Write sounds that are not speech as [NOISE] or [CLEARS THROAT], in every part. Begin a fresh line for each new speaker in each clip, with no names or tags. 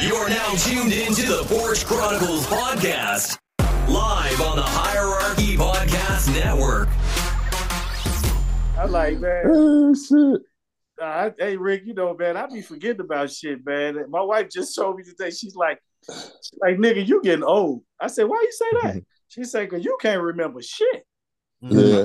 You're now tuned into the Porch Chronicles podcast, live on the Hierarchy Podcast Network.
I like, man.
Eh, shit.
I, hey, Rick, you know, man, I be forgetting about shit, man. My wife just told me today. She's like, she's like, nigga, you getting old. I said, why you say
[LAUGHS]
that? She said, cause you can't remember shit.
Yeah.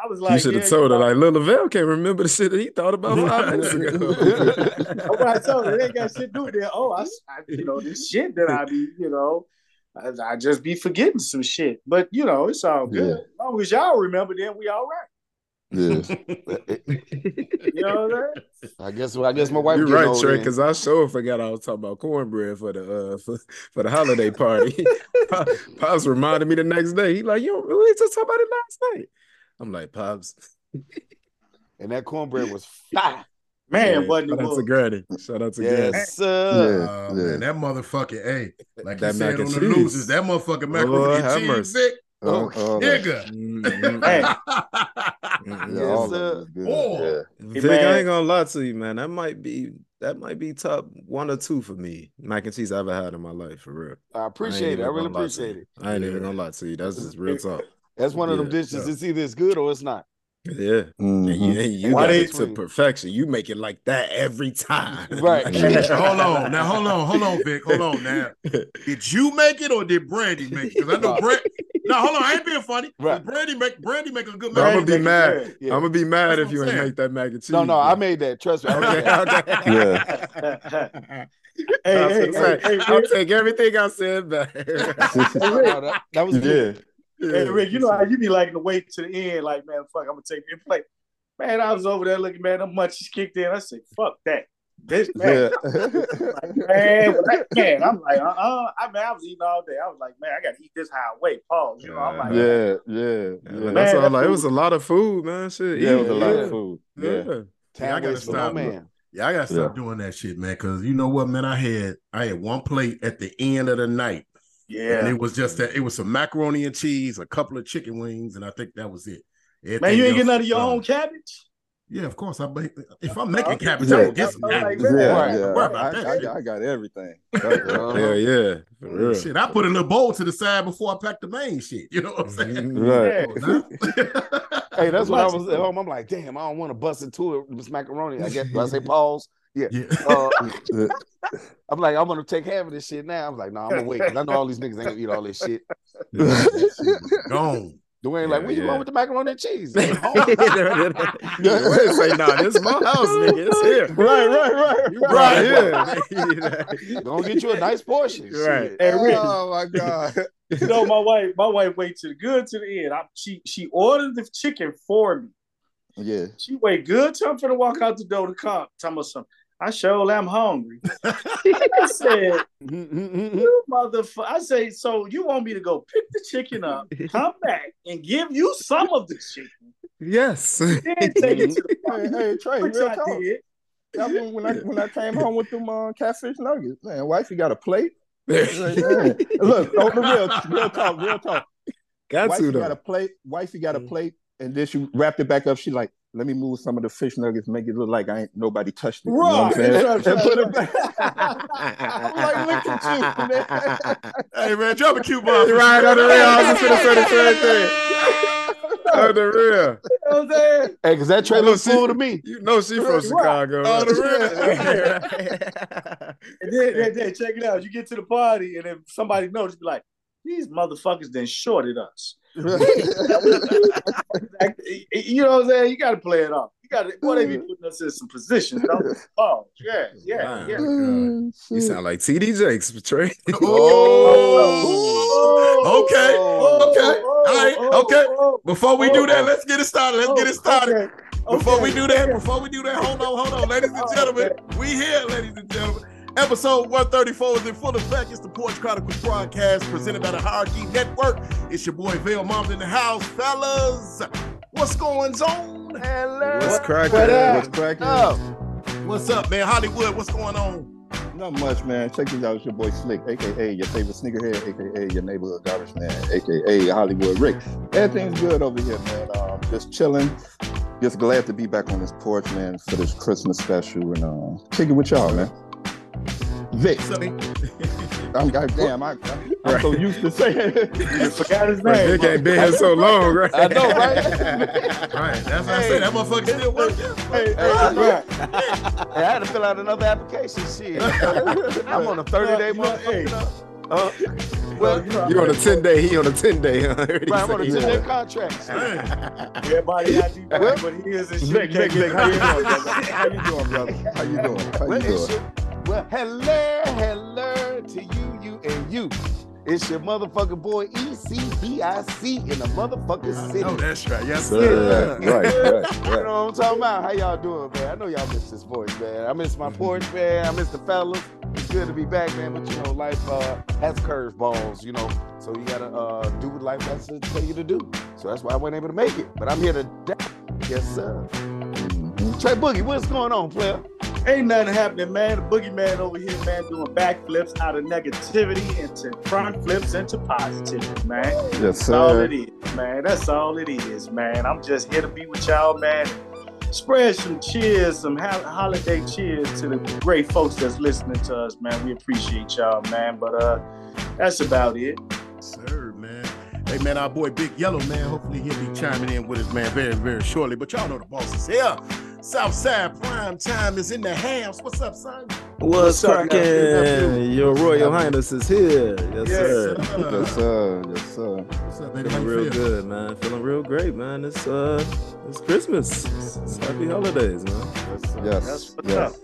I was
You
like,
should have
yeah,
told her
you
like Lil Lavelle can't remember the shit that he thought about
[LAUGHS]
five minutes ago.
know, I told her, it ain't
[LAUGHS]
got shit to do with that. Oh, I, I- you know, this shit that I be, you know, I, I just be forgetting some shit. But you know, it's all good.
Yeah.
As long as y'all remember, then we all right.
[LAUGHS] yeah.
You know what I'm saying?
I guess well, I guess [LAUGHS] my wife.
You're
getting
right,
old
Trey,
then.
because I sure forgot I was talking about cornbread for the uh for, for the holiday party. [LAUGHS] Pa- Pops reminded me the next day. He like, you don't really just talk about it last night. I'm like, Pops,
and that cornbread
[LAUGHS]
was fire.
Man,
yeah,
wasn't
shout
it?
out to
good.
Granny. Shout out to Granny.
Yes, sir.
Yeah,
Oh,
yeah.
man, that motherfucking hey, like
That
you
mac
said on
and
the
cheese.
losers, that motherfucking macaroni
Lord
and
have
cheese,
mercy.
Vic.
All-
Oh,
all that.
nigga.
Mm, [LAUGHS]
Hey,
mm,
Yeah,
Yes,
all of
sir.
it is good.
Oh.
Yeah.
Vic,
man.
I ain't gonna lie to you, man. That might be that might be top one or two for me. Mac and cheese I ever had in my life, for real.
I appreciate it. I really appreciate it.
I ain't even
Yeah.
gonna lie to you. That's just real talk.
That's one of them
Yeah,
dishes.
yeah.
It's either it's good or it's not.
Yeah. And
Mhm.
you, and you
Why
got
they-
it to perfection. You make it like that every time.
Right.
[LAUGHS]
Now, [LAUGHS] hold on, now hold on, hold on, Vic, hold on. Now, did you make it or did Brandy make it? Because I know
Right.
Brandy. Now, hold on, I ain't being funny.
Right.
Brandy make Brandy make a good
No, I'ma
mac.
be mad.
Yeah.
I'm gonna be mad
That's
if
what
you
I'm
ain't
saying.
make that mac and cheese.
No, no, I
man.
made that. Trust me. I made
[LAUGHS] Okay,
that.
okay.
Yeah.
hey,
I
hey,
was
hey,
gonna say,
hey,
I'll
Rick,
take everything I said back.
[LAUGHS]
[LAUGHS]
No, no, that, that was good.
Yeah.
hey, Rick, you know how you be liking to wait to the end, like, man, fuck, I'm gonna take your plate. Man, I was over there looking, man, them munchies kicked in. I said, fuck that.
[LAUGHS]
This man,
Yeah. [LAUGHS]
man, well, that- man, I'm like, uh uh I mean, I was eating all day. I was like, man, I gotta eat this high weight. Pause. You know, I'm like,
Yeah. Yeah.
Yeah,
Yeah.
that's all.
that
Like, it
food-
was a lot of food, man. Shit.
Yeah, it was a
eat
lot
it.
of food. Yeah.
Yeah.
Time
Yeah, I gotta
waits for no
stop.
man.
Yeah, I gotta stop doing that shit, man. Because you know what, man, I had I had one plate at the end of the night, and
yeah.
it was just that it was some macaroni and cheese, a couple of chicken wings, and I think that was it.
Man, you ain't
Everything
getting out
else
of your
was
own
done.
cabbage?
Yeah, of course. I make, if I'm making
Okay.
cabbage,
Yeah.
I'm gonna get some
I'm like,
cabbage.
Yeah.
Right.
yeah.
Worry
I,
about that
I-
shit.
I
[LAUGHS]
got everything.
Yeah,
Uh-huh.
yeah. For real.
Shit, I put a little bowl to the side before I packed the main shit. You know [LAUGHS] what I'm saying?
Right.
[LAUGHS]
Hey, that's what I was at home. I'm like, damn, I don't want to bust into it with this macaroni. I guess I
[LAUGHS]
say pause.
yeah.
Uh, [LAUGHS] I'm like, I'm gonna take half of this shit now. I'm like, no, nah, I'm gonna wait because I know all these niggas ain't gonna eat all this
[LAUGHS]
shit.
[LAUGHS]
Gone.
[LAUGHS] Dwayne, like, where you
Yeah,
going with the macaroni and cheese?
[LAUGHS] Wait, say, nah, this is my house, nigga. It's here.
Right, right, right.
You brought [LAUGHS] it here.
Gonna get you a nice portion. Shit.
[LAUGHS] Right.
Hey, Rick.
Oh my God.
You know, my wife, my wife waited good to the end. I, she she ordered the chicken for me.
[LAUGHS]
Yeah.
She wait good till I'm finna walk out the door to come. Tell me something. I sure am hungry. [LAUGHS] I said,
Mm,
[LAUGHS] you motherfucker. I say, so you want me to go pick the chicken up,
[LAUGHS]
come back, and give you some of the chicken,
Yes.
then take it to
[LAUGHS]
the
Hey, [LAUGHS] hey, Trey,
Which
real
I
talk.
did.
I mean, when I when I came home with them uh, catfish nuggets, man, wifey got a plate. Like, man, Look, on the Oh, real,
[LAUGHS]
real talk, real talk.
Got
wifey
to
got a
though.
plate. Wifey got a
Mm-hmm.
Mhm.
plate, and then she wrapped it back up. She like, let me move some of the fish nuggets, make it look like I ain't nobody touched it. You know
[LAUGHS]
what I'm
Right.
saying?
Right,
And
[LAUGHS]
put it
right,
back. I'm like, look
[LAUGHS]
at
Hey man, drop a cue bomb.
Right on the real. I was just gonna say
[LAUGHS]
the same thing. On the
You
real.
know what I'm saying?
Hey, cause that tray
Look,
looks
she-
cool to me.
You know she from
Right.
Chicago.
On the
real.
And then, then, then check it out. You get to the party, and then somebody knows, be like, these motherfuckers then shorted us.
[LAUGHS]
Oh,
you.
Like, you know what I'm saying? You got to play it off. You got to, boy, they be
Mm.
putting us in some positions. Don't
[LAUGHS]
they? oh, yeah, yeah, yeah.
[LAUGHS] You sound like TD Jakes, Trey. [LAUGHS] Oh,
Oh. Okay.
Oh.
Okay. All right. Okay.
oh,
Before we do that, let's get it started. Let's
Oh,
get it started.
okay,
Before we
okay.
do that, before we do that, hold on, hold on, ladies and gentlemen. We here, ladies and gentlemen. Episode 134 is in full effect. It's the Porch Chronicles broadcast presented by the Hierarchy Network. It's your boy Vale Mom's in the house, fellas. What's going on?
What's cracking?
What up?
What's cracking?
Oh,
What's up, man? Hollywood, what's going on?
Not much, man. Check this out. It's your boy Slick, aka your favorite sneakerhead, aka your neighborhood garbage man, aka Hollywood Rick. Everything's good over here, man. Um, just chilling. Just glad to be uh, back on this porch, man, for this Christmas special and um, kicking with y'all, man. Vic.
So-
I'm goddamn. I, I'm so used to saying. you forgot his
Right,
name.
Vic ain't been here so
[LAUGHS]
long, right?
I know,
[LAUGHS]
right?
Right, that's what I said. That motherfucker still working.
Hey, hey, right.
I had to fill out another application.
[LAUGHS]
Shit, I'm on a 30 day
You know, hey,
motherfucker. Uh, well,
You know,
You on a 10 day, he on a 10 day, huh? [LAUGHS]
right, I'm on a 10 day
Yeah.
contract.
everybody got you,
Well,
but he is and shit.
Vic, Vic, Vic, how you doing, brother?
How you doing?
How you doing? How
Well,
you
it's
doing?
your, well, hello, hello to you, you, and you. It's your motherfucking boy E ECBIC in the motherfucking city.
Oh, that's right. Yes,
Yeah,
sir.
Right, right,
You
right.
know what I'm talking about? How y'all doing, man? I know y'all miss this voice, man. I miss
Mm-hmm.
my porch, man. I miss the fellas. It's good to be back, man. But you know, life uh, has curveballs, you know. So you gotta uh, do what life has to tell you to do. So that's why I wasn't able to make it. But I'm here to. Yes, sir.
Mhm.
Trey Boogie, what's going on, player?
[LAUGHS]
[LAUGHS]
Ain't nothing happening, man. The boogeyman over here, man, doing backflips out of negativity into front flips into positivity, man. That's
Yes,
all
sir.
it is, man. That's all it is, man. I'm just here to be with y'all, man. Spread some cheers, some ho- holiday cheers to the great folks that's listening to us, man. We appreciate y'all, man. But uh, that's about it.
Sir, man. Hey, man, our boy Big Yellow, man. Hopefully he'll be chiming in with us, man, very, very shortly. But y'all know the boss is here. Southside Prime Time is in the house. What's up, son?
What's
up,
cracking? Your Royal Highness is here.
Yes,
Yes, sir.
Uh,
Yes, sir. Yes, sir.
What's up, baby? How
Feeling
you
real
feel?
good, man. Feeling real great, man. It's uh, it's Christmas. It's happy holidays, man.
Yes.
That's what's
Yes.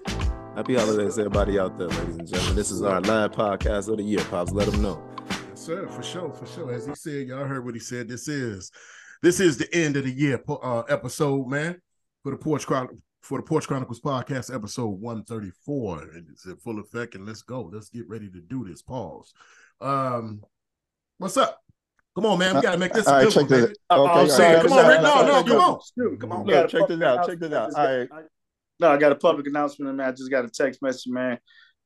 Happy holidays, to everybody out there, ladies and gentlemen. This is our live podcast of the year, pops. Let them know.
Yes, sir, for sure, for sure. As he said, y'all heard what he said. This is this is the end of the year po- uh, episode, man. For the Porch Chron- for the Porch Chronicles podcast, episode one thirty four. It's in full effect, and let's go. Let's get ready to do this. Pause. Um, what's up? Come on, man. We gotta make this. A
Uh, All right,
good one,
check this.
baby.
out.
I'm
Okay,
sorry,
all right,
come
all
on,
right,
Rick.
all right,
No,
all
no,
right,
come on.
Shoot, come on.
Look, check this out, check this out. All
No, I got a public announcement, man. I just got a text message, man.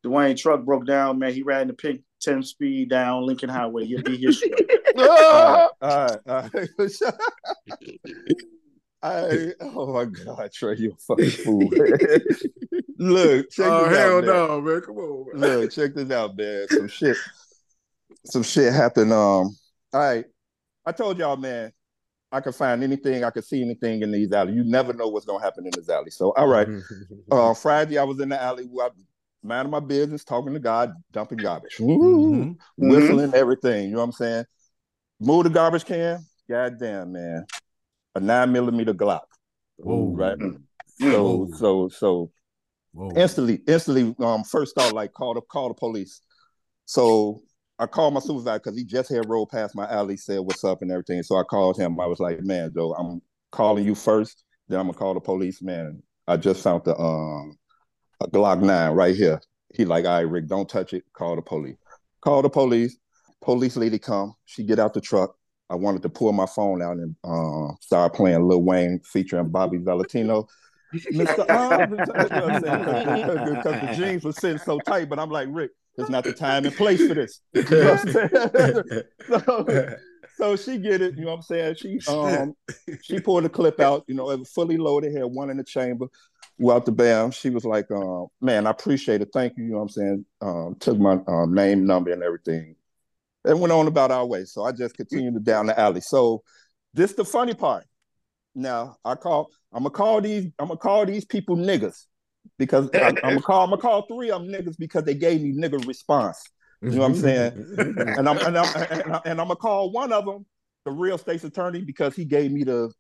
Dwayne truck broke down, man. He ran the pink 10 speed down Lincoln Highway. He'll be here shortly.
All right, uh, all right, all right. I, oh my God, Trey, you a fucking fool. Look, check
Oh
this
hell
out, man.
no, man. Come on. man.
Look, check this out, man. Some shit, some shit happened. Um, all right, I told y'all, man, I could find anything, I could see anything in these alley. You never know what's gonna happen in this alley. So, all [LAUGHS] right, uh, Friday I was in the alley, I, minding my business, talking to God, dumping garbage, Woo, whistling everything. You know what I'm saying? Move the garbage can. Goddamn, man, a nine millimeter Glock.
Whoa.
Right. So, so, so
Whoa.
instantly, instantly, um, first thought like call the call the police. So I called my supervisor because he just had rolled past my alley, said what's up and everything. So I called him. I was like, man, Joe, I'm calling you first, then I'm gonna call the police, man. I just found the um a Glock nine right here. He like, all right, Rick, don't touch it. Call the police. Call the police. Police lady come. She get out the truck. I wanted to pull my phone out and um, start playing Lil Wayne featuring Bobby Valentino. Mr. Arms. That's what I'm saying. Because the jeans were sitting so tight, but I'm like, Rick, it's not the time and place for this. You know
[LAUGHS]
what I'm saying? so, so [LAUGHS] she get it, you know what I'm saying? She [LAUGHS] um she pulled the clip out, you know, it was fully loaded, had one in the chamber. Without the bam, she was like, um, man, I appreciate it. Thank you. You know what I'm saying? Um, took my um, name, number, and everything. And went on about our way. So I just continued down the alley. So this the funny part. Now I call I'm gonna call these. I'm gonna call these people niggas because I, am gonna call. I'm gonna call three of them niggas because they gave me nigga response, [LAUGHS] You know what I'm
saying?
and I'm and I'm and, I, am gonna call one of them the real state's attorney because he gave me the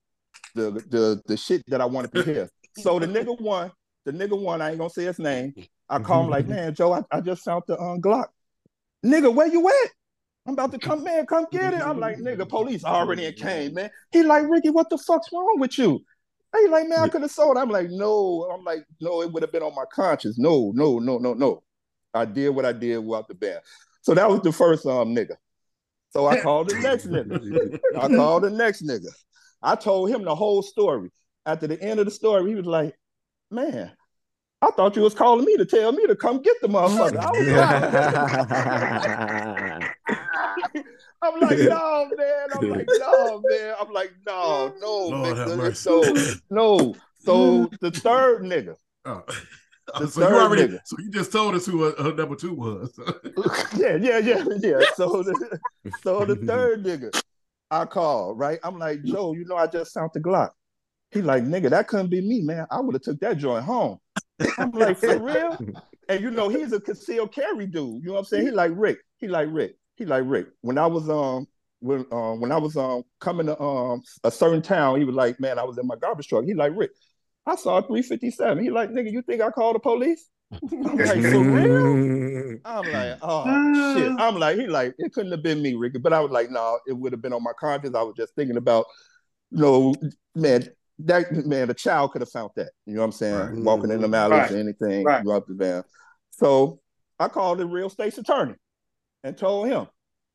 the the the shit that I wanted to hear. So the nigga one, the nigga one, I ain't gonna say his name. I call him like, man, Joe, I, I just found the um, Glock. Nigga, where you at? I'm about to come, man, come get it. I'm like, nigga, police already came, man. He like, Ricky, what the fuck's wrong with you? He like, man, I could have sold. it." I'm like, no. I'm like, no, it would have been on my conscience. No, no, no, no, no. I did what I did without the ban. So that was the first um nigga. So
[LAUGHS]
I called the next nigga. I called the next nigga. I told him the whole story. After the end of the story, he was like, man, I thought you was calling me to tell me to come get the
[LAUGHS]
motherfucker. I was like, I'm like, no, man. I'm like,
[LAUGHS]
no, man. I'm like, no, no,
Lord have [LAUGHS]
nigga.
mercy.
So, no. So the third nigga,
Oh. Oh,
The
so you
third
already
nigga.
so you just told us who her, her number two was. [LAUGHS]
yeah, yeah, yeah, yeah. So the, so the third nigga, I call, right? I'm like, Joe, you know I just sound the Glock. He like, nigga, that couldn't be me, man. I would have took that joint home. I'm like, for real? And you know, he's a concealed carry dude. You know what I'm saying? He like Rick. He like Rick. He like Rick. When I was um when um when I was um coming to um a certain town, he was like, man, I was in my garbage truck. He like Rick. I saw 357. He like, nigga, you think I called the police? [LAUGHS]
[LAUGHS]
I'm like, for real? I'm like, oh shit.
Ah.
I'm like, he like, it couldn't have been me, Ricky. But I was like, no, it would have been on my conscience. I was just thinking about, you know, man, that man, a child could have found that. You know what I'm saying?
Right.
Walking in the
Mm-hmm.
alleys
Right.
or anything,
Right.
you up and down. So I called the real state's attorney and told him.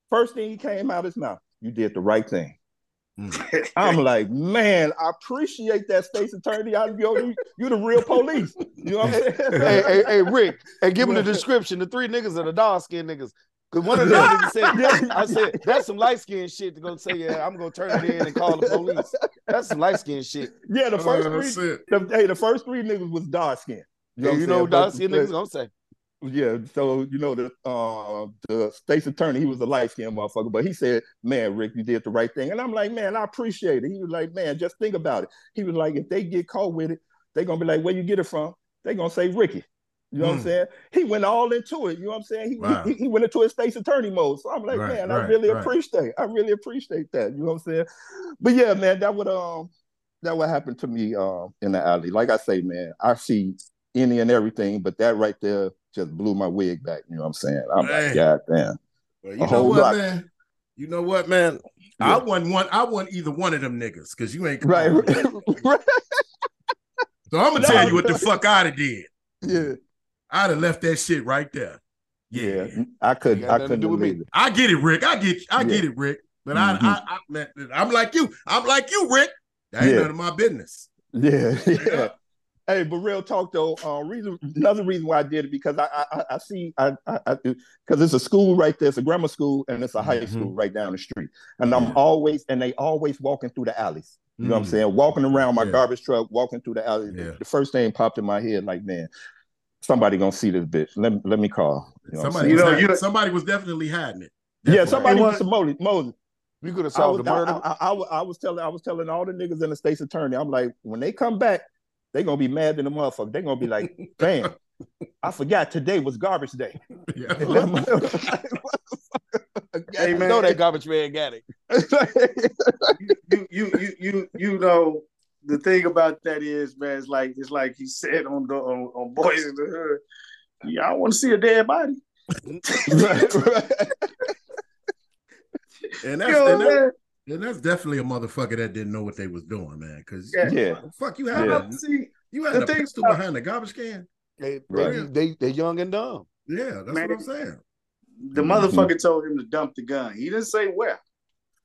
First thing he came out his mouth, you did the right thing.
Mm.
I'm like, man, I appreciate that state's attorney. I, yo, you, you the real police. You know
[LAUGHS]
what I'm saying? [LAUGHS]
hey, hey, hey, Rick, and give him the description. The three niggas are the dark skinned niggas. Cause one of them niggas said, I said, that's some light skinned shit to go say, yeah, I'm gonna turn it in and call the police. That's some light skinned shit.
Yeah,
Uh,
the first
Oh,
three
shit.
The, hey, the first three niggas was dark skin.
You know, you know dark skinned niggas gonna say.
Yeah, so you know the uh, the state's attorney, he was a light skinned motherfucker, but he said, "Man, Rick, you did the right thing," and I'm like, "Man, I appreciate it." He was like, "Man, just think about it." He was like, "If they get caught with it, they gonna be like, where you get it from?" they gonna say Ricky. You know what I'm
Hmm.
saying? He went all into it. You know what I'm saying? He,
Wow.
he, he went into his state's attorney mode. So I'm like,
Right,
man, I
right,
really
right.
appreciate. I really appreciate that. You know what I'm saying? But yeah, man, that would um that would happen to me um in the alley. Like I say, man, I see any and everything, but that right there just blew my wig back. You know what I'm saying? I'm
Man.
like, God damn.
Well,
A
you know
whole
what,
lot.
man? You know what, man? I wasn't one. I wasn't either one of them niggas because you ain't
Right, right. [LAUGHS]
So I'm gonna
No.
tell you what the fuck I'd have did.
Yeah.
I'd have left that shit right there.
Yeah.
Yeah,
I could
Ain't got nothing to
I couldn't
do with
believe it.
I get it, Rick. I get. I
Yeah.
get it, Rick. But
Mhm.
I, I, I, let- I'm like you. I'm like you, Rick. That ain't
Yeah.
none of my business.
Yeah, [LAUGHS]
Yeah.
yeah. Hey, but real talk though. Uh, reason another reason why I did it because I I, I- I see I because it's a school right there. It's a grammar school and it's a high
Mhm.
school right down the street. And I'm
Yeah. Mm.
always and they always walking through the alleys. You know what I'm saying? Walking around my
Yeah.
garbage truck, walking through the alley.
Yeah.
The first thing popped in my head like, man, somebody gonna see this bitch. Let me let me call. You know what I'm
Somebody,
saying?
was
You know,
hiding-
you-
somebody was definitely hiding it. [LAUGHS]
yeah,
That's
somebody
It
was
was-
Moses. Moses.
You could have
I
solved
was,
the
I,
murder.
I- I- I was- I was telling I was telling all the niggas in the state's attorney, I'm like, when they come back, they gonna be mad than the motherfucker. They gonna be like, damn, I forgot today was garbage day. [LAUGHS]
right. Yeah.
Hey, man.
know that garbage man got it.
you you you you you know the thing about that is, man, it's like it's like he said on the on, on Boys in the Hood. Yeah, I want to see a dead body.
And
You know
that's and,
what I'm saying?
that, and that's definitely a motherfucker that didn't know what they was doing, man. Because
Yeah.
yeah,
fuck, you
I
had
love
a
to see,
you had
The
a
thing
pistol
about-
behind a garbage can.
They,
Right.
they, they, they young and dumb.
Yeah, that's
Man.
what I'm
[LAUGHS]
saying.
the motherfucker told him to dump the gun. He didn't say where.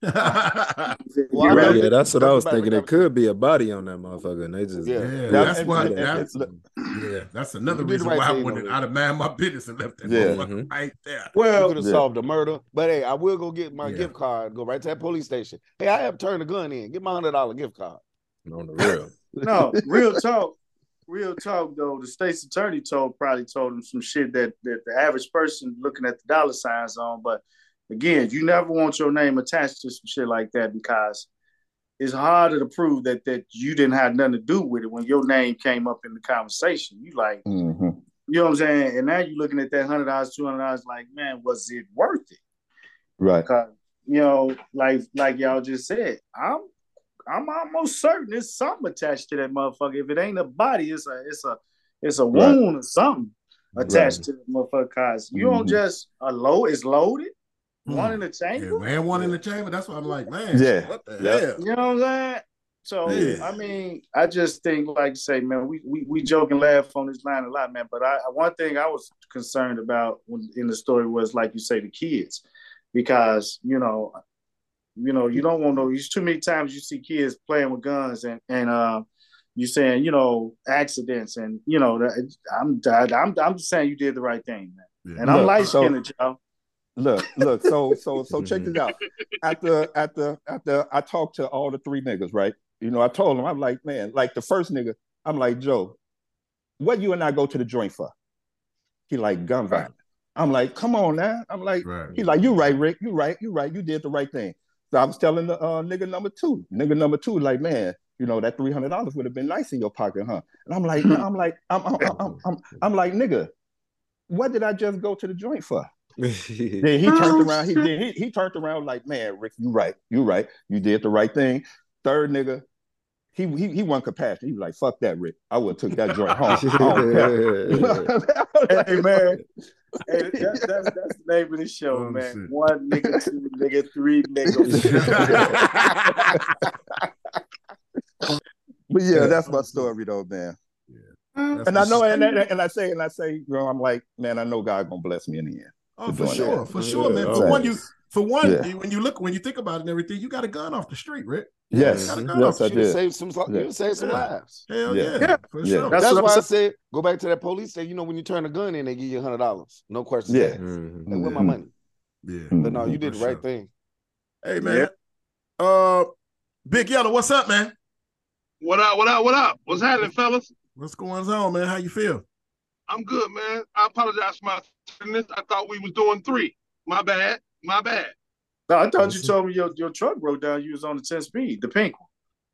yeah,
He said,
Well,
"Where?"
I know
Right,
that-
yeah, that's what I was
that's
thinking.
about-
It could be a body on that motherfucker, and they just
Yeah.
that's
and-
why.
and-
That's
and-
yeah, that's another
You did the
reason
right
why I
thing,
wouldn't.
though.
I'd have mind my business and left that
Yeah. Mm-hmm.
motherfucker
Mhm.
right there.
You
Well,
could have
Yeah.
solved the murder. But hey, I will go get my
Yeah.
gift card and go right to that police station. Hey, I have turned a gun in. Get my hundred dollar gift
[LAUGHS]
card.
on the real.
no, real talk, real talk though. The state's attorney told probably told him some shit that that the average person looking at the dollar signs on. But again, you never want your name attached to some shit like that because it's harder to prove that that you didn't have nothing to do with it when your name came up in the conversation. You like,
Mhm.
you know what I'm saying? And now you're looking at that hundred dollars, two hundred dollars, like, man, was it worth it?
right.
Cause you know, like like y'all just said, I'm I'm almost certain it's something attached to that motherfucker. If it ain't a body, it's a it's a it's a
Right.
wound or something attached
Right.
to that motherfucker. because you don't
Mhm.
just a load it's loaded,
Hmm.
one in the
Yeah,
chamber.
man, one in the chamber. That's why I'm like, man,
Yeah.
what the
Yeah.
hell?
You know what I'm saying? So
Yeah.
I mean, I just think like you say, man, we, we we joke and laugh on this line a lot, man. But I one thing I was concerned about when, in the story was like you say the kids, because you know, you know, you don't want to. It's too many times you see kids playing with guns and and uh, you saying you know accidents and you know that- I'm I'm I'm just saying you did the right thing, man.
Yeah.
And I'm
Look,
light
so-
skinned, y'all.
Look, look. So, so, so, check this out. After, after, after, I talked to all the three niggas, right? You know, I told them, I'm like, man, like the first nigga, I'm like, Joe, what you and I go to the joint for? He like gun violence. I'm like, come on now. I'm like,
Right.
he like, you right, Rick. You right. You right. You did the right thing. So I was telling the uh, nigga number two, nigga number two, like, man, you know that three hundred dollars would have been nice in your pocket, huh? And I'm like, I'm like, I'm, I'm, I'm, I'm, I'm, I'm like, nigga, what did I just go to the joint for? [LAUGHS]
[LAUGHS]
Then he turned around. He did. He, he turned around like, man, Rick, you right. You right. You did the right thing. Third nigga, he he he won compassion. He was like, fuck that, Rick. I would have took that joint home. I
[LAUGHS]
don't care. [LAUGHS] Oh,
hey man, hey, that, that, that's the name
[LAUGHS]
of the show,
Oh,
man.
shit.
One nigga, two nigga, three nigga.
[LAUGHS]
[LAUGHS] But yeah, that's my story though, man.
That's
And I
the
know,
shit.
and, and, and I say, and I say, you know, I'm like, man, I know God gonna bless me in the end.
Oh,
for
for
doing
sure,
that.
for sure, man.
Yeah,
For
okay.
one, you for one,
Yeah.
when you look, when you think about it and everything, you got a gun off the street, Rick.
Yes,
Mhm.
yes, I
You
did.
saved some.
Yeah.
You saved some
Yeah.
lives.
Hell
Yeah.
yeah,
Yeah.
for
Yeah.
sure.
That's,
That's what
why
I'm
I said go back to that police. Say you know when you turn a gun in, they give you hundred dollars. No questions.
Yeah.
asked.
Mhm.
Like, where my
Mhm.
money?
yeah.
But
Mm-hmm.
no, you
For
did the right
sure.
thing.
Hey man, uh, Big Yellow, what's up, man?
What up, what up, what up? What's happening, fellas?
What's going on, man? How you feel?
I'm good, man. I apologize for my this. I thought we was doing three. My bad. My bad.
no, I thought you told me your, your truck broke down. You was on the 10 speed, the pink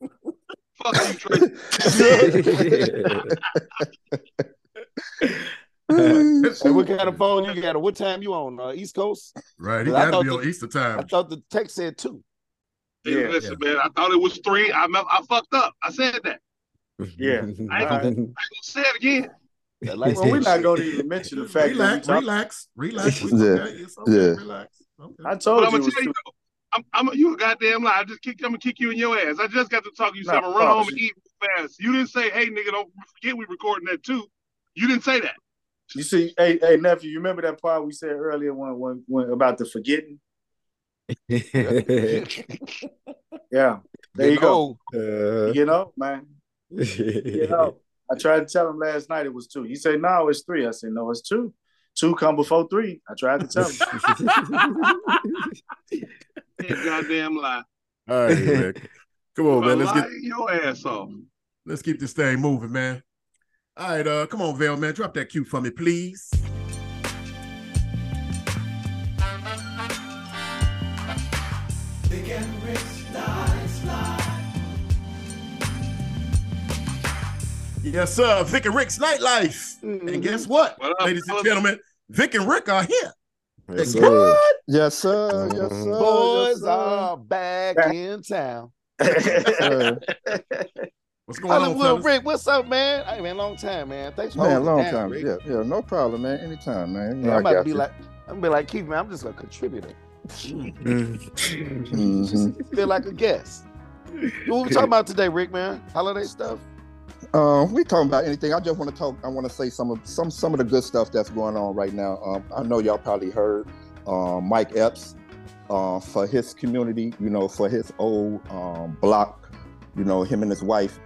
one.
Fuck you, Tracy.
Hey, what kind of phone you got? What time you on? Uh, East Coast?
Right, he
I
got to
thought
be on
the-
Easter
I
time.
thought the text said two.
[LAUGHS]
Hey,
Yeah.
listen, man. I thought it was three. I me- I fucked up. I said that.
Yeah.
I ain't gonna say it again.
That light
Well, we're
skin
not going to even mention the fact that we
Relax,
talked-
relax, relax.
[LAUGHS]
We
Yeah.
okay. It's okay.
Yeah.
Relax. Okay.
I
But
told you.
I'm
it
gonna
was
tell you
too-
though. I'm, I'm you a goddamn lie. I just kick I'm gonna kick you in your ass. I just got to talk you
Nah,
something. Run
fuck
home and
you.
eat fast. You didn't say, hey nigga, don't forget we recording that too. You didn't say that.
You see, hey, hey, nephew, you remember that part we said earlier when, when, when about the forgetting? Yeah, there you
Getting
go.
old.
Uh,
You know, man. You know, I tried to tell him last night it was two. He said, "No, it's three. I said, "No, it's two. Two come before three. I tried to tell him.
Yeah, goddamn lie.
All right, man. Come
[LAUGHS]
on, man. Let's
Lying
get
your ass off.
let's keep this thing moving, man. All right, uh, come on, Vale, man. Drop that cue for me, please.
Big and Rick's Nice Live.
Yes, sir. Vic and Rick's nightlife. And guess what,
What up,
ladies and
fellas?
gentlemen, Vic and Rick are here.
Yes,
Hey,
sir.
Yes, sir. Yes, sir.
Boys
Oh, yes, sir.
are back
Back.
in town.
[LAUGHS]
[LAUGHS]
Uh,
What's
I
going
love
on,
Will
fellas?
Rick. What's up, man? Hey, man, long time, man. Thanks for
man,
holding
long
it down,
time.
Rick.
Yeah, yeah, no problem, man. Anytime, man. You
Yeah,
know,
I'm
I
about to
got
be
you.
like, I'm gonna be like Keith, man. I'm just a contributor.
Mhm.
Feel like a guest. What we talking about today, Rick?
[LAUGHS]
Man, holiday stuff.
Um, we talking about anything. I just want to talk. I want to say some of some some of the good stuff that's going on right now. Um, I know y'all probably heard uh, Mike Epps uh, for his community. You know, for his old um, block. You know, him and his wife,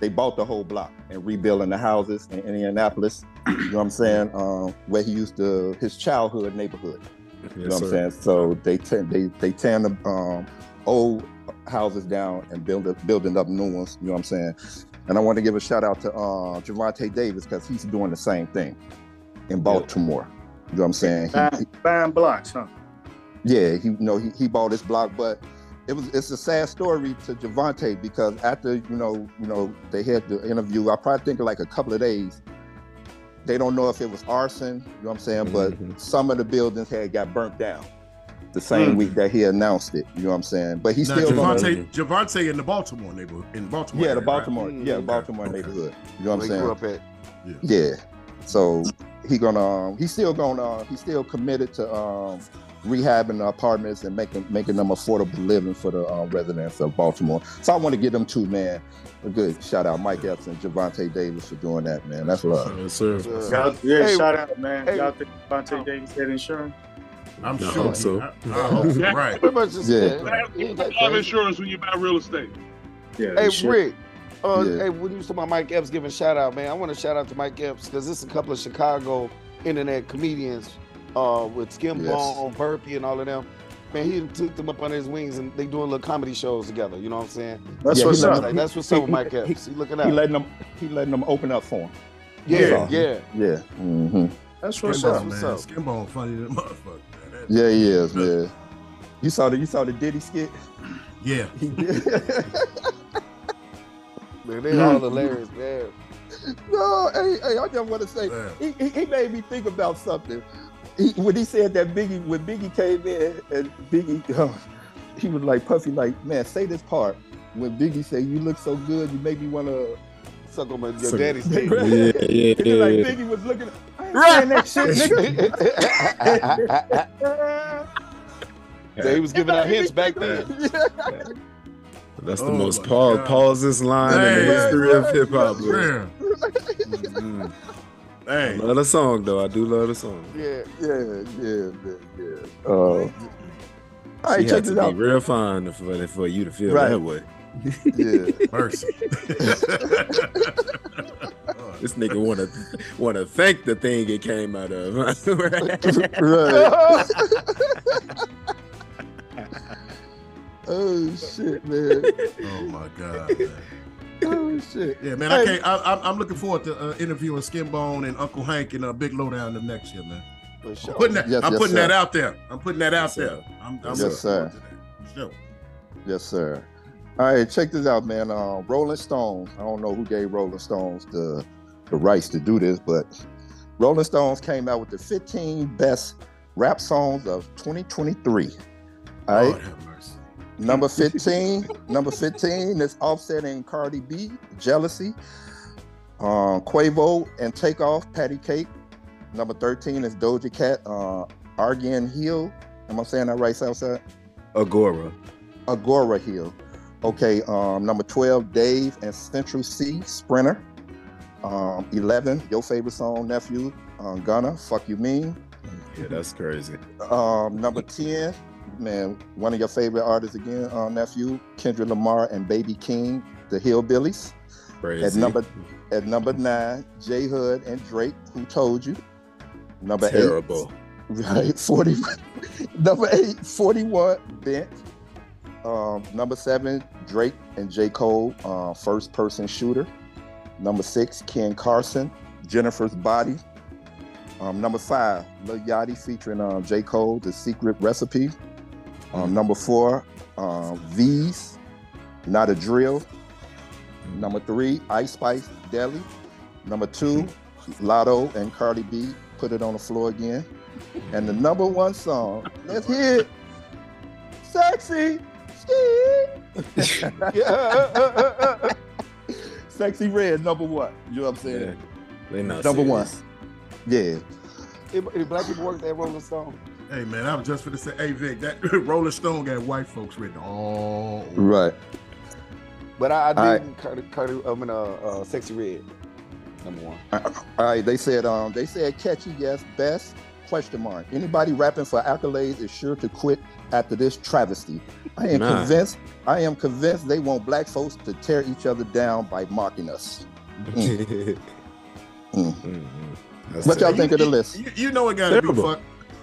they bought the whole block and rebuilding the houses in Indianapolis. You know what I'm saying? Um, where he used to his childhood neighborhood. You know
Yes,
what
sir.
I'm saying? So they te- they they tearing the um, old houses down and building building up new ones. You know what I'm saying? And I want to give a shout out to uh, Javante Davis because he's doing the same thing in Baltimore. You know what I'm saying? He-
Buying, buying blocks, huh?
yeah, he you know he, he bought his block, but it was it's a sad story to Javante because after you know you know they had the interview, I probably think like a couple of days. They don't know if it was arson, you know what I'm saying,
Mhm.
but some of the buildings had got burnt down the same
Mm.
week that he announced it. You know what I'm saying? But he's
Hmm. Now,
still gonna-
Javante, Javante in the Baltimore neighborhood. In Baltimore.
yeah, the
area, right? Mm-hmm.
Baltimore,
Mm,
yeah,
okay,
Baltimore
okay.
neighborhood. You know what I'm
Where
saying?
you grew up at.
Yeah. So he gonna um, he's still gonna uh, he's still committed to um, rehabbing the apartments and making making them affordable living for the uh, residents of Baltimore. So I want to give them two man a good shout out, Mike Epps and Javante Davis for doing that, man. That's love.
Yes, sir.
Uh,
Y'all, yeah,
Hey.
shout out, man.
Hey.
Y'all think Devontae Davis had insurance?
I'm
I
sure.
hope so.
I, I hope so. Right.
Pretty much just
Yeah.
yeah, he ain't that
Have
crazy.
insurance when you buy real estate.
Yeah,
Hey
shit.
Rick, uh,
Yeah.
hey, when you was talking about Mike Epps giving shout out, man, I want to shout out to Mike Epps because this is a couple of Chicago internet comedians uh, with Skim
Yes.
Bone, Burpee, and all of them. Man, he done took them up under his wings and they doing little comedy shows together. You know what I'm saying?
That's
Yeah,
what's
he
up.
let
Like, that's what's up with Mike Epps. He looking
He
out.
letting them he letting them open up for him.
Yeah,
Yeah.
yeah.
Yeah. hmm
That's
Skin
what's
Sure.
Bone,
up.
What's
man.
up?
Skin Bone funny than a motherfucker, man. That-
Yeah, he is, yeah. You saw the you saw the Diddy skit?
Yeah.
He did. [LAUGHS]
Man, they all hilarious, man.
no, hey, hey, I just want to say
man.
he, he, he made me think about something. He, when he said that Biggie, when Biggie came in and Biggie, uh, he was like Puffy, like man, say this part. When Biggie said, "You look so good, you make me wanna,"
Suck on my your
Suck-
daddy's
yeah,
dick.
Yeah, yeah,
[LAUGHS] he was like
yeah.
Biggie was looking. I ain't
Right.
saying that shit, nigga.
so he was giving out hints back
[LAUGHS]
then.
That's the
Oh
most
my
pause
God.
pauses line in the
Hey.
history of hip hop.
Yeah.
Mm.
Hey.
Love the song though. I do love the song.
Yeah.
yeah, yeah, man, yeah. Uh, all
She
right,
had
check
to
this
be
out.
real fine for, for you to feel
Right.
that way.
Yeah.
Mercy. [LAUGHS]
[LAUGHS] This nigga wanna wanna thank the thing it came out of. [LAUGHS]
right. [LAUGHS] oh shit, man.
oh
[LAUGHS]
my god. Man.
Oh shit.
Yeah, man. I
Hey.
can't. I, I'm, I'm looking forward to uh, interviewing Skinbone and Uncle Hank and uh, Big Lowdown the next year, man.
For
I'm
sure.
putting that.
Yes,
I'm
yes,
putting
sir.
that out there. I'm putting that out
Yes,
there.
sir.
I'm, I'm
Yes,
looking
sure.
forward to that. For Sure.
Yes, sir. All right, check this out, man. Uh, Rolling Stones. I don't know who gave Rolling Stones the the rights to do this, but Rolling Stones came out with the 15 best rap songs of 2023. All right.
Lord have mercy.
Number 15, number 15 is Offset and Cardi B, Jealousy. Uh, Quavo and Takeoff, Patty Cake. Number 13 is Doja Cat, uh, Argan Hill. Am I saying that right, Southside?
Agora.
Agora Hill. Okay, um, number 12, Dave and Central C, Sprinter. Um, 11, your favorite song, Nephew, um, Gunna, Fuck You Mean.
Yeah, that's crazy.
Um, number 10, man, one of your favorite artists again, uh, nephew, Kendra Lamar and Baby King, The Hillbillies.
Crazy.
At number at number nine, J Hood and Drake, Who Told You. Number
terrible.
eight, [LAUGHS] right? 40, [LAUGHS] number eight, 41, Bent. Um, number seven, Drake and J. Cole, uh, First Person Shooter. Number six, Ken Carson, Jennifer's Body. Um, number five, Lil Yachty featuring um, J. Cole, The Secret Recipe. Um, number four, um, V's, Not a Drill. Number three, Ice Spice Deli. Number two, Lotto and Cardi B, Put It on the Floor Again. And the number one song, let's hear it, Sexy Ski. [LAUGHS] Sexy Red, number one. You know what I'm
Yeah.
saying?
They not
number one.
serious.
Yeah.
Did did black people work that Rolling Stone?
Hey man, I was just gonna say, hey Vic, that [LAUGHS] Rolling Stone got white folks written all. over.
Right.
But I, I
Alright.
did Cardi, Cardi, I mean, uh, uh, Sexy Red, number one.
All right, they said um they said catchy, yes, best question mark. Anybody rapping for accolades is sure to quit after this travesty. I am
Nah.
convinced I am convinced they want black folks to tear each other down by mocking us.
[LAUGHS] Mm-mm. Mm-hmm. That's
What Mm. y'all
terrible.
think of the list?
You, you know it gotta be
Terrible.
fucked.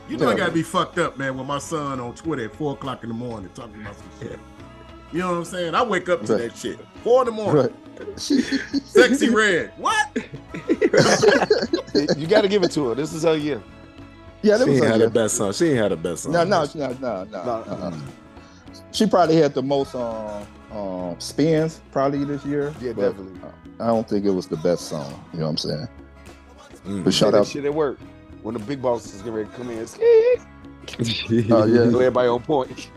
You know it
Terrible.
gotta be fucked up, man. When my son on Twitter at four o'clock in the morning talking about some shit. You know what I'm saying? I wake up to
Right.
that shit four in the morning.
[LAUGHS] Right.
Sexy red. What?
You got to give it to her. This is her year.
Yeah, that
She
was
ain't
her,
had
yeah.
the best song. She ain't had the best song.
No, no, no, no, no.
No,
uh-uh. She probably had the most um, um, spins probably this year.
Yeah,
but
definitely.
I don't think it was the best song. You know what I'm saying?
Mm.
But shout
that
out.
shit at work. When the big boss is getting ready to
[LAUGHS]
come in,
Oh, yeah.
so [LAUGHS] everybody on point.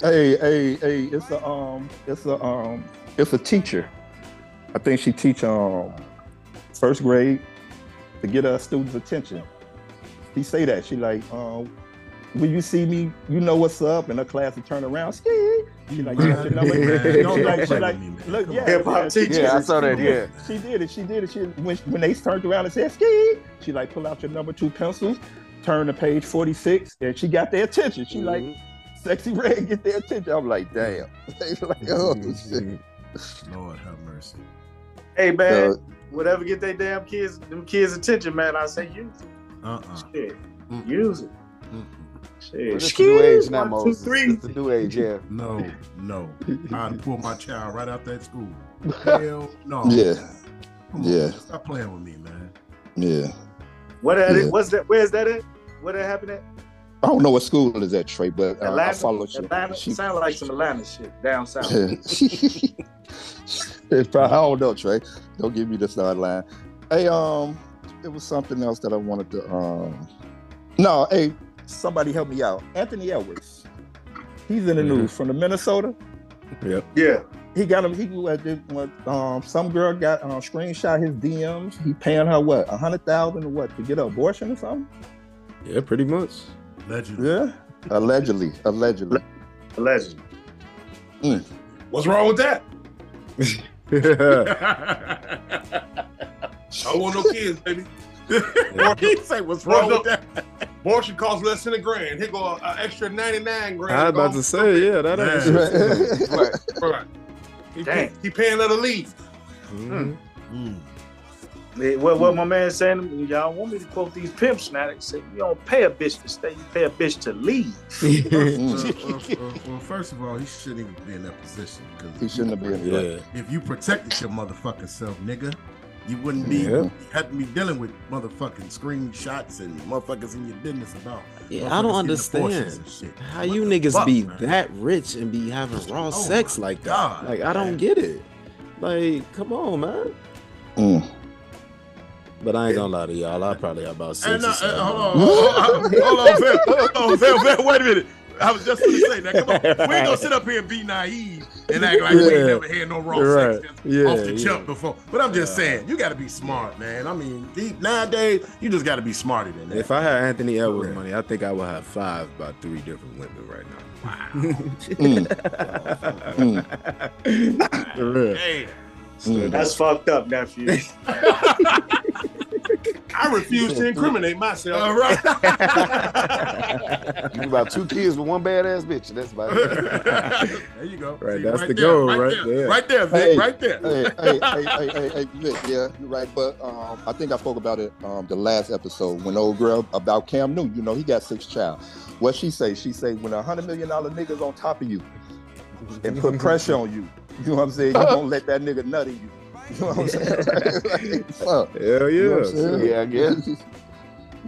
Hey, hey, hey! It's a um, it's a um, it's a teacher. I think she teach um, first grade to get our students' attention. She say that she like um, when you see me, you know what's up, and her class will turn around. Ski. She like,
[LAUGHS]
you got your number.
Man,
Don't like, she
play
like,
with me, man.
look,
Come
yeah,
on.
Hip hop
yeah, [LAUGHS] she-
teacher.
Yeah, I saw that. Yeah.
She did it. She did it. She when when they turned around and said ski, she like pull out your number two pencils, turn to page forty six, and she got their attention. She like sexy [LAUGHS] red get their attention. I'm like, damn. [LAUGHS] They like, oh shit.
Lord have mercy.
Hey man,
So,
whatever get they damn kids, them kids attention, man. I say use it.
Uh-uh.
Shit.
Mm.
Use it.
Mm.
But
Shit.
It's the new age now,
One, two,
Moses.
three.
It's the new age, yeah.
No, no. I'd pull my child right out that school. Hell no.
[LAUGHS] yeah,
Come on,
Yeah.
man. Stop playing with me, man.
Yeah.
What at
Yeah.
it? What's that? Where's that at? Where that happened at?
I don't know what school it is at Trey, but uh, I
Atlanta?
follow you.
Atlanta.
She-
Sound like some Atlanta shit down south.
it's probably, I don't know, Trey. Don't give me the start line. Hey, um, it was something else that I wanted to. Um, no, hey, somebody help me out. Anthony Edwards. He's in the
Mm-hmm.
Mhm.
news from the Minnesota.
Yep.
yeah.
He got him. He got this one, um, some girl got um, screenshot his DMs. He paying her what a hundred thousand or what to get an abortion or something.
Yeah, pretty much. [LAUGHS]
Legend.
Yeah, allegedly, allegedly.
Allegedly.
What's wrong with that?
yeah.
I don't want no kids, baby. he say, "What's
What's
wrong with
[LAUGHS]
up?
that?"
Abortion costs less than a grand. Here go an extra 99 grand.
I was about to say, yeah, that ain't
Man.
Right.
Right. He,
Dang.
he paying her to leave.
[LAUGHS]
Mhm.
Mm.
Yeah, What, what my man saying? Y'all want me to quote these pimps now? They say you don't pay a bitch to stay. You pay a bitch to leave.
Mm-hmm.
Mm,
well, first of all, he shouldn't even be in that position
he
because
shouldn't have been.
[LAUGHS]
Yeah.
yeah.
if you protected your motherfucking self, nigga, you wouldn't be
Yeah.
had to be dealing with motherfucking screenshots and motherfuckers in your business about.
Yeah, I don't
motherfuckers getting abortions
understand
and shit.
how
What
you
the
niggas
fuck,
be
man?
that rich and be having raw
Oh
sex
my
like that.
God,
like I don't
man.
get it. Like, come on, man.
Mm.
But I ain't gonna lie to y'all. I probably have about
And,
six.
uh,
or
uh,
seven.
hold on, hold on, hold on,
[LAUGHS]
Phil, hold on, Phil, Phil, wait a minute. I was just gonna say that. Come on, we ain't gonna sit up here and be naive and act like we ain't
Yeah.
never had no raw
Right.
sex
Yeah.
off the
yeah.
jump before. But I'm just
Yeah.
saying, you got to be smart, man. I mean, these- nowadays you just got to be smarter than that.
If I had Anthony Edwards
real.
money, I think I would have five about three different women right
Mm.
[LAUGHS]
now. For real.
Damn.
Mm.
That's fucked up, [LAUGHS] nephew.
I refuse to incriminate myself.
All right.
You about two kids with one badass bitch. and That's about it.
[LAUGHS] there you go.
Right, that's the
there,
goal,
Right,
right
there,
there.
right there, Vic, right there.
Hey. hey, hey, hey, hey, hey, hey, Vic, yeah, you're right. But um, I think I spoke about it um, the last episode when old girl about Cam Newton. You know, he got six child. What she say? She say when a hundred million dollar nigga's on top of you and put pressure on you, you know what I'm saying? You don't let that nigga nut in you. You know what I'm saying? [LAUGHS] Like, fuck.
Hell
You know what I'm
yeah.
saying?
Yeah, I
[LAUGHS]
guess.
You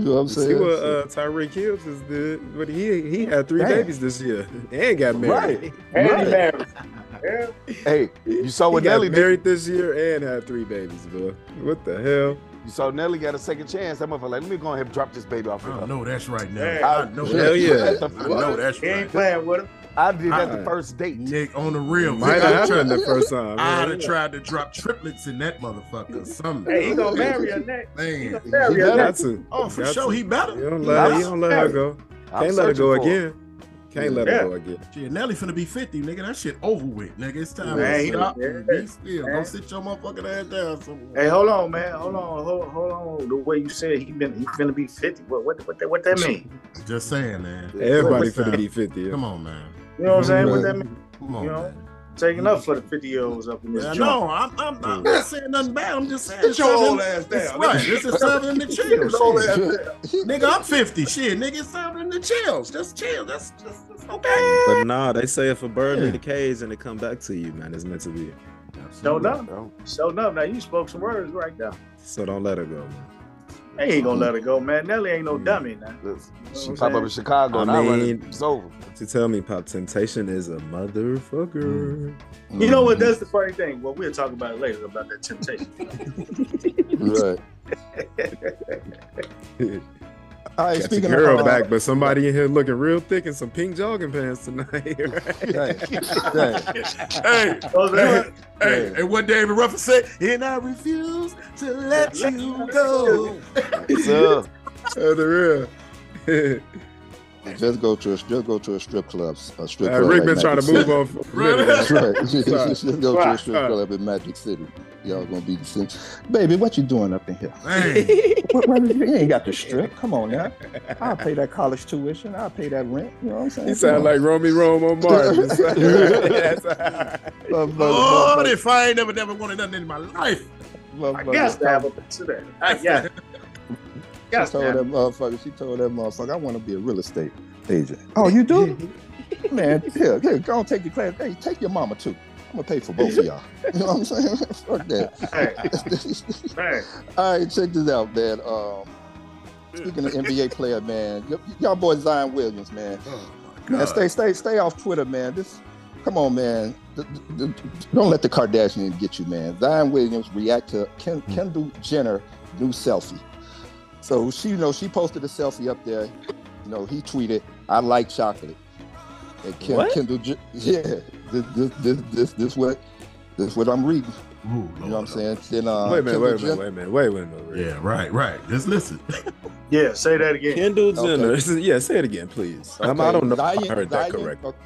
know what I'm
See
saying?
what uh, Tyreek Hill just did, but he he had three
Damn.
babies this year and got married.
Right.
And
Right.
married. Yeah.
Hey, you saw
He
what
got
Nelly did.
married this year and had three babies, bro. What the hell?
You saw Nelly got a second chance. That motherfucker like, let me go ahead and drop this baby off. with
I
her.
know that's right now.
Yeah.
I know
Hell
that's
yeah.
right. I know that's
He ain't
right.
playing with him.
I did that the
Uh-uh.
first date.
Nick on the real.
Might have
Vic, I tried,
happened the first time.
Ah,
I'd
man.
have tried to drop triplets in that motherfucker. Some
Hey, he gonna marry her next. He
man.
gonna marry her
Got
next.
to.
Oh, for
Got
sure,
to.
he better.
You don't let her, you
I'm
don't let her
sorry.
go.
I'm
Can't let her go
searching for
again. Can't let
Yeah.
her go again.
Shit, Nelly finna be 50, nigga. That shit over with, nigga. It's time
Man,
to
he-
stop and
yeah.
be still. Go
Man.
sit your motherfucking ass down somewhere.
Hey, hold on, man. Hold on. Hold, hold on. The way you said he been he finna be fifty. What what what that, what that mean?
Just saying, man.
Everybody
What's
finna
that?
be 50. yeah.
Come on, man.
You know what I'm saying? What that mean?
Come on,
You know?
man.
Taking up for the fifty year olds up in this
Yeah,
joint.
no, I'm, I'm, I'm not saying nothing bad. I'm just saying.
Get your
it's
old
time-
ass
it's
down.
Right. This is serving the
Get your old
chills.
ass
shit. nigga, I'm 50. Shit, nigga, it's serving the chills. Just chill. That's just that's okay.
But nah, they say if a bird leave the cage and it come back to you, man, it's meant to be.
Don't know.
Oh,
So no, now you spoke some words right there.
So don't let her go. Man.
They ain't gonna let her go, man. Nelly ain't no dummy now.
this- She
I'm
pop up
saying?
in Chicago,
I
and I run it.
mean-
It's over.
To tell me, pop, temptation is a motherfucker.
You know what? That's the funny thing. Well, we'll talk about it later about that temptation.
right. All right,
Got
speaking
your girl
of uh,
back, but somebody in here looking real thick in some pink jogging pants tonight. [LAUGHS] right?
Dang, dang. [LAUGHS]
hey,
Oh,
hey,
that-
hey, and what David Ruffin said, and I refuse to let you go.
It's
uh,
up.
Oh, the
[LAUGHS]
real.
Just go to a just go to a strip club. A strip
Uh,
club.
Rick
like
been trying to
Magic
move on. For
City.
a
Right.
minute. [LAUGHS]
That's [LAUGHS] right. just, just- just uh, go to a
Right.
strip club in Magic City. Y'all gonna be the same. Baby, what you doing up in here?
[LAUGHS]
[LAUGHS]
Man,
What, what, you ain't got the strip. Come on now. I'll pay that college tuition. I'll pay that rent. You know what I'm saying?
He sound like Romy Rome on
[LAUGHS]
Martin. Oh,
Lord, if I ain't never, never wanted nothing in my life.
I guess to have a piece of that. I guess.
She
Guess to
told
have
that motherfucker. She told that motherfucker. I want to be a real estate agent. Oh, you do? Man, here, here, go on, take your class. Hey, take your mama too. gonna pay for both of y'all. [LAUGHS] you know what I'm saying? Fuck that. [LAUGHS] All right, check this out, man. Um, speaking of NBA player, man, y- y'all boy Zion Williams, man.
Oh,
And stay, stay, stay off Twitter, man. This, come on, man. Th- th- th- Don't let the Kardashians get you, man. Zion Williams react to Ken- Kendall Jenner new selfie. So she, you know, she posted a selfie up there. You know, he tweeted, "I like chocolate." And Ken-
What?
Kendall, J- yeah, this, this, this, this, this what, this what I'm reading. You know what I'm saying? Then, uh,
Wait a minute,
Kendall
wait a
Jenner-
minute, wait a minute, wait a minute. Rick.
Yeah, right, right. Let's listen.
Yeah, say that again.
Kendall
Okay.
Jenner. Yeah, say it again, please. I'm- Um, I
Okay,
don't know. if
Zion-
I heard that
Zion-
correct.
okay,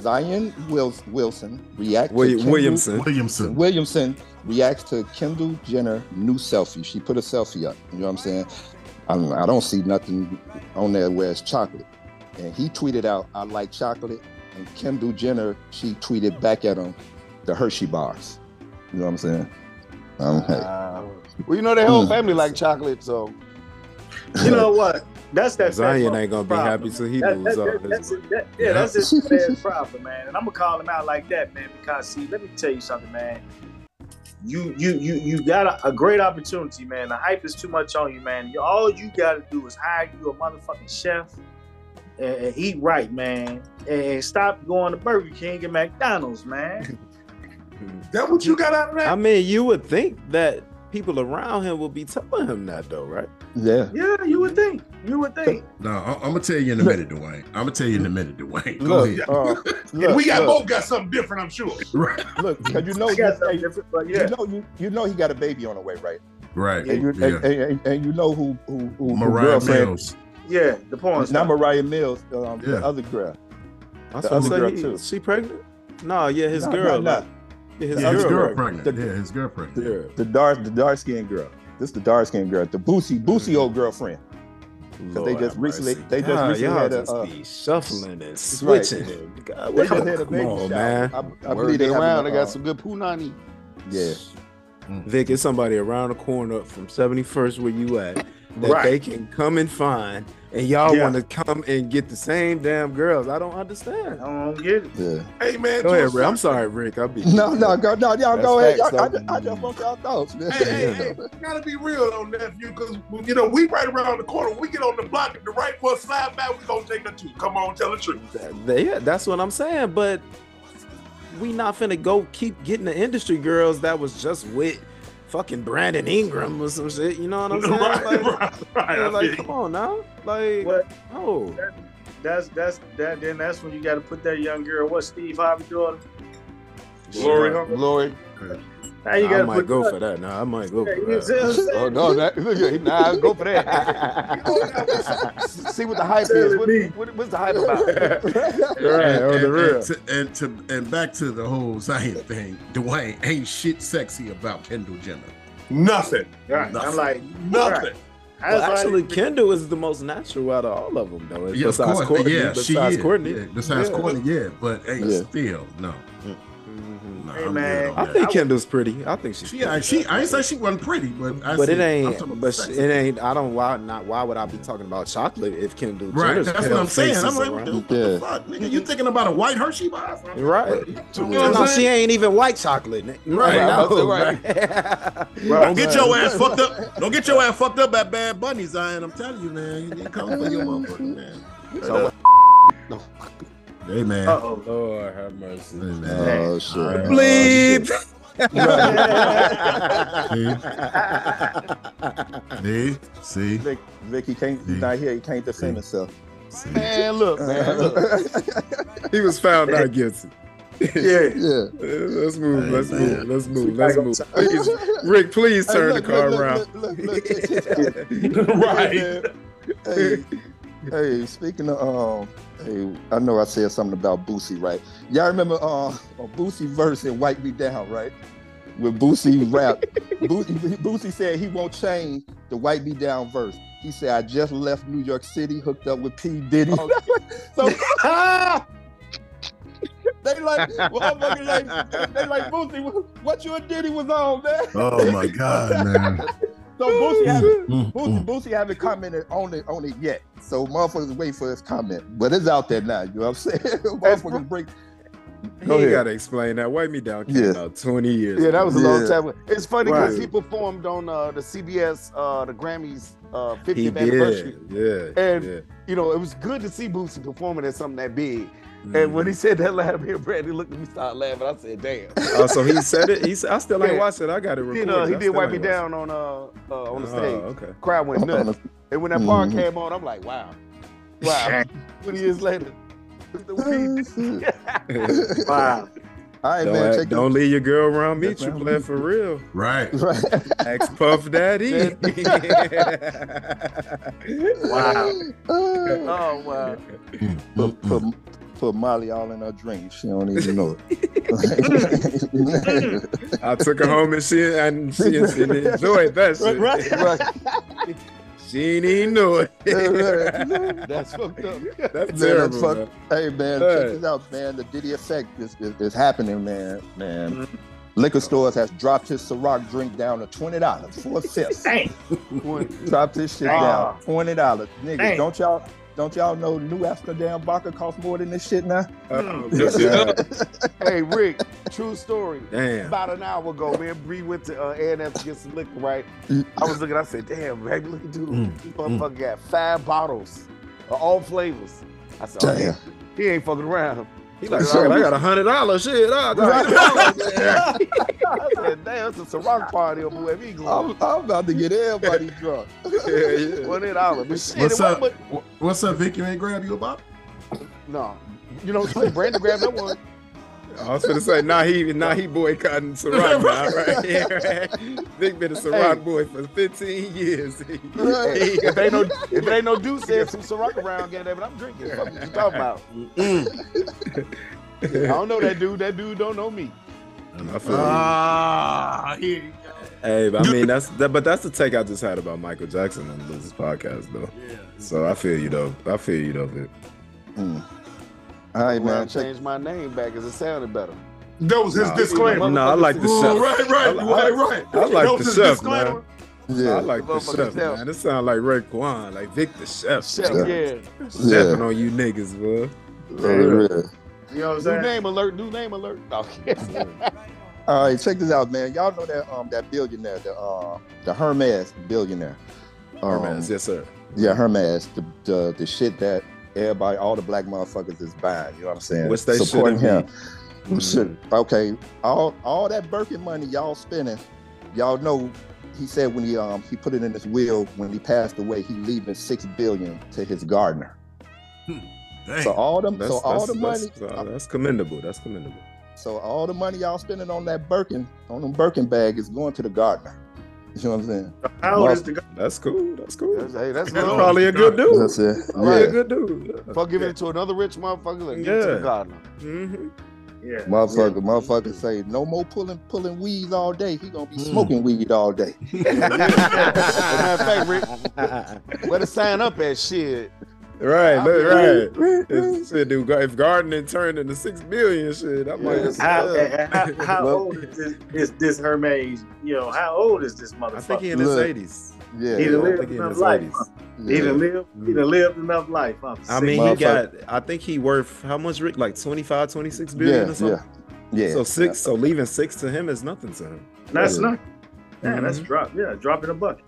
Zion Wils- Wilson reacts.
William-
to Kendall-
Williamson.
Williamson.
Williamson reacts to Kendall Jenner new selfie. She put a selfie up. You know what I'm saying? I don't, I don't see nothing on there where it's chocolate. And he tweeted out, "I like chocolate." And Kendall Jenner, she tweeted back at him, "The Hershey bars." You know what I'm saying? Um, hey.
Wow. well, you know their whole
Mm.
family like chocolate, so
You know what? That's that.
Zion
that's
ain't gonna be
problem.
happy till he
That-
loses
that-
all
that- that's
his.
it. That- yeah, that's his man's problem, man. And I'm gonna call him out like that, man, because see, let me tell you something, man. You you you you got a, a great opportunity, man. The hype is too much on you, man. You- All you gotta do is hire you a motherfucking chef and, and eat right, man. And, and stop going to Burger King and McDonald's,
[LAUGHS]
man.
That what you got out of that?
I mean, you would think that people around him would be telling him that, though, right?
Yeah.
yeah, you would think. You
[LAUGHS]
would think.
No, I- I'm gonna tell you in a minute, Dwayne. I'm gonna tell you in a minute, Dwayne. Go
look,
[LAUGHS]
ahead.
uh, look,
we got
look,
both got something different, I'm sure.
Right,
Look, because you know,
I
you,
got something
hey,
different, but
you
yeah.
know, you, you know, he got a baby on the way, right?
right.
And you,
Yeah.
and, and, and you know who who, who who
Mariah
girlfriend
Mills.
Yeah, the porn
It's not
star.
Mariah Mills, um,
Yeah.
the other girl.
I
The
was
other girl,
gonna say,
too.
he, she pregnant? No, yeah, his
Nah,
girl.
nah, nah.
like- yeah, his
Yeah, his
girl.
girl
right.
pregnant.
The-
yeah, his girl pregnant.
Yeah.
The dark, the dark skinned girl. This the dark skinned girl, the boosie, boosie old girlfriend. Because they
Lord
just
have
recently,
mercy.
they just
God,
recently
y'all
had a,
just
uh,
be shuffling and
right.
switching. and- God,
they
what-
just
come,
had a baby
on,
shower.
man.
I, I believe
word
they
get
have
around. They
a,
got
uh,
some good punani.
Yeah,
Vic, it's somebody around the corner from 71st where you at that
Right.
they can come and find, and y'all
Yeah.
want to come and get the same damn girls. I don't understand.
I don't get it.
yeah.
Hey man,
Go
to a
ahead, Rick.
certain-
I'm sorry, Rick. I'll be
[LAUGHS] No, no, go, no, y'all go ahead.
That's
Y'all, I,
facts,
ju-
though.
I just want y'all thoughts, man.
Hey, hey, hey, we gotta be real though, nephew, because you know we right around the corner. When we get on the block, if the right one slide back, we gonna take the two. Come on, tell the truth.
That- that- yeah, that's what I'm saying. But we not finna go keep getting the industry girls that was just with fucking Brandon Ingram or some shit. You know
[LAUGHS]
what I'm
[LAUGHS]
saying?
right,
like,
right, right.
yeah,
I
like,
feel
come
you.
on now. Like,
What?
oh,
That's that's that. Then that's when you got to put that young girl. What Steve Harvey doing?
Glory
Lord.
Now you
I
got to
might
put
go for that. Nah, I might go for
Yeah, [LAUGHS] you see
that.
what I'm saying?
Oh no, that, [LAUGHS] look, at- nah, go for that. See what the hype is. What, what, what's the hype about?
[LAUGHS] Right, on the real.
and, to, and to and back to the whole Zion thing, Dwayne ain't shit sexy about Kendall Jenner.
Nothing.
Right. I'm like,
Nothing.
I was
Well, actually,
like,
Kendall is the most natural out of all of them, though.
Yeah, of
besides
course.
Courtney,
yeah, she
besides
is.
Courtney.
Yeah, besides
Yeah.
Courtney, yeah, but ain't
Yeah.
still no.
Mhm.
no
Hey,
I'm
man,
good on
I
that.
think Kendall's pretty. I think she's
She,
pretty.
I, she, I ain't say she wasn't pretty, but I
but
said,
it
I'm talking about
ain't. But she-
sexy.
it ain't. I don't. Why not? Why would I be talking about chocolate if Kendall
Right,
Jenner's
that's what
pale
I'm saying.
face
I'm
is
like,
around?
dude, what the fuck, nigga? You thinking about a white Hershey bar?
Right.
You know what I'm
No,
saying?
she ain't even white chocolate. Right.
Right,
I'm
no,
about
right.
Don't get your ass fucked up. Don't get your ass fucked up at Bad Bunny, Zion. I'm telling you, man. You come for your motherfucking man.
So-
Hey, man.
[LAUGHS]
Oh.
uh-oh. [LAUGHS]
[LAUGHS]
Lord have mercy.
Hey, man.
Oh shit! Oh,
Bleep.
[LAUGHS]
shit.
See? See?
Vic, Vic, he can't. He's not here. He can't defend himself.
See?
man, look, man, look.
He was found not guilty.
Yeah.
yeah.
Let's move.
Hey,
Let's
man.
move. Let's move. Let's move. Please,
Hey,
Rick, please turn
look,
the car
look,
around.
look, look, look, look, check this out.
[LAUGHS]
right.
hey, hey, speaking of um, hey, I know I said something about Boosie, right? Y'all remember uh a Boosie verse in Wipe Me Down, right? With Boosie rap. Boosie, [LAUGHS] Boosie said he won't change the Wipe Me Down verse. He said, I just left New York City, hooked up with P. Diddy. [LAUGHS] so they like, well, motherfucker, they, they like Boosie, what you and Diddy was on, man.
Oh, my God, man.
So Boosie had
Mm,
Boosie,
mm.
Boosie haven't commented on it on it yet. [LAUGHS] So motherfuckers wait for his comment. But it's out there now. You know what I'm saying? motherfuckers break
He
Go
ain't
ahead.
gotta explain that. Wipe me down. Came
Yeah.
about twenty years.
Yeah, that was a
ago.
long time. ago. It's funny because
Right.
he performed on uh, the CBS, uh, the Grammys uh, 50th
He
anniversary.
did. Yeah.
And-
yeah.
You know, it was good to see Boosie performing at something that big.
Mm-hmm.
And
Mm.
when he said that loud, [LAUGHS] me and Brandy looked at me, started laughing. I said, "Damn."
oh, so he said it. He said, I still ain't
Yeah.
watched it. I got it
He
recorded.
did, uh, he
I
did
still
wipe me
ain't
down on uh, uh on the
watched it.
stage.
Oh,
[LAUGHS]
okay.
Crowd went nuts. And when that part
Mhm.
came on, I'm like, "Wow, wow." Twenty years later,
Oh,
[LAUGHS]
Wow.
[LAUGHS] All right,
Don't,
man.
act-
Check
don't leave your girl around me.
That's
You
right.
[LAUGHS]
playing for real?
Right.
this. [LAUGHS] Right.
Ex Puff Daddy. [LAUGHS]
Wow.
Uh,
oh wow.
put,
Mm-hmm.
put, put Molly all in her drink. She don't even know
Mm.
[LAUGHS] it.
I took her home and she and she, and she enjoyed that shit.
Right, [LAUGHS] right.
She ain't even know
[LAUGHS]
it.
That's fucked up.
That's
Man,
terrible.
that's fuck-
man.
hey man,
Hey.
check this out, man. The Diddy effect is, is, is happening, man. Man,
Mm.
liquor stores has dropped his Ciroc drink down to twenty dollars, four fifths.
Dang.
Drop this shit down, twenty dollars, nigga.
Dang.
Don't y'all don't y'all know New Amsterdam vodka costs more than this shit [LAUGHS] now?
Oh,
Yes, it
God.
hey Rick, true story.
Damn.
About an hour ago, man, Bree went to uh, A&F to get some liquor, right? I was looking, I said, damn, regular dude,
Mm,
this motherfucker got five bottles of all flavors. I said, oh,
Damn.
he ain't fucking around.
He like, "Fuck it, I got a hundred dollars. Shit. I'll go
Right.
$100."
[LAUGHS] I said, damn, it's a Ciroc party over wherever he
I'm,
going.
I'm about to get everybody drunk.
Yeah, yeah.
One hundred dollars, but shit,
What's
it
up?
wasn't
Wh- What's up, Vic? You ain't grab you
[LAUGHS]
a bottle?
much- No, you know, so Brandon grabbed that one.
I was gonna say, nah, he nah he boycotting
[LAUGHS]
Ciroc now, right? [LAUGHS] Yeah, right. Big been a Ciroc
Hey.
boy for 15 years. [LAUGHS] He-
Right.
he-
[LAUGHS] If ain't no, if it ain't no dude said some Ciroc around, goddamn it, I'm drinking. Fuck what you talking about? I don't know that dude. That dude don't know me.
I feel you.
Ah, here you go.
hey, but I mean that's that, but that's the take I just had about Michael Jackson on this podcast though.
Yeah.
So I feel you though. I feel you though. Vic.
Mm. [LAUGHS] All right,
Well, I
man. Check.
changed my name back because it sounded better.
That was his
Nah.
disclaimer.
No, I like the
Ooh,
chef.
right, right,
I- I-
right, right.
I like
that
the
was his
chef,
disclaimer.
man. I
Yeah,
like the
Motherfucker
chef,
chef.
man. It sound like Ray Kwan, like Vic the chef.
Chef,
man.
yeah.
Stepping
yeah.
on you niggas, bro.
for real.
You know what I'm
New
saying?
name alert, new name alert. [LAUGHS] Okay.
All right, check this out, man. Y'all know that um that billionaire, the uh the Hermes billionaire. Um,
Hermes, yes sir.
Yeah, Hermes, the, the the shit that everybody, all the black motherfuckers is buying. You know what I'm saying?
Which they
Supporting
shouldn't Mm.
him. Shit. Okay, all all that Birkin money y'all spending, y'all know. He said when he um he put it in his will when he passed away, he leaving six billion to his gardener.
Dang.
So all them,
Hmm, That's,
so all
that's,
the money,
that's, uh, that's commendable. That's commendable.
so all the money y'all spending on that Birkin, on them Birkin bag, is going to the gardener. You know what I'm saying?
How old is the guy?
That's cool. That's cool.
That's, hey, [LAUGHS] that's
That's
little.
probably a good dude.
That's it.
Probably
Yeah.
a good dude. Yeah.
Fuck giving it to another rich motherfucker. Like, give it to the
Yeah.
gardener.
Mhm.
Yeah.
Motherfucker, motherfucker say no more pulling pulling weeds all day. He
Hmm.
gonna be smoking weed
[LAUGHS]
all day.
As a
Mm-hmm.
[LAUGHS]
matter of fact, Rick, where to sign up at shit?
Right,
I'll
look,
be-
right. If, shit, dude, if gardening turned into six billion, shit, I might.
Yes.
Just,
How,
uh,
how,
[LAUGHS]
how old is this, is this Hermes? You know, how old is this motherfucker?
I think he in his
Look.
eighties.
Yeah.
He
I
done
think
lived
he in
enough
his
life.
eighties.
He
yeah.
done lived, he done lived enough life. I'm
Mm. I
sick.
mean, he got.
Motherfucker.
I think he worth how much? Rick, like 25, 26 billion
Yeah,
or
yeah,
something.
yeah.
So six. So leaving six to him is nothing to him.
that's
Yeah.
not. Man,
Mm-hmm.
that's
Mm-hmm.
drop. Yeah, drop in a bucket.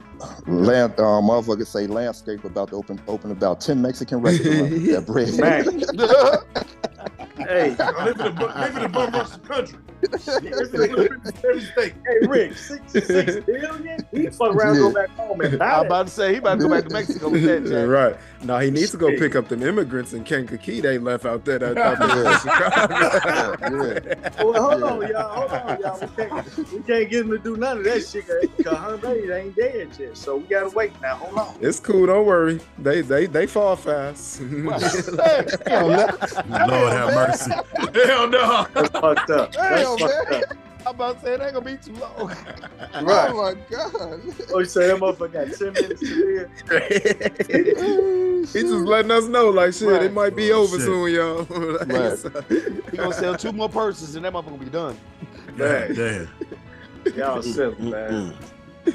Land, uh, motherfucker say landscape about to open open about ten Mexican
[LAUGHS]
restaurants. yeah, bread. [LAUGHS]
Man,
That's [LAUGHS]
hey,
Live in the bu- live in the bum rush country.
hey,
Every state.
Rick, six, six
[LAUGHS]
billion. He fuck around, and go back home and
I'm
die.
about to say he about to go back to Mexico with [LAUGHS] that. Jack.
right. Now he needs to go
Shit.
pick up them immigrants in Kankakee they left out there. That, out there in Chicago.
Yeah.
Well, hold on, y'all. Hold on, y'all. We can't, we can't get him to do none of that shit. Cause Hermes ain't dead yet, so we gotta wait now. Hold on.
It's cool. Don't worry. They they they fall fast. [LAUGHS]
Hey,
Lord have mercy. Hell no.
That's fucked up. That's
Damn,
fucked up.
I'm oh, about to say it ain't gonna be too long.
[LAUGHS] Right.
Oh my god.
Oh, you say that motherfucker got ten minutes to live.
He's just letting us know, like shit,
Right.
it might be
Oh,
over
shit.
soon, y'all. [LAUGHS] Like,
Right.
so-
He gonna sell two more purses and that motherfucker gonna be done.
God damn.
Y'all silly, man.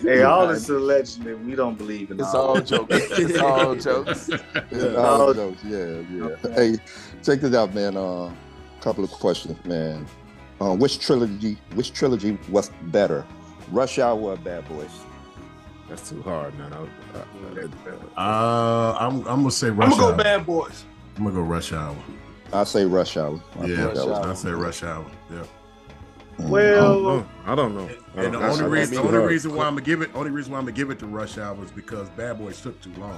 Hey, all this is a legend that we don't believe in.
It's
all
all jokes. It's [LAUGHS] all jokes.
[LAUGHS] Yeah, all jokes. Yeah, yeah. Hey, check this out, man. Uh, couple of questions, man. Uh, which trilogy? Which trilogy was better, Rush Hour or Bad Boys?
That's too hard, man. I,
Uh, I'm I'm gonna say
I'm
rush
gonna go
hour.
Bad Boys.
I'm gonna go rush hour.
I say Rush Hour. I
yeah,
think that was-
I say rush hour. Yeah.
mm.
Well,
don't know. I don't know. I
And
don't-
the
Oh, that's-
only
that's
reason, the
too
only
hard.
reason why I'm gonna give it, only reason why I'm gonna give it to rush hour is because Bad Boys took too long.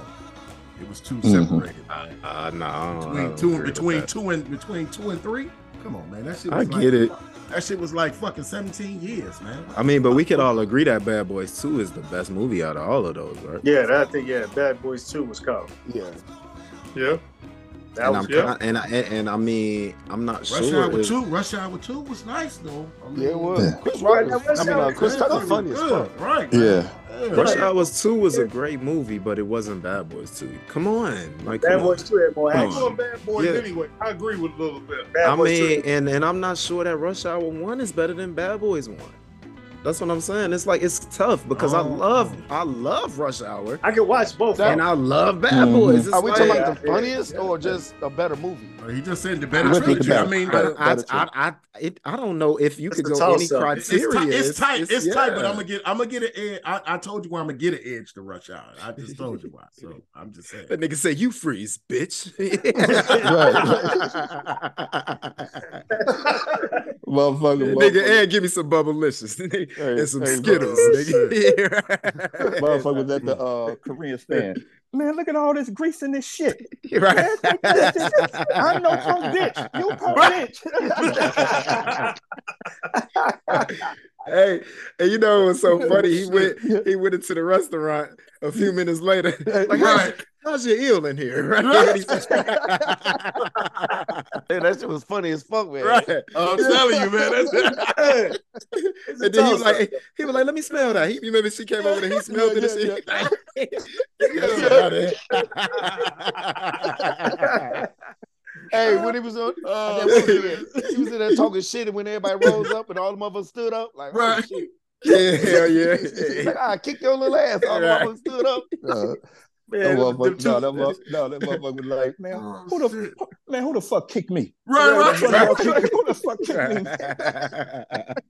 It was too
Mhm.
separated.
Uh, nah, I don't- Mm-hmm. I
Between
don't
two and
agree with
between
that.
two and between two and three. Come on, man. That shit.
I
Was like,
get it.
That shit was like fucking 17 years, man.
I mean, but we could all agree that Bad Boys 2 is the best movie out of all of those, right?
yeah, that thing, yeah, Bad Boys 2 was called.
Yeah.
Yeah.
That
And
was
I'm
yeah.
kinda- and I and, and I mean, I'm not
Rush
sure.
Hour
if-
Two, Rush Hour Two was nice though. I mean,
Yeah, it was.
Yeah.
Chris Rock.
Right,
Was, I mean, uh, Chris Tucker
was
funny as
good,
fuck.
right?
Yeah.
Rush
Right.
Hour 2 was a great movie, but it wasn't Bad Boys 2. Come on. Like,
Bad
come on.
Boys 2 had more
Come
I'm
action.
going Bad Boys
Yeah.
anyway. I agree with a little bit.
Bad
I
Boys
mean, and, and I'm not sure that Rush Hour 1 is better than Bad Boys 1. That's what I'm saying. It's like it's tough because I
Oh.
love I love Rush Hour
2. I can watch both.
That-
[LAUGHS] and I love Bad
Mm-hmm.
Mhm.
Boys. It's
Are we
like-
talking about the
Yeah, yeah,
funniest
yeah.
or just a better movie?
Uh, He just said the better
Look at
trilogy.
that.
I mean,
I,
the-
I,
better
I, I- it- I don't know if you
It's
could
a
go any
toss-up.
it's, it's,
criteria.
tight, it's tight. It's, tight. But
yeah.
I'm gonna get. I'm gonna get an edge. I, I told you why I'm gonna get an edge to rush out. I just told you why.
[LAUGHS]
So I'm just saying.
That nigga say you freeze, bitch. [LAUGHS]
Motherfucker,
nigga,
motherfucker,
and give me some [LAUGHS] bubblicious
Hey,
and some
hey,
Skittles, nigga. [LAUGHS]
motherfucker was at the uh, Korean stand. Man, look at all this grease in this shit.
right.
I'm no pro bitch. You pro bitch.
hey, and you know it was so funny. He went he went into the restaurant a few minutes later. Like, how's, how's your eel in here? [LAUGHS] Right.
Yeah, that shit was funny as fuck, man.
right.
I'm telling you, man. That's,
And then he was like, he was like, let me smell that. He remember she came over there, he smelled it and shit. [LAUGHS]
[LAUGHS] Hey, when he was on, I
uh,
think what he was- he was in there talking shit, and when everybody rose up and all the motherfuckers stood up, like, oh,
Right.
shit.
yeah, hell [LAUGHS]
He's
yeah.
like, I kicked your little ass.
[LAUGHS]
All the
Right.
motherfuckers stood up.
Uh,
man,
that
them
motherfucker,
two-
no, that motherfucker, no, that motherfucker was like, man, who the
shit.
fuck- man, who the fuck
[LAUGHS]
kicked me?
right,
Who
right.
the fuck kicked- who the fuck kicked me?
yeah,
[LAUGHS]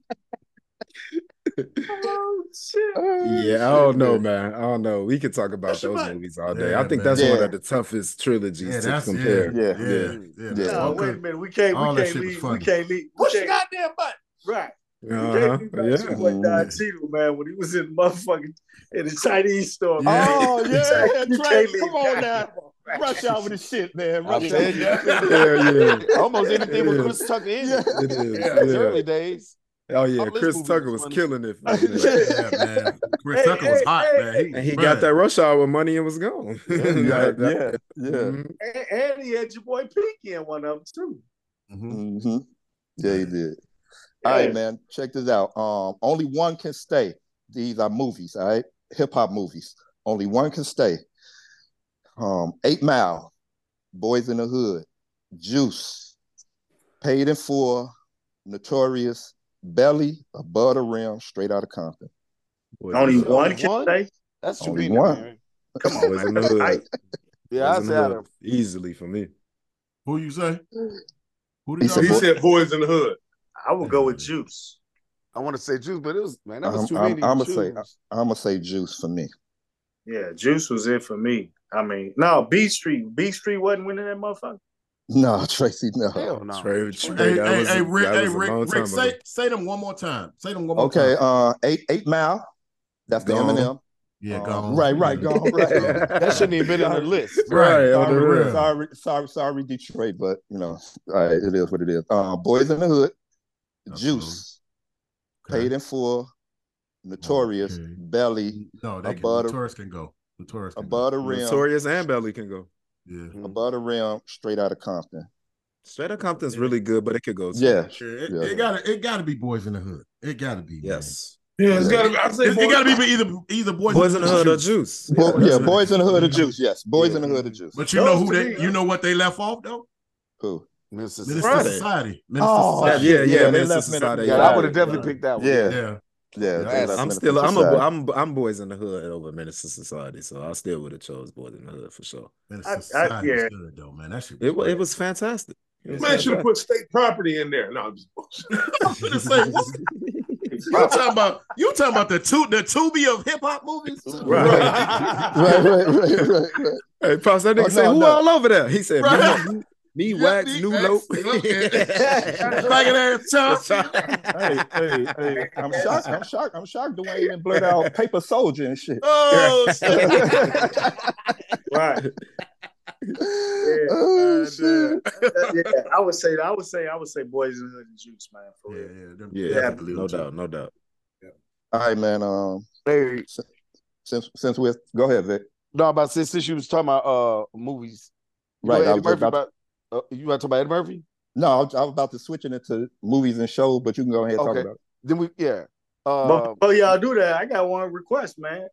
Oh, shit.
I don't know, man. I don't know. We could talk about
That's your
those
man.
movies all day. I
Yeah,
think
man.
that's one
Yeah.
of the toughest trilogies
Yeah,
to
that's
compare. Uh-huh.
Yeah.
yeah, yeah, yeah.
Yeah.
No, Oh, wait a
Okay.
minute. We can't.
All
we
that
can't
shit was
leave. We
funny.
can't leave. We
Push your
can't,
goddamn button.
right. We
Uh-huh.
can't leave back to
Yeah.
what Don Cheadle, man, when he was in motherfucking in the Chinese store.
Yeah.
man.
Oh, yeah.
[LAUGHS] You
Trey,
can't leave
come on
back.
now. Rush out with the shit, man.
I'm
Rush
telling
out.
[LAUGHS]
[LAUGHS]
Hell yeah.
Almost anything with
Yeah.
Chris Tucker in it.
It is.
In his
Yeah.
early days.
Oh yeah,
All this
Chris
movie
Tucker
was
was
funny.
killing it.
Yeah, man. Chris
Hey,
Tucker was
hey,
hot,
hey,
man.
and he
bruh.
got that rush hour money and was gone.
Yeah,
Like [LAUGHS] that-
yeah, yeah.
Mhm.
And, and he had your boy Pinky in one of them too.
Mhm.
Mm-hmm. Yeah, he did. All
Yeah.
right, man. Check this out. Um, only one can stay. These are movies, all right? Hip hop movies. Only one can stay. Um, Eight Mile, Boys in the Hood, Juice, Paid in Full, Notorious, Belly, Above the Rim, Straight Out of Compton.
Mm-hmm.
Boy,
Only
this is
one can
one?
say.
That's true.
Only
beat up,
one.
man.
Come on,
Boys
man.
in the hood.
I-
Yeah, I
Boys in
say
the
out
Hood.
of
easily for me.
Who you say? Who
He
did I
said
He
Boy-
said Boys in the Hood.
I would go with Juice.
I want to say Juice, but it was man, that was
I'm-
too
I'm-
many.
I'ma
to
say-
choose.
I'm gonna say Juice for me. [LAUGHS]
Yeah, Juice was it for me. I mean, no, B Street. B Street wasn't winning that motherfucker.
No, Tracy, no.
Hell no. [LAUGHS]
Trey, Trey,
Hey,
that
hey,
was a-
hey, Rick,
that
hey,
was a long
Rick,
time
Rick, say,
ago.
say them one more time. Say them one more time.
Okay, uh, eight eight mile. That's the
Gone.
Eminem.
Yeah,
Um,
go on.
Right, right, go on, right. go on.
That shouldn't even been on the list.
Right, on the
sorry,
real.
sorry, sorry, sorry, Detroit, but you know, all right, it is what it is. Uh, Boys in the Hood, Juice,
Okay.
Paid in Full, Notorious,
Okay.
Belly,
No, they can,
Above
the
the-
tourists can go. The tourists can
Above the Rim,
Notorious and Belly can go.
go. Yeah.
Above the Rim, Straight Out of Compton.
Straight Outta Compton's really good, but it could go. too.
Yeah,
Yeah, It,
Yeah.
it gotta, it gotta be boys in the hood. It gotta be. man.
Yes.
Yeah, it's gotta be. I say
It, it
Boys-
gotta be either either boys,
Boys in the Hood or
Juice.
Juice.
Bo-
that's
yeah,
right.
Boys in the
Mm-hmm.
Hood of Juice. Yes, Boys in the
Yeah.
Hood of Juice.
But you know
Those
who
to
they,
me-
you know what they left off though.
Who?
Mississippi.
Minister
Friday.
Society. Minister
Oh,
Yeah,
Society.
yeah,
Yeah,
yeah.
they
Minister
left me the-
Society.
Yeah, I would have definitely
Right.
picked that one.
Yeah,
Yeah.
yeah.
Yes.
they
I'm
left me the
still I'm a
side.
bo- I'm I'm boys in the hood over Minister Society, so I still would have chose boys in the hood for sure.
Minister
I- I-
Society
yeah.
was good though, man. That shit.
It was
great.
it was fantastic.
Man should have put state property in there. No,
[LAUGHS]
I'm just I'm gonna say what? You talking about you talking about the two the Tubi of hip hop movies?
Right. right, [LAUGHS] right, right, right, right.
Hey, Pops, that nigga
Oh,
said,
no,
who
no.
all over there? He said,
Right.
me, me
Yeah,
wax,
knee
new
wax,
lope. [LAUGHS]
lope, Like an ass chop.
Hey, hey, hey. I'm shocked. I'm shocked. I'm shocked Dwayne even blurred out paper soldier and shit.
Oh shit.
[LAUGHS] Right.
oh, shit.
uh, yeah, I would say I would say I would say boys in the hood and juice, man, for real.
Yeah,
Yeah,
no doubt, no doubt.
All right, man. Um,
Larry,
since since we're go ahead, Vic.
no, I'm about to say, since you was talking about uh movies, you
Right,
know
I
Eddie
was
Murphy
about to-
about, uh, you want to talk about Eddie Murphy?
No, I was, I was about to switch it into movies and shows, but you can go ahead and
Okay.
talk about it.
Then we, yeah.
But
Uh,
oh y'all do that. I got one request, man.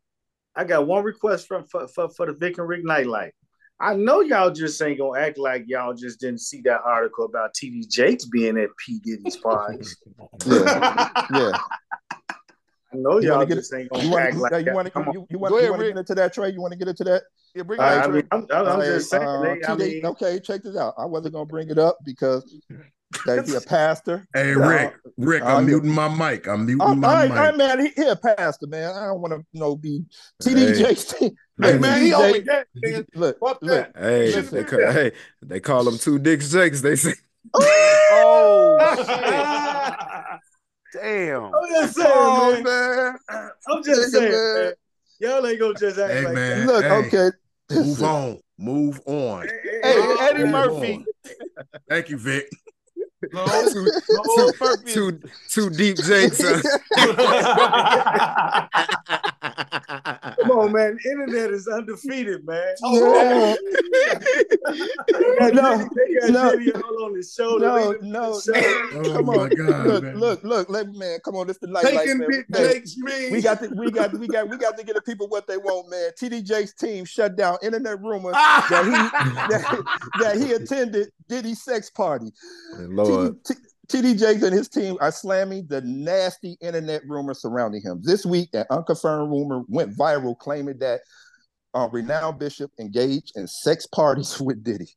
I got one request from for, for, for the Vic and Rick nightlight. I know y'all just ain't gonna act like y'all just didn't see that article about TD Jakes being at P Diddy's party.
[LAUGHS] Yeah,
I [LAUGHS]
yeah.
know
You wanna
y'all
get
just ain't
You
gonna
want
act
to
like
you
that.
want to
Come on.
you, you
Go
want
ahead,
you want to
Rick.
get into that Trey? You want to get into that?
yeah, bring
I,
it
I
up, Trey.
mean, I'm, I'm, I'm
Hey,
just saying.
uh,
they- I
TD
mean,
okay, check this out. I wasn't gonna bring it up because
[LAUGHS]
that he a pastor.
Hey Rick, Rick,
Oh,
I'm
yeah.
muting my mic. I'm muting
Oh, all
my
right, all
mic.
right, man. He, he a pastor, man. I don't want to, you know, be TD
Hey.
Jakes.
Hey, man,
he
TD
always
Jakes-
that nigga.
look,
Fuck
look.
that.
Hey,
Should've
they
been
call,
there.
hey, they call them two dick shakes. They say, [LAUGHS]
Oh,
[LAUGHS]
I'm
damn.
just saying,
Oh,
man.
man.
I'm just
Nigga,
saying,
man.
man. Y'all ain't gonna just act
Hey
like that.
man,
Look,
hey,
okay.
Move on. Move on.
Hey,
Oh,
Eddie
man.
Murphy.
Thank you, Vic.
No.
two,
Oh, Murphy is-
two, two deep jakes. huh?
Come on, man. The internet is undefeated, man.
[LAUGHS] Yeah.
They got
No,
Diddy- they got
no.
Diddy all on his shoulder.
No,
They-
no,
Shut
no.
up.
Oh
[LAUGHS] Come
my
on.
God,
Look,
man.
look, look, let man, come on. This the light, light
Taking
man.
Big
Hey,
Jake's ring.
We got to, we got, we got, we got to get the people what they want, man. TD Jakes' team shut down internet rumors that he that, that he attended Diddy's sex party.
Lord,
TD, T- TD Jakes and his team are slamming the nasty internet rumor surrounding him. This week, an unconfirmed rumor went viral claiming that uh, renowned bishop engaged in sex parties [LAUGHS] with Diddy.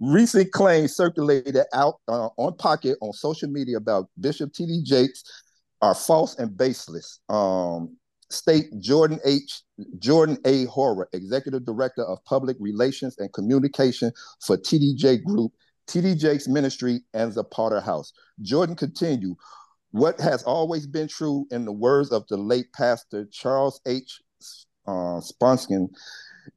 Recent claims circulated out uh, on Pocket on social media about Bishop TD Jakes are false and baseless. Um, State Jordan H. Jordan A. Horror, Executive Director of Public Relations and Communication for TDJ Group, TD Jakes Ministry, and the Potter House. Jordan continued, what has always been true in the words of the late pastor Charles H. Uh, Sponskin,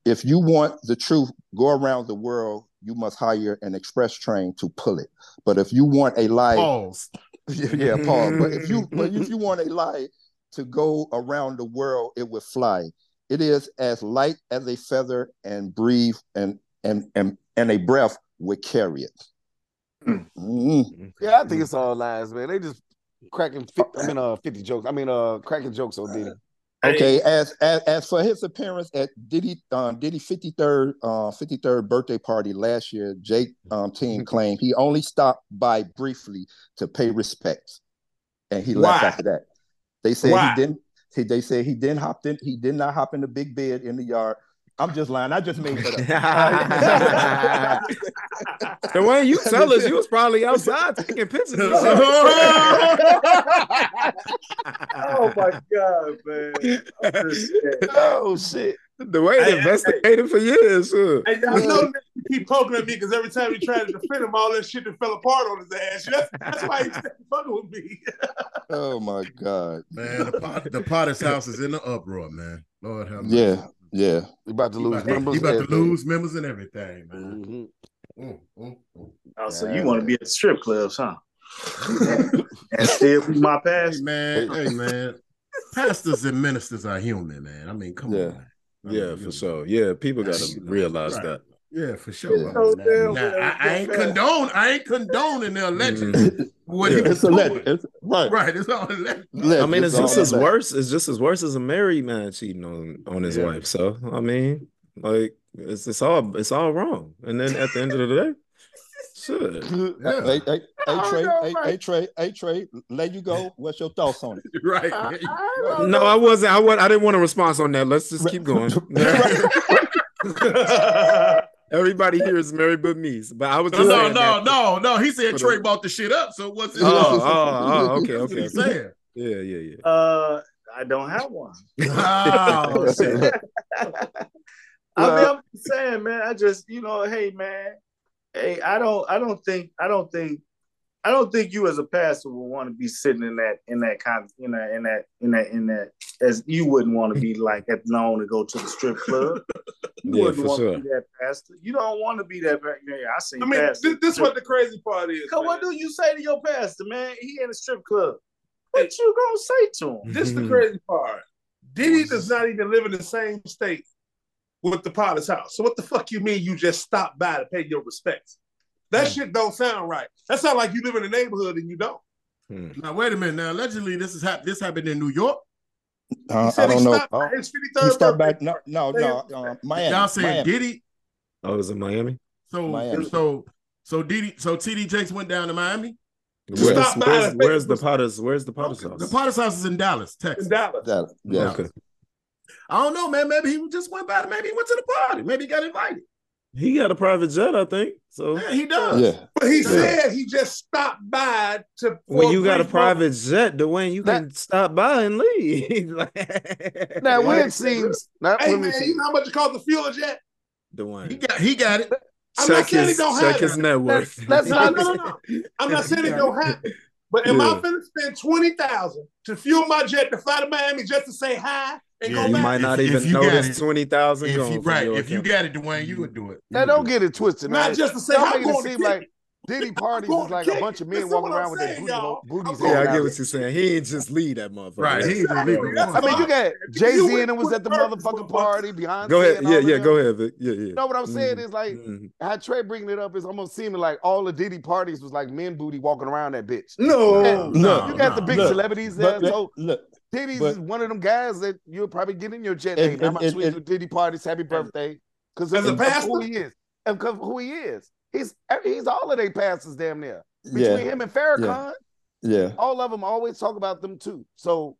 if you want the truth, go around the world, you must hire an express train to pull it. But if you want a lie,
Pause.
[LAUGHS] yeah, Paul. But if you but if you want a light to go around the world, it would fly. It is as light as a feather and breathe and and and, and a breath would carry it. Mm.
Yeah, I think it's all lies, man. They just cracking. Fi- I mean, uh, fifty jokes. I mean, uh, cracking jokes on Diddy.
Okay, as, as as for his appearance at Diddy um, Diddy 53rd uh, 53rd birthday party last year, Jake um, team claimed he only stopped by briefly to pay respects, and he left
Why?
after that. They said
Why?
he didn't. He, they said he didn't hop in. He did not hop in the big bed in the yard. I'm just lying. I just made
[LAUGHS]
that up.
the way you tell us, you was probably outside taking pictures. and shit.
Oh my God,
[LAUGHS]
man. I'm just saying.
Oh shit!
the way
Hey,
they
hey,
investigated for years. huh?
Hey, I know that you keep poking at me because every time he tried to defend him, all that shit that fell apart on his ass. [LAUGHS] That's, that's why he's fucking with me.
oh my god.
[LAUGHS] Man, the, pot, the
[LAUGHS]
Potter's house is in the uproar, man. Lord have mercy.
Yeah, yeah.
You about to
You
lose
about, to-
members.
you about
and-
to lose members and everything, man.
Mhm.
Mm, mm, mm.
Oh, so you want to be at the strip clubs, huh? and still be my
oh. Hey
[LAUGHS]
past.
[LAUGHS]
man, hey man. Pastors and ministers are human, man. I mean, come
Yeah.
on. man. I mean,
Yeah,
you-
for sure. Yeah, people gotta realize
Right.
that.
Yeah, for sure.
Yeah.
I
So
mean,
damn
now,
well,
I, I ain't
yeah.
condone. I ain't condoning the election. What he
Yeah.
was
Mm-hmm. It's a
doing.
legend. It's, right.
Right, it's all alleged.
Legend.
I mean, it's
all
just as
legend.
worse. It's just as worse as a married man cheating on on his
Yeah.
wife. So I mean, like it's it's all it's all wrong. And then at the end of the day, shit.
Yeah.
Hey, hey, hey, Trey, hey, hey, Trey, hey, Trey, let you go. What's your thoughts on it?
Right.
No, I wasn't. I was. I didn't want a response on that. Let's just keep going.
Uh,
Right.
Everybody here is married but me. But I was
No,
just
no,
saying
no,
that-
no, no. He
For
said
the-
Trey bought the shit up. So what's his
Oh, oh, oh, okay,
That's what
okay.
he's saying.
Yeah, yeah,
Uh, I don't have one.
Oh, shit.
I mean, I'm just saying, man. I just, you know, hey, man, hey, I don't, I don't think, I don't think, I don't think you as a pastor would want to be sitting in that, in that kind, you know, in that, in that, in that, as you wouldn't want to be like at known to go to the strip
[LAUGHS]
club. You
Yeah,
wouldn't
for
want
sure.
to be that pastor. You don't want to be that. pa- Yeah, I see.
I mean, this, this what the crazy part is.
Cause what
man.
do you say to your pastor, man? He in a strip club. What you gonna say to him?
This
Mm-hmm.
the crazy part. Diddy does not even live in the same state with the Potter's house. So what the fuck you mean you just stopped by to pay your respects? That shit don't sound right. That sound like you live in the neighborhood and you don't.
[LAUGHS] Now wait a minute. Now allegedly this is hap- this happened in New York.
Uh,
said
I don't know.
stopped by His
He
53rd
stopped
birthday.
back. No, no, no. Uh, Miami.
Y'all saying
Miami.
Diddy.
yeah. Oh, is it Miami?
So
Miami.
so so Diddy so TD Jakes went down to Miami.
Where's,
stop by
where's,
the-
where's the Potter's? Where's the Potter's house?
The Potter's house is in Dallas, Texas.
in Dallas.
Yeah, yeah.
Okay.
I don't know, man. Maybe he just went by. Maybe he went to the party. Maybe he got invited.
He got a private jet, I think. So
Yeah, he does.
yeah.
But he said he just stopped by to. for
when you got a
brief
private jet, Dwayne, you can stop by and leave. [LAUGHS] Like-
Now,
Like,
weird seems. Not
moment. Hey
when
man,
we see.
you know how much it cost the
[LAUGHS]
fuel jet?
He
Dwayne,
got he got it.
I'm not
check
saying he
his,
don't
check
have
his
it.
net worth.
[LAUGHS]
That's
No,
not.
no, no, no. I'm not saying it don't happen. But am I
Yeah.
finna spend twenty thousand to fuel my jet to fly to Miami just to say hi and
Yeah,
go
you
back?
might not
If- if
even
you got
notice
it.
twenty thousand.
If you right, if you got it, Dwayne, you would do it.
Now, don't get it twisted.
Not
man.
just to say
Don't
I'm
make it
going to
seem
kick
like Diddy parties
going
is
to
like a
kick
bunch of
it.
men
Listen
walking
what I'm
around with their
saying,
booty
y'all.
booties.
I'm
yeah, I
hanging
get
out.
what you're saying. He ain't just leave that motherfucker.
Right. He
Exactly.
leave it.
That's
I mean, you got Jay
you
Z
went
and him was
with
at the
purpose,
motherfucking
motherfucker.
party. Beyonce.
[LAUGHS] Go ahead.
and
Yeah,
all of
yeah.
them.
Go ahead, Vic. Yeah,
[LAUGHS]
yeah.
No, what I'm saying
Mhm.
is like
Mhm.
how Trey bringing it up is almost seeming like all the Diddy parties was like men booty walking around that bitch.
No,
Look,
You got the big
look,
celebrities there,
But,
so
look,
Diddy's
but-
is one of them guys that you'll probably get in your jet.
And-
Hey, man, I'm
and-
gonna tweet
and-
you Diddy parties, happy birthday, because
As a
of, of who he is, of, of who he is. He's he's all of they passes damn near between
yeah,
him and Farrakhan.
yeah.
All of them always talk about them too. So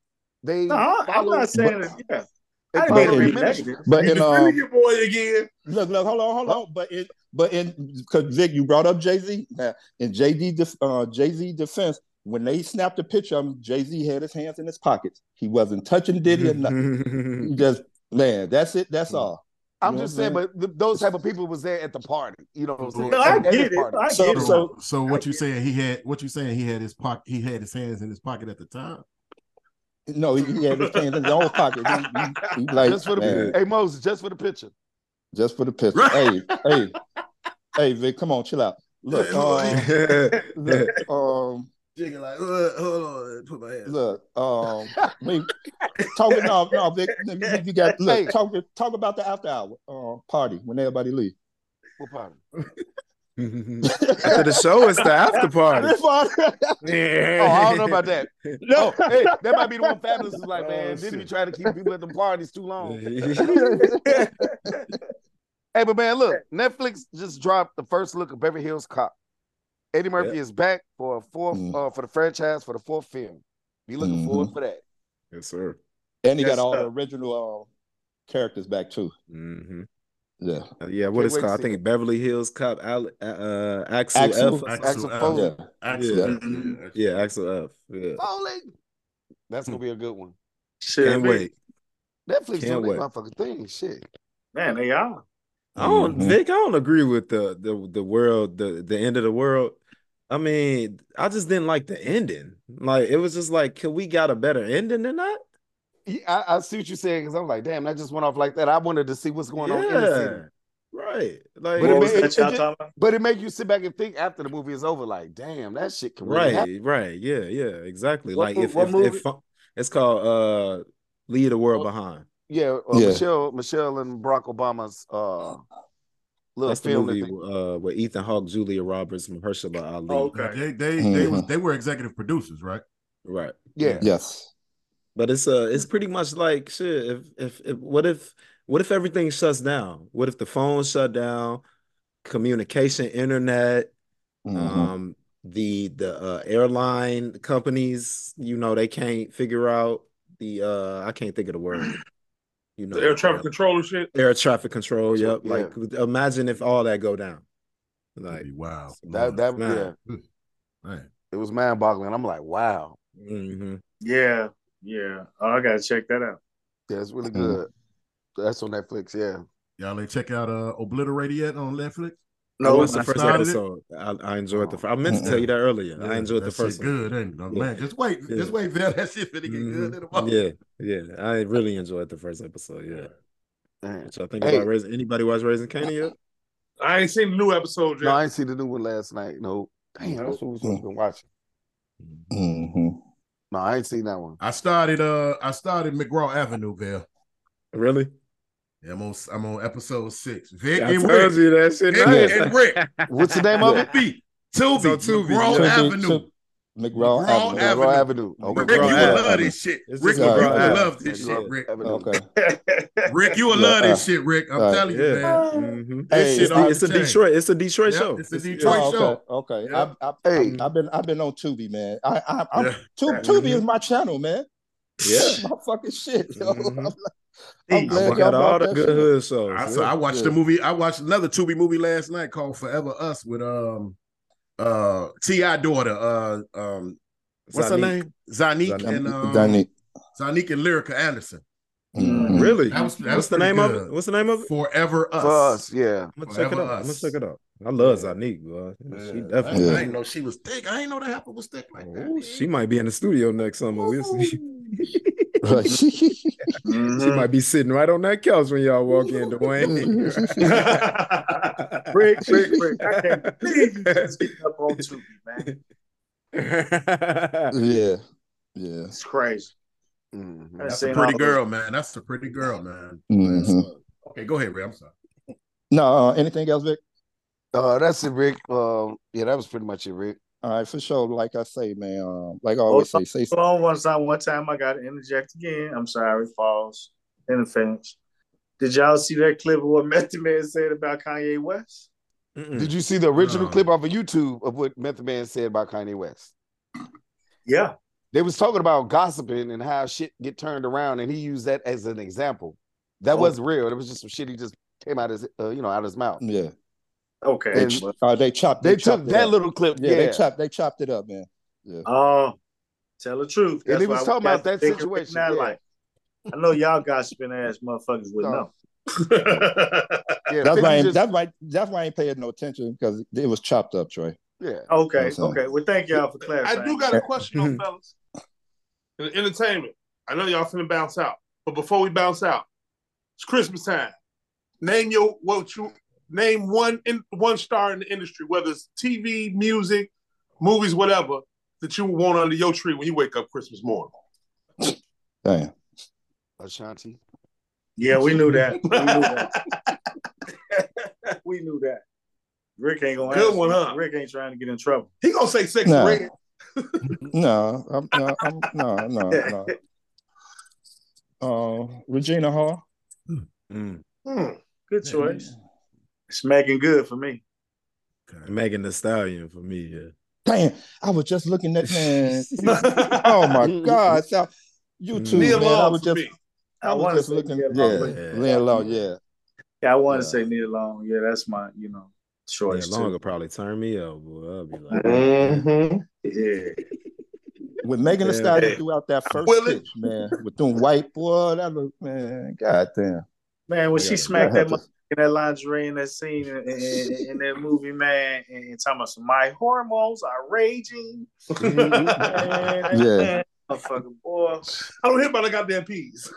Mm-hmm.
they
no, I- I'm
follow-
not saying it. Yeah,
they
I
follow
didn't mean
follow
to
their
be
ministry.
negative.
But
You
in
defending
um,
your boy again.
look, look, hold on, hold on. But in, but in, because Vic, you brought up Jay Z. In Jay Z, def, uh, Jay Z defense, when they snapped a picture of him, Jay Z had his hands in his pockets. He wasn't touching Diddy or
Mm-hmm.
nothing.
[LAUGHS]
He just man, that's it. That's all.
I'm
You know
just
what I'm
saying, but th- those type of people was there at the party. You know what I'm saying?
No, I
At his
get it.
party.
I
So-
get it.
so-
So, so what you saying? He had what you saying? He had his pocket. He had his hands in his pocket at the time.
No, he, he had his hands in his own pocket. He, he- he like
just for the
man,
hey Moses, just for
[LAUGHS]
the picture.
just for the picture.
Right.
Hey, hey, hey, Vic, come on, chill out. Look, um, look, um,
Jigga like, uh, hold on, put my hands.
look, um, me talking. No, no, Vic, you- you- you got look.
Hey.
Talk, talk about the after hour uh, party when everybody leave.
What party?
[LAUGHS] After the show, it's the after party.
[LAUGHS] This one-
Oh, I don't know about
[LAUGHS]
that.
no,
Oh, hey, that might be the one fabulous is
[LAUGHS]
like,
Oh,
man, didn't be
shit.
trying to keep people at the parties too long.
that.
Hey, but man, look, Netflix just dropped the first look of Beverly Hills Cop. Eddie Murphy is back for a fourth
Mm. Mm-hmm.
uh, for the franchise for the fourth film. Be looking forward for that.
yes, sir.
and he
Yes,
got all
sir.
the original uh, characters back too.
hmm
Yeah,
Uh, yeah, what
Can't
is
wait to
called? I
see
think Beverly Hills Cop. Al, uh, Axel,
Axel?
F. or
Axel
Axel
F.
Foley.
yeah,
Axel.
Yeah.
Mhm.
Yeah, Axel F. Yeah.
Foley. That's gonna be a good one.
Shit,
Can't
man.
wait.
Netflix
Can't
doing that
wait.
motherfucking thing. Shit.
man, they are.
I don't
Mhm.
Vic, I don't agree with the the the world, the the end of the world. I mean, I just didn't like the ending. Like it was just like, could we got a better ending than that?
Yeah, I, I see what you're saying because I'm like, damn, that just went off like that. I wanted to see what's going on in the city.
Right. Like
But it
What was
made-
that y'all
it-
talking about?
But it make you sit back and think after the movie is over, like, damn, that shit can really happen.
right, right. Yeah, yeah, exactly.
What
like
mo-
if
what
if,
movie?
if it's called uh Leave the World
What-
Behind.
Yeah, uh,
Yeah.
Michelle, Michelle and Barack Obama's uh little
That's the
film.
movie
thing.
uh with Ethan Hawke, Julia Roberts, Mahershala Ali.
Okay.
They they they
Mm-hmm.
Mhm.
was they were executive producers, right?
Right.
Yeah.
yes,
But it's uh it's pretty much like shit. If if, if what if what if everything shuts down? What if the phone shut down, communication, internet,
Mm-hmm.
Mhm.
um the the uh, airline companies, you know, they can't figure out the uh I can't think of the word. You know,
The air traffic controller shit.
air traffic control. Yep.
yeah.
Like imagine if all that go down. Like
wow.
That that
Man.
yeah,
Man.
it was mind boggling. I'm like, wow,
mhm.
Yeah, yeah. Oh, I gotta check that
[LAUGHS]
out.
yeah, it's really
Mhm.
Mm-hmm.
good. That's on Netflix. Yeah,
Y'all ain't check out uh Obliterate yet on Netflix?
I watched the
I
first
started it.
episode. I, I enjoyed the. fir- I meant to tell you that earlier. I enjoyed
that
the first.
shit
one.
good, ain't it?
Yeah.
Man, just wait.
Yeah.
Just wait, man. That shit finna get good in a
Mhm.
month.
Yeah, yeah. I really enjoyed the first episode. Yeah.
Man.
What y'all think
Hey.
about raising? Anybody watch Raising Canaan yet?
I ain't seen the new episode
no,
yet.
I ain't see the new one last night. No, damn, that's what we've been watching.
hmm
No, I ain't seen that one.
I started uh I started McGraw Avenue, Bill.
Really?
Yeah, I'm on I'm on episode six. Vic
I
and
told
Rick.
you that shit.
Vic
nice.
and Rick.
[LAUGHS] What's the
[LAUGHS]
name of it?
Tubi. Tubi.
It's on Tubi.
McGraw
Tubi,
Avenue.
Tubi. McGraw,
McGraw
Avenue.
Monroe
Avenue.
Avenue.
Monroe
Rick, you would
Avenue.
love this shit.
It's
Rick,
just
you would
McGraw Avenue.
love this
Yeah,
shit, Rick.
Avenue.
Okay.
Rick, you would
Yeah,
love
uh,
this shit, Rick. I'm
uh,
telling you,
Yeah.
man.
Mhm.
This
Hey,
shit
It's,
off
the, it's
the
a
chain.
Detroit. It's a Detroit
Yep,
show.
it's a
yeah.
Detroit
Oh,
show.
okay, okay.
Yeah.
I, I,
Hey.
I've been I've been on Tubi, man. I, I I'm
Yeah.
Tubi, Tubi is my channel, man. [LAUGHS]
Yeah.
That's my fucking shit. Yo.
Mhm.
I'm, like, I'm
Jeez.
glad
I
y'all
watch-
Got all
brought
the
that
good
shit. up.
hood shows.
I,
yeah.
so I watched the
Yeah.
movie. I watched another Tubi movie last night called Forever Us with um uh Ti daughter uh um what's her
Zanique.
name Zanique,
Zanique.
and um,
Danny.
Zanique and Lyrica Anderson.
Mhm.
Really?
That was- that
What's
was
the
pretty
name of
good.
it? What's the name of it?
Forever Us.
For us, yeah.
I'm gonna check it
Forever
out. I'm gonna
Us.
check it out. I love
Yeah.
Zanique, bro.
Yeah.
She
I,
definitely.
I
Yeah.
didn't know she was thick. I didn't know that happened was thick like that.
Ooh, she might be in the studio next summer. We'll see.
Right.
She might be sitting right on that couch when y'all walk in,
[LAUGHS]
Dwayne.
Rick, Rick, Rick. I can't believe you
[LAUGHS]
just getting up on Tubi, man.
[LAUGHS] yeah. Yeah.
It's crazy.
Mm-hmm.
Mhm.
I've
That's
seen
a pretty
all
girl, man. That's a pretty girl, man.
hmm
Okay, go ahead, Ray. I'm sorry.
No, uh, anything else, Vic?
Uh, that's it, Rick. Um, yeah, that was pretty much it, Rick.
All right, for sure. Like I say, man. Um, like I
Hold
Oh,
always say, say
Hold on one time. One time I got to interject again. I'm sorry, false interference. Did y'all see that clip of what Method Man said about Kanye West?
Mm-mm.
Hmm.
Did you see the original
No.
clip off of YouTube of what Method Man said about Kanye West?
Yeah.
They was talking about gossiping and how shit get turned around, and he used that as an example. That
Oh.
wasn't real. It was just some shit he just came out his, uh, you know, out his mouth.
yeah.
Okay.
They,
And-
ch- uh, they chopped.
They,
They,
took
chopped it
that
up.
little clip.
Yeah, they chopped. They chopped it up, man. Yeah.
Oh, tell the truth.
And he
why
was
we
talking
got
about that
bigger
situation,
than I
yeah.
like. I know y'all gossiping ass motherfuckers would
No.
know.
Yeah,
That's
50
why. I ain't-
just-
That's why. That's why I ain't paying no attention because it was chopped up, Trey.
yeah.
[LAUGHS] Okay,
That's all.
okay. Well, thank y'all for clarifying.
I do got a question, though, fellas. In entertainment, I know y'all finna bounce out, but before we bounce out, it's Christmas time. Name your what you name one in, one star in the industry, whether it's TV, music, movies, whatever that you want under your tree when you wake up Christmas morning.
Damn.
Ashanti.
Yeah, we knew that. We knew
[LAUGHS]
that. [LAUGHS] we knew that. Rick ain't gonna
Good
answer.
one, huh?
Rick ain't trying to get in trouble.
He gonna say six
Nah.
red.
No, I'm, no, I'm, no, no, no. Uh, Regina Hall.
Mm.
Hmm.
Good choice. Smacking good for me.
Megan the Stallion for me. Yeah.
Damn, I was just looking at man. [LAUGHS] oh my God, so, you too,
Leave
man. I
alone
was
for
just,
me.
I was
wanna
just
say
looking.
Nia Long,
Yeah,
but-
yeah.
Leah Long, yeah.
Yeah, I want to
Yeah.
say Neil Long. Yeah, that's my, you know,
Yeah,
choice
Long
too.
will probably turn me up, boy. I'll
[LAUGHS]
be like,
Yeah.
With Megan Thee
Yeah.
Stallion throughout that first
Will it?
pitch, man, with them white boy, that look, man, goddamn.
Man, when
I
she
gotta-
smacked
I
that
had to-
motherfucker in that lingerie in that scene in, in, in- in that movie, man, and, and talking about some, my hormones are raging. Man,
Yeah.
motherfucker, boy.
I don't hear about the goddamn peas.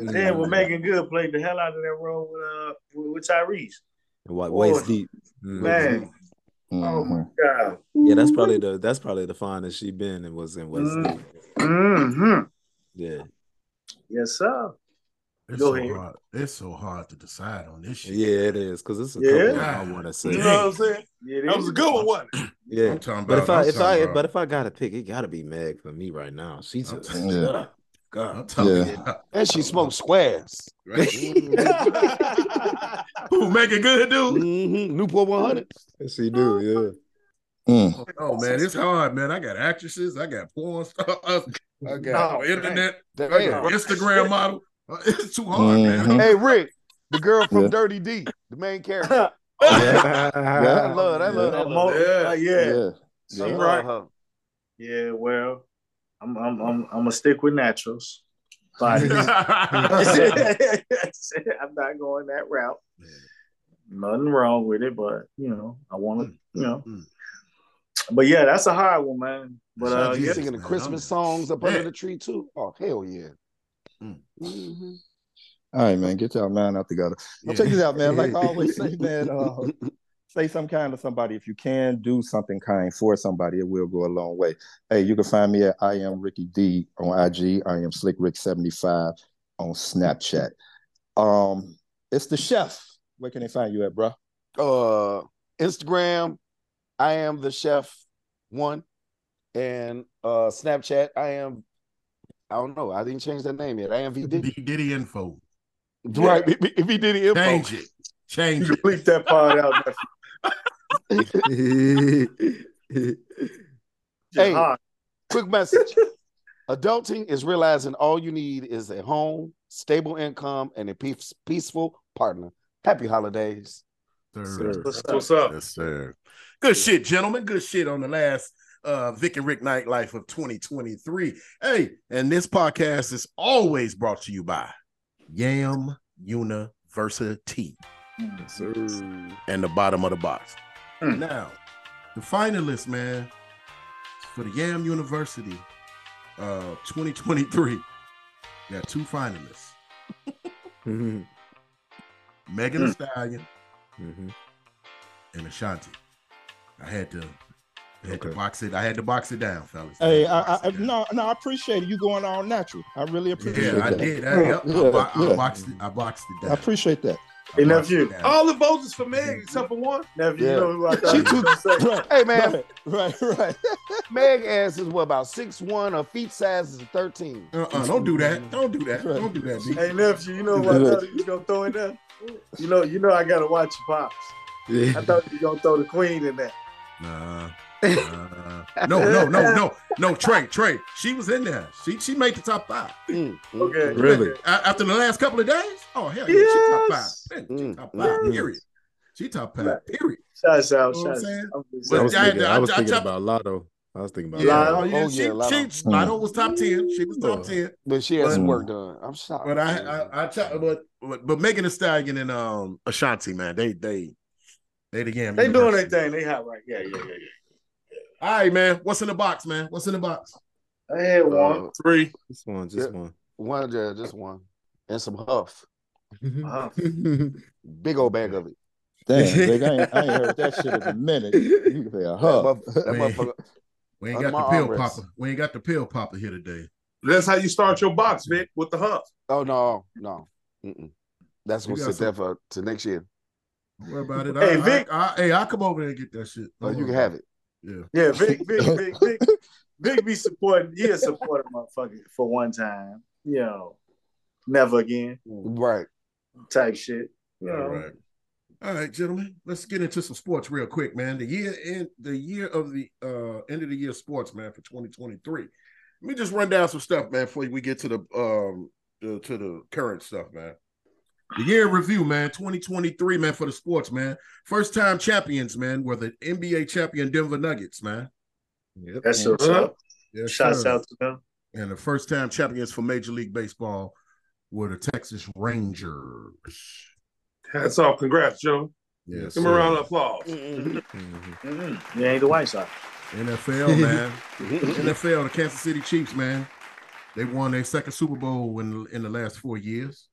"Mm,
Then when Megan Good played the hell out of that role with uh with, with Tyrese.
White
Boy.
waist deep. Mm.
Man, oh
Mhm.
my god.
Yeah, that's probably the that's probably the finest she been and was in West
Mm.
Deep.
hmm
Yeah.
Yes, sir.
It's
Go
so
ahead.
hard. It's so hard to decide on this shit.
Yeah, it is. Cause it's a
Yeah.
couple I wanna say.
You know what I'm saying?
Yeah,
That
[LAUGHS]
was a good one, wasn't it?
Yeah.
I'm talking
But
about.
if I
I'm
if I
talking about-
but if I gotta pick, it gotta be Meg for me right now. She
I'm
just
talking-
Yeah.
I'm
[LAUGHS] God.
talking
Yeah.
about.
And she smoked squares.
Who make it good, dude?
Hmm,
Mhm. Newport 100.
She do,
Mm.
Oh man, it's hard, man. I got actresses. I got porn stars. I got
Oh,
internet. I
Damn.
got Instagram model. [LAUGHS] It's too hard, man.
Mhm.
Hey Rick, the girl from
Yeah.
Dirty D, the [LAUGHS] main character. I
Yeah.
love, I love, I
Uh,
love.
Mo-
Yeah.
uh, yeah.
I
Yeah. Yeah.
love
Right.
her.
Yeah, well, I'm I'm I'm I'm gonna stick with naturals.
[LAUGHS]
Body. [LAUGHS] I'm not going that route. Nothing wrong with it, but you know, I want
Mm.
to, you know. But yeah, that's a hard one, man. But
Sounds
uh,
You
Yeah.
singing the
Man,
Christmas
I'm-
songs up
Yeah.
under the tree too? Oh hell yeah!
Mm.
Mhm.
All right, man. Get y'all mind out together. Now, check this out, man. Like I always say, man, uh, say some kind to somebody. If you can do something kind for somebody, it will go a long way. Hey, you can find me at I am Ricky D on IG. I am Slick Rick 75 on Snapchat. Um, it's the chef. Where can they find you at, bro?
uh Instagram, I am the chef one, and uh Snapchat, I am I don't know, I didn't change that name yet. I am VD.
D- Diddy info.
Right, if he did it,
Change it. Change
you
it.
bleep that part out. That's just
Hey.
hard.
Quick message. Adulting is realizing all you need is a home, stable income, and a peace, peaceful partner. Happy holidays.
Sir.
That's what's up?
Yes, sir. Good shit, gentlemen. Good shit on the last uh Vic and Rick Nightlife of 2023. Hey, and this podcast is always brought to you by Yam University and the bottom of the box.
Hmm.
Mm.
Now, the finalists, man, for the Yam University uh 2023. We got two finalists,
Mhm,
Megan
Hmm.
Thee Stallion
mhm.
and Ashanti. I had to I had to
Okay.
box it. I had to box it down, fellas.
Hey,
had to
I,
box
I
it down.
no, no, I appreciate you going all natural. I really appreciate
Yeah, I
that.
did. I, yep, I,
Yeah,
bo- I
yeah.
boxed it. I boxed it down.
I appreciate that.
Hey,
I boxed
nephew.
it down.
All the votes is for Meg except for one.
Nephew,
Mm-hmm. Yeah.
you know who I
She
thought you
too-
were gonna say.
Right,
Hey man,
right, right, right.
[LAUGHS] Meg ass is what about six one? Her feet size is thirteen.
Uh-uh, don't do that. Don't do that.
Right.
Don't do that. B.
Hey nephew, you know who I thought you was gonna throw in there? You know, you know I gotta watch your pops. I thought you were gonna throw the queen in there.
Nah. nah. no, no, no, no, no. Trey, Trey. She was in there. She she made the top five
Mm, mm,
Okay.
Really?
A- after the last couple of days. Oh hell yeah, she top five.
Yes.
Man,
Mm,
She top five.
mm.
Period. She top five. Period.
Shouts out,
You know what I'm
shouts
saying?
out. I'm just
I
Well,
saying.
was thinking, I
I-
was
I-
thinking
I-
about Lotto. I was thinking about
Yeah.
Lotto.
Oh, yeah,
Oh,
she,
yeah, Hmm. Lotto.
She, Lotto was top ten. She was top ten.
But she has some
But-
work done. I'm shocked.
But I, I, I tell, but, but, but Megan Thee Stallion and um Ashanti, man, they, they, they the game.
They doing their thing. They hot right. Yeah, yeah, yeah,
All right, man. What's in the box, man? What's in the box?
yeah. I had one.
Uh,
Three.
Just one, just one.
one, yeah, just one, and some huff.
Uh-huh.
Wow.
Big old bag of it.
Damn, Vic, I, ain't, I ain't heard that shit in
[LAUGHS]
a minute. You can say uh-huh. a hug.
That motherf- that
Man.
motherfucker-
We ain't
Under
got the
my
pill
armrest.
popper. We ain't got the pill popper here today.
That's how you start your box, Vic, with the huff.
Oh no, no. Mm-mm. That's
You
gonna
got
sit
some-
there for to next year.
Don't worry about it.
Hey,
I,
Vic.
I, I, hey, I'll come over there and get that shit.
Oh, you can have it.
Yeah.
[LAUGHS]
Yeah, Vic, Vic, Vic, Vic, Vic be supporting. Yeah, supporting motherfucker for one time. You know, never again
Right.
type shit. You know,
All right. All right, gentlemen. Let's get into some sports real quick, man. The year end, the year of the uh end of the year sports, man, for 2023. Let me just run down some stuff, man, before we get to the um the, to the current stuff, man. The year in review, man, 2023, man, for the sports, man. First time champions, man, were the NBA champion Denver Nuggets, man.
Yep.
that's what's up.
Yes,
Shouts
sir.
out to them.
And the first time champions for Major League Baseball were the Texas Rangers.
Hats off. Congrats, Joe.
Yes.
Give him a
sir.
round of applause.
Mhm.
Mm-hmm. You ain't the White Sox.
[LAUGHS]
NFL, man. NFL, the Kansas City Chiefs, man. They won their second Super Bowl in in the last four years.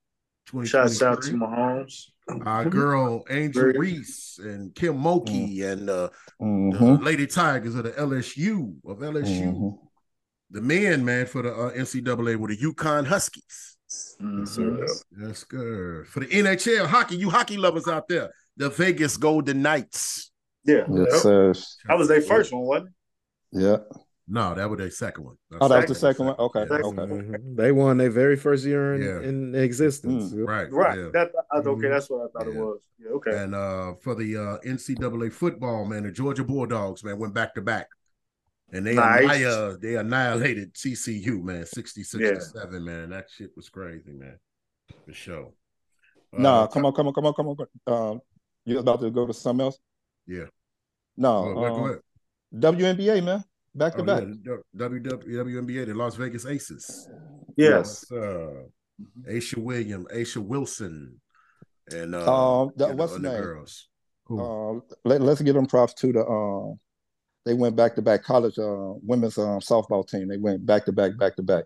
Shouts out to
2023.
Mahomes.
Mhm.
Our girl Angel
Very-
Reese and Kim Mulkey
Mm-hmm.
and uh, the
Mhm,
Lady Tigers of the LSU of LSU.
mhm.
The men, man, for the uh, NCAA were the Yukon Huskies.
Mm-hmm.
That's good. For the NHL hockey, you hockey lovers out there, the Vegas Golden Knights.
Yeah,
Yes, sir.
that was their first one, wasn't it?
Yeah.
Uh-huh. No, that was their second one.
Oh, that was the second one? Okay.
Yeah.
Okay.
Mhm. They won their very first year in,
Yeah.
in existence.
Hmm.
Right.
Right.
yeah.
That, I, okay,
Mhm.
that's what I thought it
Yeah.
was. Yeah, okay.
And uh, for the uh, NCAA football, man, the Georgia Bulldogs, man, went back to back. And they,
Nice.
annihilated, they annihilated TCU, man, 66
Yeah.
to 7, man. That shit was crazy, man. for sure.
nah,
Uh,
come on, come on, come on, come on. Um, you about to go to something else?
Yeah. Oh,
No.
go ahead, go
um,
ahead.
WNBA, man. Back to
Oh,
back.
yeah, the W- W- WNBA, the Las Vegas Aces.
Yes.
Yes, uh, Aisha Williams, Aisha Wilson, and uh,
Um, that-
you know,
what's the
other
name?
girls. Who?
Uh, let, us give them props to the. Uh, they went back to back college uh, women's um, softball team. They went back to back, back to back.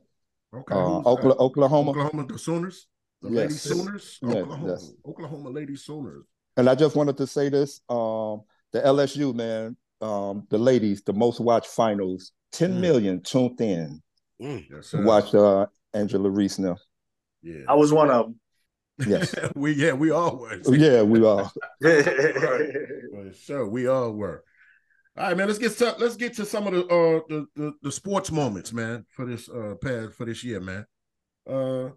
okay,
Uh,
who's that?
Oklahoma, Oklahoma,
Oklahoma, the Sooners, the
Yes.
Lady Sooners,
Yeah,
Oklahoma,
yes.
Oklahoma Lady Sooners.
And I just wanted to say this: um, the LSU man, um, the ladies, the most watched finals, ten
Mm.
million tuned in
Yes,
to
sir.
watch uh, Angela Reese now.
Yeah, [LAUGHS]
I was one of them.
Yes, Oh,
we yeah we all were.
yeah, we uh, are.
[LAUGHS]
For sure, we all were. All right, man. Let's get to, let's get to some of the uh the, the the sports moments, man, for this uh past for this year, man. Uh,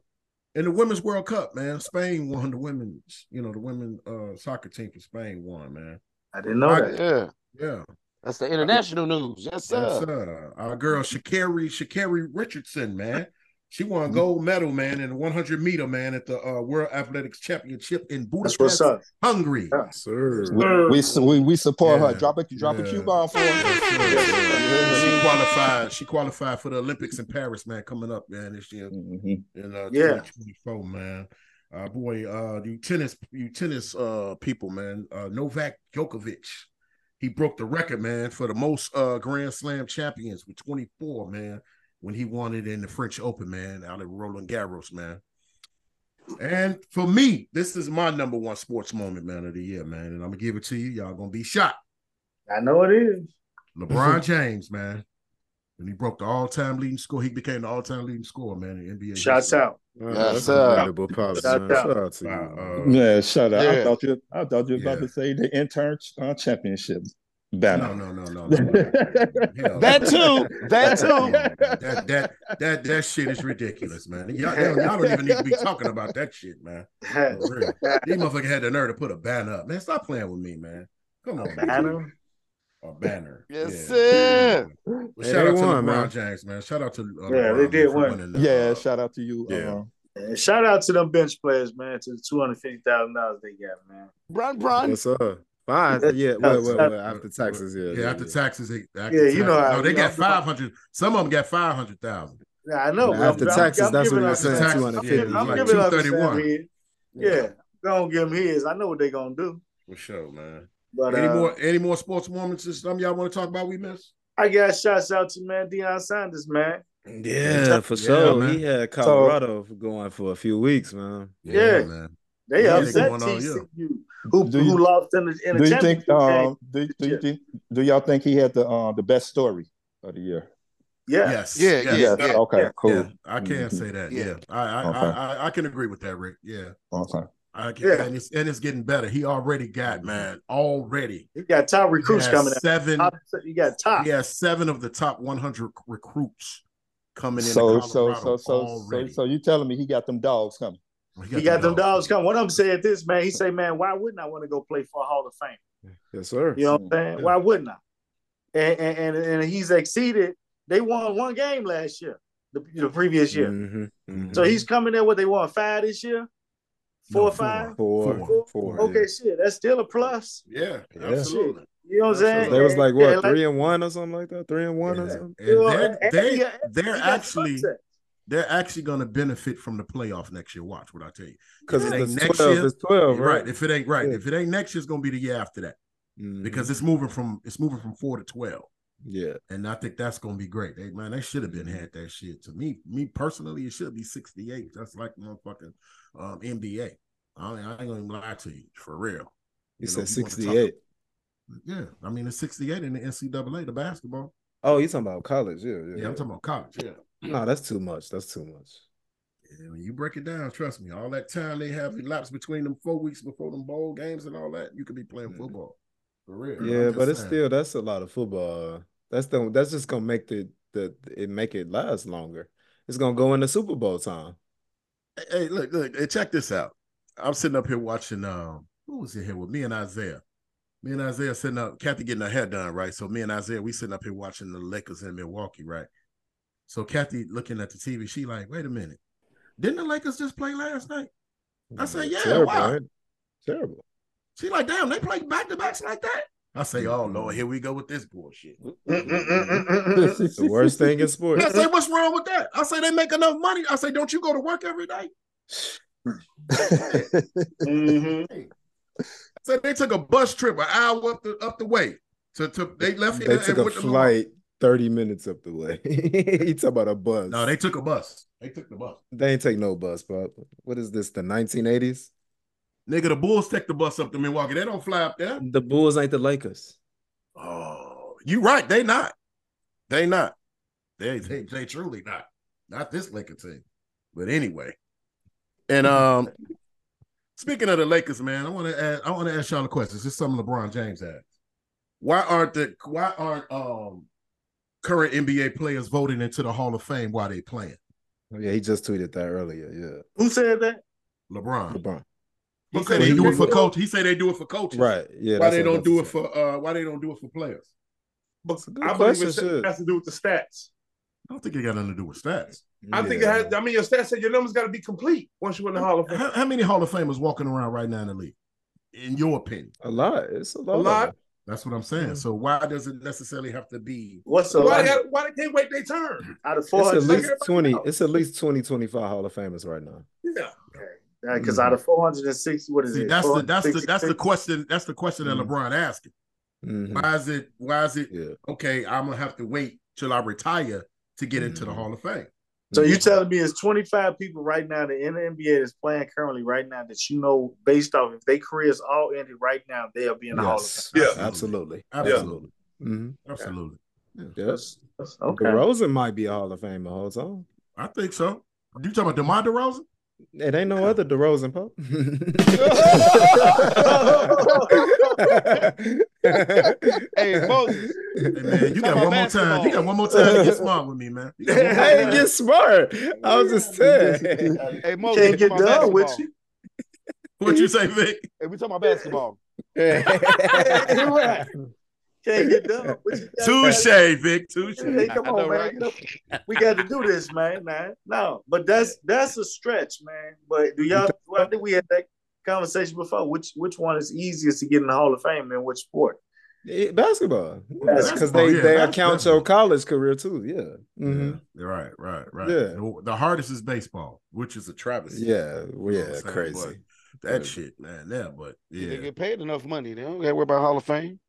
in the women's World Cup, man, Spain won the women's. You know, the women uh soccer team for Spain won, man.
I didn't know that.
Yeah,
Yeah,
that's the international news. Yes, sir.
that's uh our girl Shakari Shakari Richardson, man. She won a
Mm-hmm.
gold medal, man, in the 100 meter, man, at the uh, World Athletics Championship in
That's what's
Budapest,
up.
Hungary.
Yeah.
Sir.
We we, we, we support
Yeah,
her. Drop a drop
yeah.
a cue bomb for
She
her.
qualified. She qualified for the Olympics in Paris, man, coming up, man, this year
Mhm.
in uh,
Yeah.
2024, man. Uh, boy, uh, you tennis, you tennis, uh, people, man. Uh, Novak Djokovic, he broke the record, man, for the most uh Grand Slam champions with 24, man, when he won it in the French Open, man, out of Roland Garros, man. And for me, this is my number one sports moment, man, of the year, man. And I'm gonna give it to you. Y'all gonna be shocked.
I know it is.
LeBron James, man. When he broke the all-time leading score, he became the all-time leading scorer, man, in NBA.
Shouts
history.
out.
Yes,
that's
sir.
incredible, Pops.
Shout
man.
out.
Shout out to you. Mm-hmm.
Wow, uh,
Yeah, shut up.
Yeah.
I thought you I thought you were about
Yeah.
to say the intern uh, championship banner.
No, no, no, no, no. no. Hell,
That too.
[LAUGHS]
That too.
that that that that shit is ridiculous, man. Y'all, y'all, y'all don't even need to be talking about that shit, man.
[LAUGHS]
For real. These motherfuckers had the nerve to put a banner up, man. Stop playing with me, man. Come on, man.
Banner?
A banner.
Yes,
Yeah.
sir.
Well,
Hey,
shout
they
out to
won,
LeBron
man.
James, man. Shout out to uh,
Yeah, they
LeBron
did
for
win.
winning the,
Yeah,
uh,
shout out to you.
yeah.
uh,
And shout out to them bench players, man, to the two hundred fifty thousand dollars they got, man.
Bron, Bron.
Yes, sir. Five. Yeah. Well, well, well, after taxes. Yeah.
yeah, after taxes, they, after
Yeah, you know
taxes-
how-
no, they
you
got
know, I'm-
five hundred. Some of them got five hundred thousand.
Yeah, I know.
Yeah,
but
after taxes, that's
giving
what
us-
you're saying,
I'm
250,
giving- I'm
like
giving us
231.
his. Yeah, gonna give him his. I know what they're gonna do.
For sure, man.
But
any
uh,
more any more sports moments? that Some y'all want to talk about? We miss.
I got shouts out to man Deion Sanders, man.
Yeah, for
Yeah,
sure.
man.
He had Colorado going for a few weeks, man.
Yeah.
man.
They
Yeah,
upset
going on, yeah.
TCU, who,
Do you-
who lost in the, in the
do you
championship
think um
game.
do, do you think do y'all think he had the uh, the best story of the year?
Yeah,
Yes.
Yeah,
yes,
yeah,
Yes. okay,
yeah,
cool.
yeah. I can say that. Yeah,
Yeah.
I I,
Okay.
I I I can agree with that, Rick. Yeah,
Okay.
I can.
Yeah.
And it's and it's getting better. He already got man. Already
you got top
He
recruits
has
coming out.
Seven.
Top, you got top.
He has seven of the top 100 recruits coming in.
So so
Colorado
so so so
already.
so you telling me he got them dogs coming?
You got them dogs coming. One of them said this, man. He say, man, why wouldn't I want to go play for a Hall of Fame?
Yes, sir.
You know what I'm saying? Why wouldn't I? And and, and, and he's exceeded. They won one game last year, the, the previous year.
Mhm, mhm.
So he's coming there. What they won five this year, four
Mm-hmm. No,
or five.
Four,
Four.
four,
Okay,
yeah.
shit, that's still a plus.
Yeah,
Yeah.
absolutely.
You know what I'm saying?
They was like what
Yeah,
three and one or something like that. Three and one or
Yeah.
something.
And
you know,
they're,
and
they,
he got-
they're
he got
actually
upset.
they're actually going to benefit from the playoff next year. Watch what I tell you.
Because
If it ain't
it's
next
twelve.
year,
It's twelve, [LAUGHS]
right.
right?
If it ain't right,
Yeah.
if it ain't next year, it's going to be the year after that
Mhm.
because it's moving from it's moving from four to twelve,
yeah,
and I think that's going to be great. They, man, they should have been had that shit. To me, me personally, it should be sixty eight. That's like motherfucking um, NBA. I, ain't- I ain't gonna even lie to you for real.
you
know,
said
you wanna talk-
sixty-eight.
Yeah, I mean it's sixty eight in the NCAA, the basketball.
Oh, you talking about college? Yeah, yeah.
Yeah, I'm talking about college. Yeah.
No, that's too much. That's too much.
Yeah, when you break it down, trust me, all that time they have elapsed between them four weeks before them bowl games and all that, you could be playing
Mhm.
football for real. I'm
Yeah,
just
but it's
saying.
still that's a lot of football. That's the that's just gonna make the the it make it last longer. It's gonna go into Super Bowl time.
Hey, Hey, look, look, hey, check this out. I'm sitting up here watching. Um, who was in here with me and Isaiah? Me and Isaiah sitting up. Kathy getting her hair done, right? So me and Isaiah, we sitting up here watching the Lakers in Milwaukee, right? So Kathy looking at the TV, she like, wait a minute, didn't the Lakers just play last night? I said, yeah,
Terrible,
wow.
ain't it? Terrible.
She like, damn, they play back to backs like that. I say, oh Lord, here we go with this bullshit.
The worst thing in sports.
I say, what's wrong with that? I say they make enough money. I say, don't you go to work
[LAUGHS]
every day?
Mm-hmm.
Mhm.
So they took a bus trip an hour up the up the way. To, to they left
They
here
took
and
a
went to-
flight 30 minutes up the way. [LAUGHS] he talk about a bus.
No, they took a bus. They took the bus.
They ain't take no bus, Pop. What is this? The 1980s?
Nigga, the Bulls take the bus up to Milwaukee. They don't fly up there.
The Bulls ain't the Lakers.
Oh, you right. They not. They not. They they, they truly not. Not this Lakers team. But anyway. And um speaking of the Lakers, man, I want to ask I want to ask y'all a question. This is something LeBron James asked. Why aren't the why aren't um current NBA players voting into the Hall of Fame while they playing?
Oh, yeah, he just tweeted that earlier.
Who said that?
Yeah.
LeBron.
LeBron.
He
Because
said they
he
do it
didn't
for
do it.
coach. He said they do it for coaches.
Right. Yeah.
Why
that's
they
what
don't
I'm
do it
saying.
for uh why they don't do it for players?
But
a good
I believe
question,
it
shit.
has to do with the stats.
I don't think it got nothing to do with stats.
I think it
Yeah.
has. I mean, your stats said your numbers got to be complete once you win the Hall of Fame.
How, how many Hall of Famers walking around right now in the league? In your opinion,
a lot. It's a lot.
lot.
that's what I'm saying. So why does it necessarily have to be?
What's the
Why, they
like
got- why they can't wait their turn?
out of
It's
four
at least
hundred?
20. It's at least 20, 25 Hall of Famers right now.
Yeah.
Because out of four hundred and sixty, what is
See,
it?
that's the that's the that's the
466?
question. That's the question that
Mhm.
LeBron asking.
Mhm.
Why is it? Why is it?
Yeah.
Okay, I'm gonna have to wait till I retire to get into the
Mhm.
Hall of Fame.
So
Mm-hmm.
you telling me it's 25 people right now that in the NBA that's playing currently right now that you know based off if their careers all ended right now, they'll be in the
Yes.
Yeah.
Absolutely. Absolutely.
Absolutely,
Mhm.
absolutely.
Yes.
Hall of Fame. Okay.
DeRozan might be a Hall of Famer. Hold on.
I think so. You talking about DeMar DeRozan?
It ain't [LAUGHS] no other DeRozan, Pop.
Hey, Moses.
[LAUGHS] Hey man, you
Talk about
[LAUGHS]
got one more time. You got one more time to get smart with me, man. You got one more-
I didn't get smart. I was just
[LAUGHS]
saying.
Hey,
You
Moses.
can't
we
get
talking
done
about
with
basketball.
you. [LAUGHS]
What you say, Vic?
Hey, we talking about basketball.
You're right. [LAUGHS] Can't get done with you.
Touche, Vic. Touche.
Hey, come
I
on, man.
know, right?
Get up. We got to do this, man. Nah, no, but that's that's a stretch, man. But do [LAUGHS] y'all? Well, I think we had that conversation before. Which which one is easiest to get in the Hall of Fame and which sport?
Yeah, basketball.
That's
Because
cool,
they,
yeah,
they
that's
account your college career too. Yeah. Mhm.
Yeah, right, right, right.
Yeah.
The, the hardest is baseball, which is a travesty.
Yeah.
You know
Yeah.
what I'm saying?
crazy.
But that shit, man. Yeah, but
They
yeah.
get paid enough money. They don't got to worry about Hall of Fame.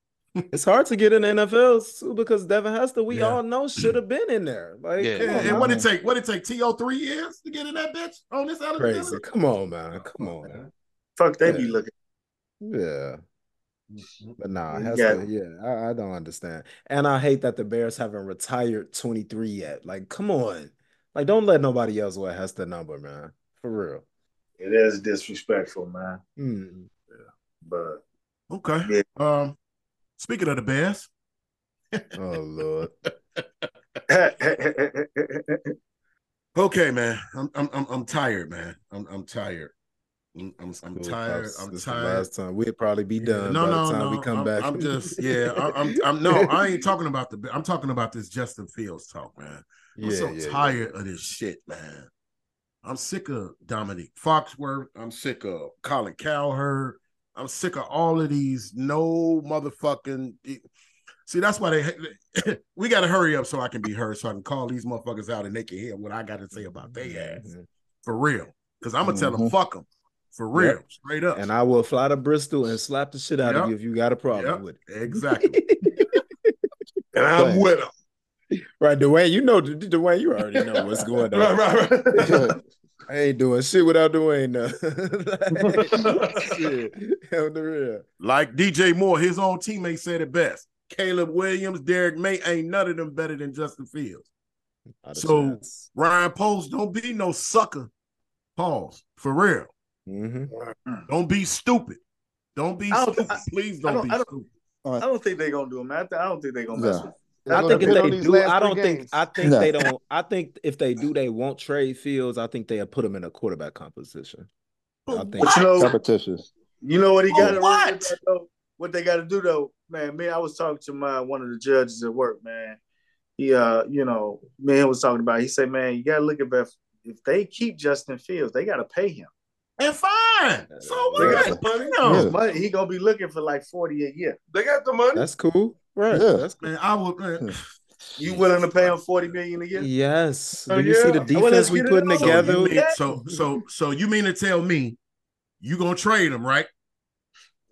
It's hard to get in the NFL too because Devin Hester, we
Yeah.
all know,
[CLEARS THROAT]
should have been in there. Like,
Yeah.
come on,
And,
man.
what it take? What it take? To three years to get in that bitch on this Alabama?
Crazy. Come on,
Oh,
man. Come on. man.
Fuck, they be
Yeah.
looking.
Yeah. But nah,
You
Hester,
got-
yeah, I, I don't understand. And I hate that the Bears haven't retired 23 yet. Like, come on. Like, don't let nobody else wear Hester number, man. For real.
It is disrespectful, man.
Mm.
But
Okay. Um, speaking of the Bears,
Oh Lord.
okay, man. I'm I'm I'm, I'm tired, man. I'm I'm tired. I'm I'm, [LAUGHS] I'm
Cool,
tired.
Pops.
I'm
This the
tired.
last time we'd probably be done
no,
by
no,
the time
no.
we come
I'm,
back.
I'm just, yeah. I,
[LAUGHS]
I'm, I'm, no, I ain't talking about the. I'm talking about this Justin Fields talk, man. I'm so tired of this shit, man. I'm sick of Dominic Foxworth. I'm sick of Colin Cowherd. I'm sick of all of these no motherfucking. See, that's why they. [LAUGHS] we got to hurry up so I can be heard, so I can call these motherfuckers out and they can hear what I got to say about their ass
Mhm.
for real. Because I'm gonna tell them fuck them for real,
Mm-hmm. Yep.
straight up.
And I [LAUGHS] will fly to Bristol and slap the shit out
Yep.
of you if you got a problem
Yep.
with it.
exactly.
And I'm
Right.
with them.
Right, Dwayne, you know, D- D- Dwayne, you already know what's going on.
Right, right, right.
[LAUGHS] I ain't doing shit without Dwayne. [LAUGHS] No. shit. On the real.
Like DJ Moore, his own teammate said it best. Caleb Williams, Derek May, ain't none of them better than Justin Fields.
Not a
So-
chance.
Ryan Post, don't be no sucker. Pause. For real.
Mhm.
Don't be stupid. Don't be
I don't-
stupid.
I-
Please
I
don't,
don't-
be
I don't-
stupid.
I don't think they're gonna do it, man. I don't think they're gonna mess
No.
with
They're
I
gonna
think if
depend on
they
these
do,
last
I
three
don't think
games.
I think
[LAUGHS]
No.
they don't. I think if they do, they won't trade Fields. I think they'll put him in a quarterback competition. I
But
think-
But
what?
you know,
Competition.
you know what he
Oh,
got to
what?
What they got to do though, man. Me, I was talking to my one of the judges at work, man. He, uh, you know, man was talking about. He said, man, you got to look at if if they keep Justin Fields, they got to pay him.
and fine. So
Oh
what? You know,
Yeah.
But he gonna be looking for like forty a year.
They got the money.
That's cool. Right.
Yeah.
That's
man, I would. Man,
You willing to pay him forty million a year?
Yes.
Oh,
Do you see the
yeah.
Well, let's
defense we
get it
putting
on.
so,
together?
you mean, so so so you mean to tell me you gonna trade him, right?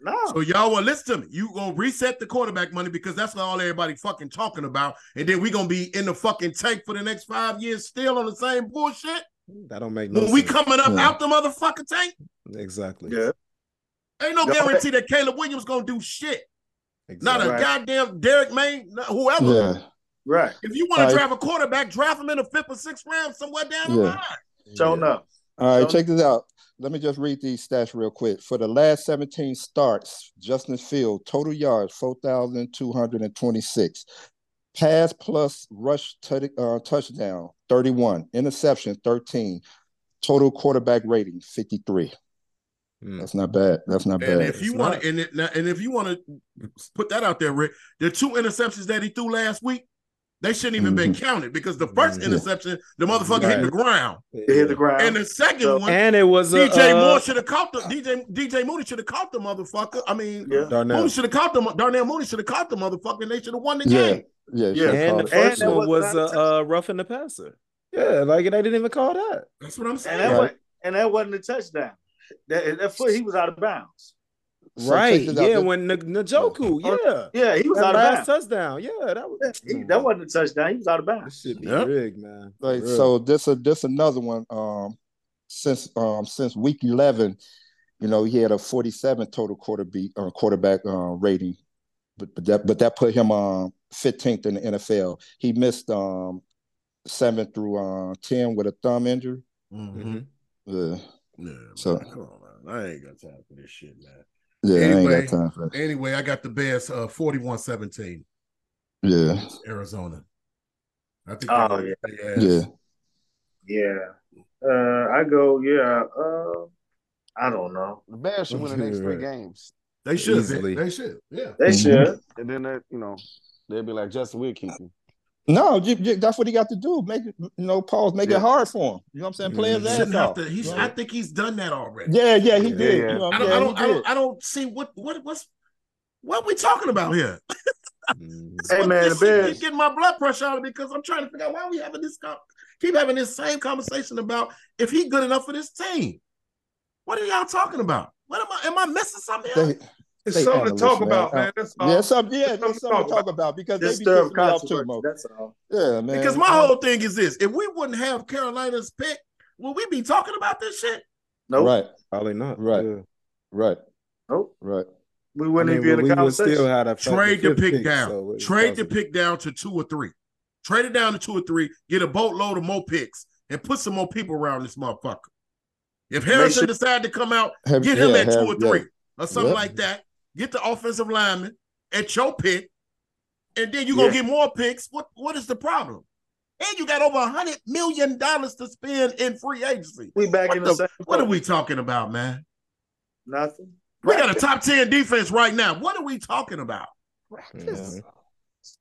No.
So y'all will listen to me. You gonna reset the quarterback money because that's all everybody fucking talking about, and then we gonna be in the fucking tank for the next five years, still on the same bullshit.
that don't make no
When
sense.
we coming up
Yeah.
out the motherfucking tank,
exactly.
Yeah.
ain't no
Yeah.
guarantee that Caleb Williams gonna do shit. Not
Exactly.
a
Right.
goddamn Derek May, whoever.
Yeah.
right.
If you want
Right.
to draft a quarterback, draft him in the fifth or sixth round somewhere down the
Yeah.
line.
Shown up.
All right,
So-
check this out. Let me just read these stats real quick. For the last 17 starts, Justin Field, total yards 4,226. Pass plus rush t- uh, touchdown 31. Interception 13. Total quarterback rating 53.
Hmm.
That's not bad. That's not
And
bad.
if you
it's
want
not.
to, and, it- now- and if you want to put that out there, Rick, the two interceptions that he threw last week, they shouldn't even been counted because the first
Mhm.
interception, the motherfucker hit the
Right.
ground,
They hit the
and
ground.
the second
So-
one,
And it was a
DJ
uh,
Moore should have caught the DJ DJ Mooney should have caught the motherfucker. I mean,
yeah.
Darnell.
Mooney should have caught the mo- Darnell Mooney should have caught the motherfucker, and they should have won the
Yeah.
game.
yeah,
Yeah.
should've
And
called
the
it.
first
And that
one was
was
a uh, roughing the passer. Yeah, like they didn't even call that.
That's what I'm
And
saying.
that
Right.
was and that wasn't a touchdown. That, that foot he was out of bounds.
So check
right.
this out.
Yeah,
This-
when N- Njoku,
Yeah.
yeah.
Yeah, he was
That
out of
last
bounds.
touchdown. Yeah, that was Mm.
Yeah, he- that wasn't a touchdown. He was out of bounds.
This should be
Yeah.
rigged, man.
Like
For real.
so this a this another one um since um since week 11 you know he had a 47 total quarter beat, uh, quarterback uh, rating but but that but that put him um 15th in the NFL he missed um 7 through uh 10 with a thumb injury
Mhm.
Mhm.
yeah
Yeah,
So-
man, come on, man. I ain't got time for this shit, man.
yeah I
Anyway.
ain't got time for that
Anyway, I got the best uh 41-17
yeah
Arizona. I think
Oh,
they- they ass.
yeah
Yeah. Uh, I go, yeah. Uh, I don't know.
The Bears should win the next three games,
They should
Easily.
They should. Yeah.
They
Mhm.
Mm-hmm.
should.
and then that you know they'd be like Justin, we'll keep him.
no you, you- that's what he got to do make it you know pause make
Yeah.
it hard for him you know what I'm saying play his
Mhm.
ass
Shouldn't have
off
to, he's, I
yeah
think he's done that already.
yeah, he
Yeah,
did
yeah.
you know what
I
I'm
don't, I
saying?
don't,
He
I
did.
don't, I don't see what, what, what's, what we talking about here?
Mhm.
Hey,
What-
man, the
this shit
Bears-
keep getting my blood pressure out because I'm trying to figure out why we having this, con- keep having this same conversation about if he good enough for this team. What are y'all talking about? What am I? Am I missing something? here?
They-
It's
They
something
analysts,
to talk
man.
about, man. That's all.
Um,
Yeah, some, yeah,
There's
there's something to talk about because they
Just
be
stir
pissing
up
me off too
controversy.
much.
That's all.
Yeah, man.
Because my whole thing is this: if we wouldn't have Carolina's pick, would we be talking about this shit?
Nope.
right,
Probably not.
Right.
Yeah.
right,
Nope.
right.
We
I
wouldn't
mean,
even be in
we
the
would
conversation.
still have a fucking
Trade the
fifth
pick down.
so it's
Trade the
possible.
pick down to two or three. Trade it down to two or three. Get a boatload of more picks and put some more people around this motherfucker. If Harrison
sure-
decide to come out,
Have-
get him
yeah,
at two
have-
or
yeah.
three or something
Yeah.
like that. Get the offensive lineman at your pick, and then you're gonna
Yeah.
get more picks. What what is the problem? And you got over a hundred million dollars to spend in free agency.
We back
What
in the,
the-
same.
What are
boat.
we talking about, man?
Nothing.
We got a top 10 defense right now. What are we talking about?
Practice,
You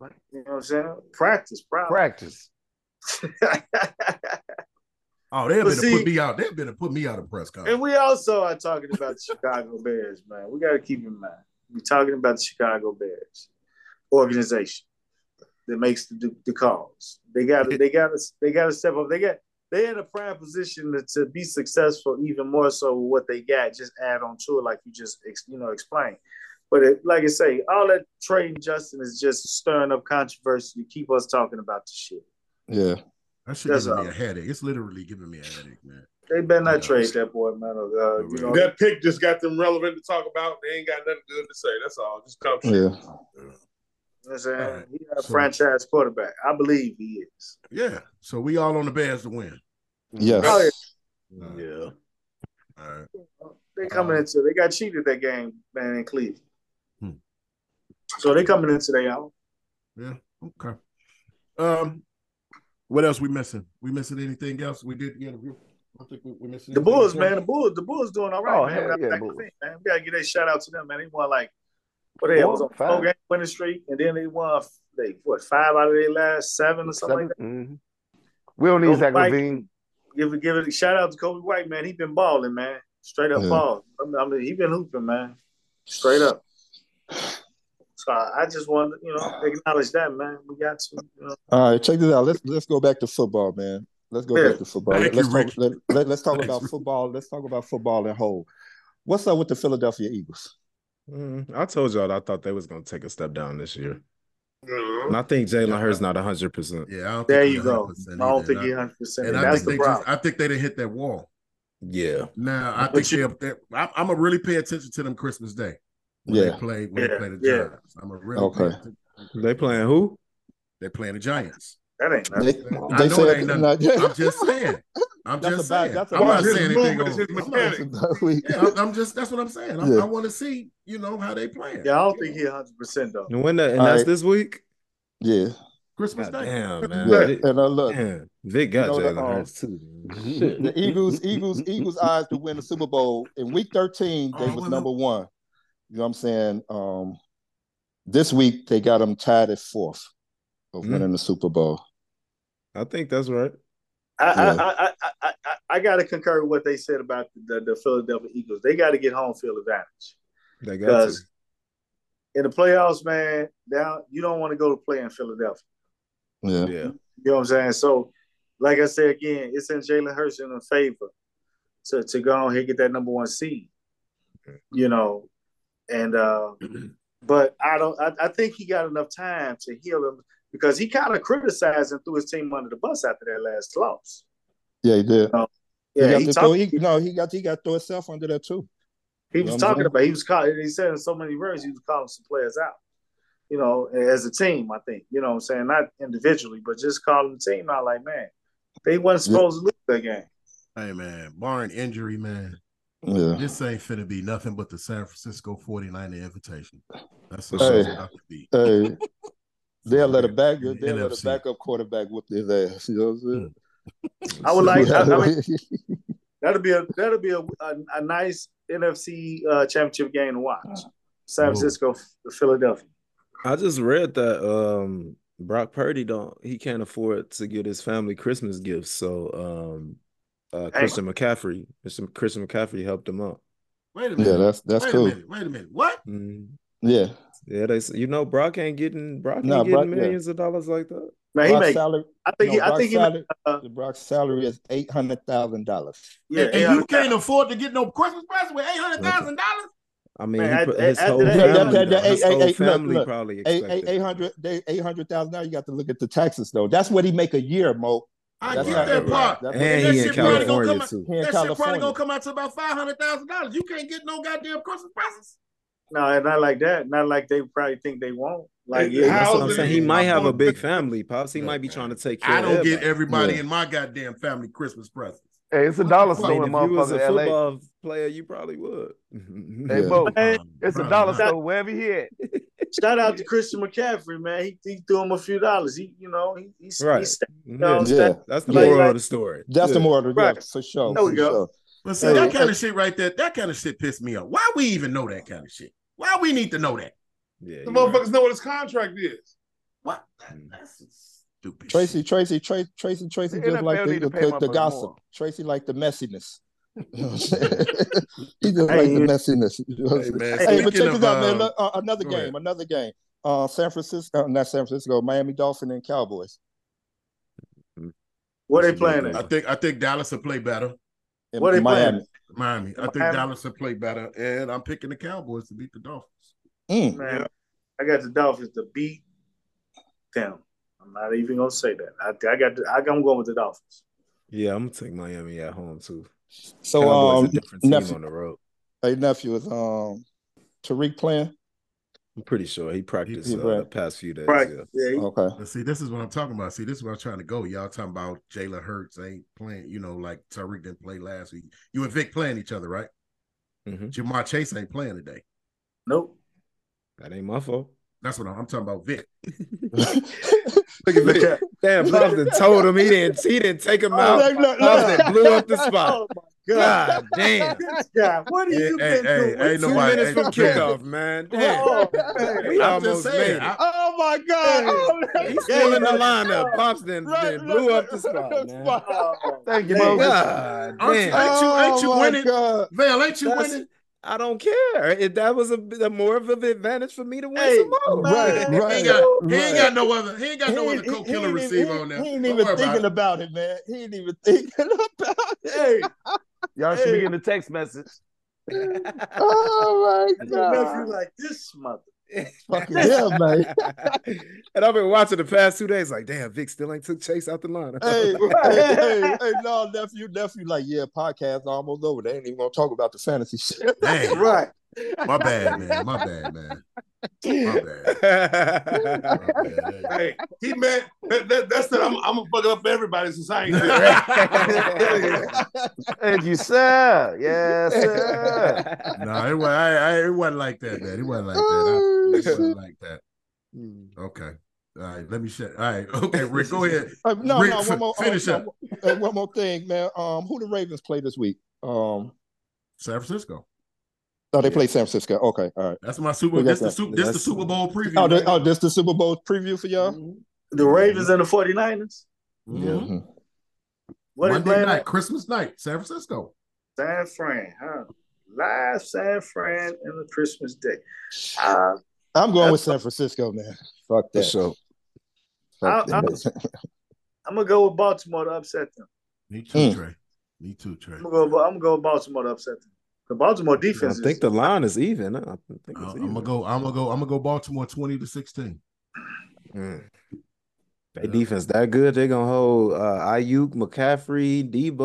know what I'm saying? Practice, probably.
practice.
[LAUGHS]
Oh, they've
But
been to
see-
put me out. They've been to put me out of press
and
conference.
we also are talking about the Chicago Bears, man. We got to keep in mind we're talking about the Chicago Bears organization that makes the the calls. They got to they got to they got to step up. They got they're in a prime position to, to be successful, even more so with what they got. Just add on to it, like you just ex, you know explained. But it, like I say, all that trading Justin is just stirring up controversy to keep us talking about the shit.
Yeah,
That shit
That's
giving me
all.
a headache. It's literally giving me a headache, man.
They better
Yeah.
not trade that boy, man. or, Uh, you know,
That pick just got them relevant to talk about. They ain't got nothing good to say. That's all. Just come.
yeah.
You know what I'm saying?
All right.
He's a
So-
franchise quarterback. I believe he is.
Yeah. So we all on the Bears to win.
Yes.
Oh,
Yeah.
All right.
They coming
Uh-huh.
Uh,
into they got cheated that game, man, in Cleveland.
Hmm.
So they coming into their own.
Okay. Um, what else we missing? We missing anything else? We did the interview. I think we, we missing
The
anything
Bulls,
else?
man, the Bulls, the Bulls doing all right,
Oh,
man.
hell
Without
yeah,
Zach
Bulls.
Levine, man. We gotta give a shout out to them, man. They won like what they had, was on
Four,
four
five.
game winning streak, and then they won they what five out of their last seven or something like that.
Mm-hmm.
Mhm. We don't need
Don't
Zach
fight.
Levine.
Give it give it a shout out to Kobe White, man. He been balling, man. Straight up
Yeah.
pause. I mean, I mean, he been hooping, man. Straight up. So I I just want to, you know, acknowledge that, man. We got to, you know.
All right, check this out. Let's let's go back to football, man. Let's go
Yeah.
back to football.
Thank
let's
you,
talk,
Ricky.
let, let, us talk
Thanks,
about
Ricky.
football. Let's talk about football and whole. What's up with the Philadelphia Eagles?
Mm, I told y'all that I thought they was gonna take a step down this year. And I think Jalen Hurts not hundred percent.
Yeah, I don't think
There
he's
you go.
100%
I
either.
don't think
And
he
I-
100. percent
And I
That's
think
the
they just,
problem.
I think they didn't hit that wall.
Yeah.
Now I
But
think
you-
they up there. I'm, I'm gonna really pay attention to them Christmas Day when they
Yeah.
play when they
Yeah,
play the
yeah.
Giants. I'm gonna really
Okay.
pay attention.
They playing who?
They're playing the
[LAUGHS]
Giants.
That ain't nothing.
They,
I
they
know
said
it ain't nothing.
[LAUGHS]
I'm just saying. I'm
That's
just
a bad-
saying.
that's a
I'm not
bad-
saying anything.
His movement, his
On, I'm, not,
mechanics.
yeah, I'm- I'm just. That's what I'm saying. I'm,
Yeah.
I want to see. You know how they playing.
Yeah, I don't
You
think
know,
he 100 percent though.
And when the, and
All
that's
right.
this week?
yeah,
Christmas
God
Day.
damn, man.
yeah.
Vic-
And I look,
damn. Vic got
You know,
Jalen
the, um,
Hurts too. man. Shit.
Mm,
the Eagles, Eagles, Eagles eyes to win the Super Bowl. In week 13, they
Oh,
was
well,
number one. You know what I'm saying? Um, this week they got them tied at fourth of
Mm.
winning the Super Bowl.
I think that's right.
I, I,
Yeah.
I, I, I, I, I got to concur with what they said about the, the, the Philadelphia Eagles. They got to get home field advantage
They got to.
because in the playoffs, man, down you don't want to go to play in Philadelphia.
Yeah.
Yeah.
You know what I'm saying? So, like I said again, it's in Jalen Hurts in favor to to go on here and get that number one seed. You know, and uh but I don't. I, I think he got enough time to heal him because he kind of criticized and threw his team under the bus after that last loss.
Yeah, he did. he
Yeah,
got
he,
to
talked-
throw, he, no, he got he got to throw himself under that too.
he
You know
was
what I'm
talking
saying?
about. He was calling. He said in so many words, he was calling some players out. You know, as a team, I think. You know, what I'm saying not individually, but just calling the team out. Like, man, they wasn't
Yeah.
supposed to lose that game.
Hey man, barring injury, man,
Yeah.
this ain't finna be nothing but the San Francisco 49er invitation. That's all
Hey.
it's about to be.
Hey,
[LAUGHS]
they'll let a back
In the
they'll let a
NFC.
backup quarterback whip his ass. You know what I'm
Mm.
saying?
I would like. I, I
[LAUGHS]
mean,
yeah,
that'll be a that'll be a, a, a nice NFC uh, championship game to watch. San
Ooh.
Francisco, Philadelphia.
I just read that um Brock Purdy don't he can't afford to get his family Christmas gifts. So um uh Christian McCaffrey, Christian, Christian McCaffrey helped him out.
Wait a minute.
that's that's
Wait a
cool.
minute. Wait a minute. What?
Mm.
Yeah,
Yeah, they s- you know Brock ain't getting Brock ain't
Nah,
getting
Brock- yeah.
millions of dollars like that.
Man, he
Brock's
make,
salary.
I think he,
no,
I
Brock's
think he make,
salary,
uh,
Brock's salary is eight hundred thousand dollars.
yeah.
and, and you
800,000.
can't afford to get no Christmas present with eight hundred thousand dollars.
I mean,
Man,
he
I-
put-
I-
his
after
whole
that-
family,
Yeah, that-
though,
that-
his
hey,
whole
hey, hey, look,
family
look.
probably
Eight
expected.
eight eight hundred eight hundred thousand dollars. You got to look at the taxes though. That's what he make a year, Mo.
I
That's
get
not
that
right.
part.
That's what-
And
that
he in
shit probably gonna
California
come out-
too.
Here in
That shit probably
California.
gonna come out to about five hundred thousand dollars. You can't get no goddamn Christmas presents.
no, and not like that. Not like they probably think they won't. Like,
Hey,
yeah,
That's
How
what
old
I'm
is
saying.
he?
He might
How
have a
old
big
is he?
family, pops. He might be trying to take care.
I
of
don't get
everybody.
everybody
Yeah.
in my goddamn family Christmas presents.
Hey, it's a
What
dollar
the fuck?
store
I mean,
in
if you was a
motherfucking LA.
football player, you probably would. [LAUGHS]
Hey,
Yeah.
Bo,
Man,
Um,
it's a
probably
dollar
not.
store wherever he at.
shout out to Christian McCaffrey, man. He, he threw him a few dollars. He, you know, he, he's
Right.
he's
Yeah,
Yeah,
that's the
Like-
moral
like-
of the story.
that's the
Yeah.
moral. of- Yeah,
Right.
for sure.
There we
for
go.
sure.
But see,
Hey,
that kind
hey.
of shit right there, that kind of shit pissed me off. Why we even know that kind of shit? Why we need to know that?
Yeah,
The
you're right.
motherfuckers know what his contract is.
What? That- That's some stupid.
Tracy,
shit.
Tracy, Tracy, Tracy, Tracy,
The
just like
NFL
the,
need
the,
to pay
the- the
motherfuckers
gossip.
more.
Tracy like the messiness. [LAUGHS] You know what I'm saying? [LAUGHS] he just
Hey,
like the
you-
messiness. You know what I'm
Hey
saying?
man,
Hey, but
speaking
check
of
this out, man.
uh,
Look, uh, another
go
game,
ahead.
another game. Uh, San Francisco, uh, not San Francisco, Miami Dolphins and Cowboys
what they playing
I
at?
think I think Dallas will play better.
in
Where they
Miami.
Miami. I think
Miami.
Dallas will play better, and I'm picking the Cowboys to beat the Dolphins.
Mm.
Man, I got the Dolphins to beat them. I'm not even gonna say that. I, I got. The, I, I'm going with the Dolphins.
yeah, I'm gonna take Miami at home too.
So,
Cowboys
um,
a different team
nephew,
on the road.
hey, nephew is um Tariq playing.
I'm pretty sure he practiced
he
uh, the
right.
past few days.
Right.
Yeah.
Yeah. he-
Okay,
But see, this is what I'm talking about. See, this is where I'm trying to go. Y'all talking about Jalen Hurts ain't playing. You know, like Tyreek didn't play last week. You and Vic playing each other, right?
Mm-hmm.
Mhm.
Jamar Chase ain't playing today.
Nope.
That ain't my fault.
That's what I'm, I'm talking about. Vic.
[LAUGHS]
Look at
Oh,
that. Damn, Pops done told him he didn't. He didn't take him out.
Look, look,
Pops done
look.
blew up the spot.
Oh my
God damn.
God, what have you
hey,
been
hey,
through?
hey, ain't
Two
nobody-
minutes
hey,
from
yeah.
kickoff, man. Damn.
[LAUGHS]
Oh,
we
I'm
almost
just
made
saying.
it.
I,
Oh my God! Oh,
He's still in the
yeah,
lineup. Pops then,
right,
then blew
right,
up the spot,
right,
man.
spot.
oh,
Thank you,
man.
Moses.
God
Aren't you-
damn.
ain't you
oh my
winning?
God.
Val, ain't you
That's-
winning?
I don't care. If that was a, a more of an advantage for me to win
Hey,
some more.
Right,
He
right.
ain't
[LAUGHS]
got, he
right.
ain't got no other. He ain't got no other
ain't-
coke
he
killer
ain't even-
receiver
he-
on there.
He ain't
Don't
even
worry about
thinking
it.
about it, man. He ain't even [LAUGHS] thinking about it.
hey,
Y'all
should be
getting a text message.
Fuck
[LAUGHS] Oh
[LAUGHS] I
my
didn't know if you
God!
like this mother.
Fucking yeah, man.
and I've been watching the past two days, like, damn, Vic still ain't took Chase out the
[LAUGHS]
lineup.
Hey,
Right.
hey, hey, hey, no, nephew, nephew, like, yeah, podcast almost over. They ain't even gonna talk about the fantasy
[LAUGHS]
[LAUGHS]
shit.
Dang,
Right.
my bad, man. My bad, man. My bad. My bad.
Hey, he meant that, that, that's that I'm, I'm gonna fuck up everybody since I ain't there.
nah,
Thank you, sir. Yes, sir.
no, it wasn't, I, I, it wasn't like that, man. It wasn't like
[LAUGHS]
that. I, it wasn't like that.
Mm.
Okay. All right. Let me shut. All right. Okay, Rick, go ahead.
Uh, no,
Rick,
no, one more, uh,
finish
no,
up.
uh, one more thing, man. Um, who the Ravens play this week? Um,
San Francisco.
oh, they
Yeah.
play San Francisco. Okay, all right.
That's my
We
Super.
got
This the
that.
Super. This the
That's-
Super Bowl preview.
Oh,
man.
the, oh, this the Super Bowl preview for
Mm-hmm.
y'all.
The Ravens and the 49ers.
Mhm.
Yeah.
What is
Monday
playing
night, Christmas night, San Francisco.
San Fran, huh? Live San Fran and the Christmas Day. Uh,
I'm going with San Francisco, man. Fuck that.
sure.
Fuck
I-
that.
I'm gonna go with Baltimore to upset them.
Me too,
Mm.
Trey. Me too, Trey.
I'm gonna go. I'm gonna go with Baltimore to upset them. The Baltimore
I
defense
think
is
the line is even. I think it's
I'm
even.
gonna Uh, go. I'm gonna go. I'm gonna go Baltimore twenty to sixteen.
Mm. They defense that good. They're gonna hold uh Ayuk, McCaffrey, Debo,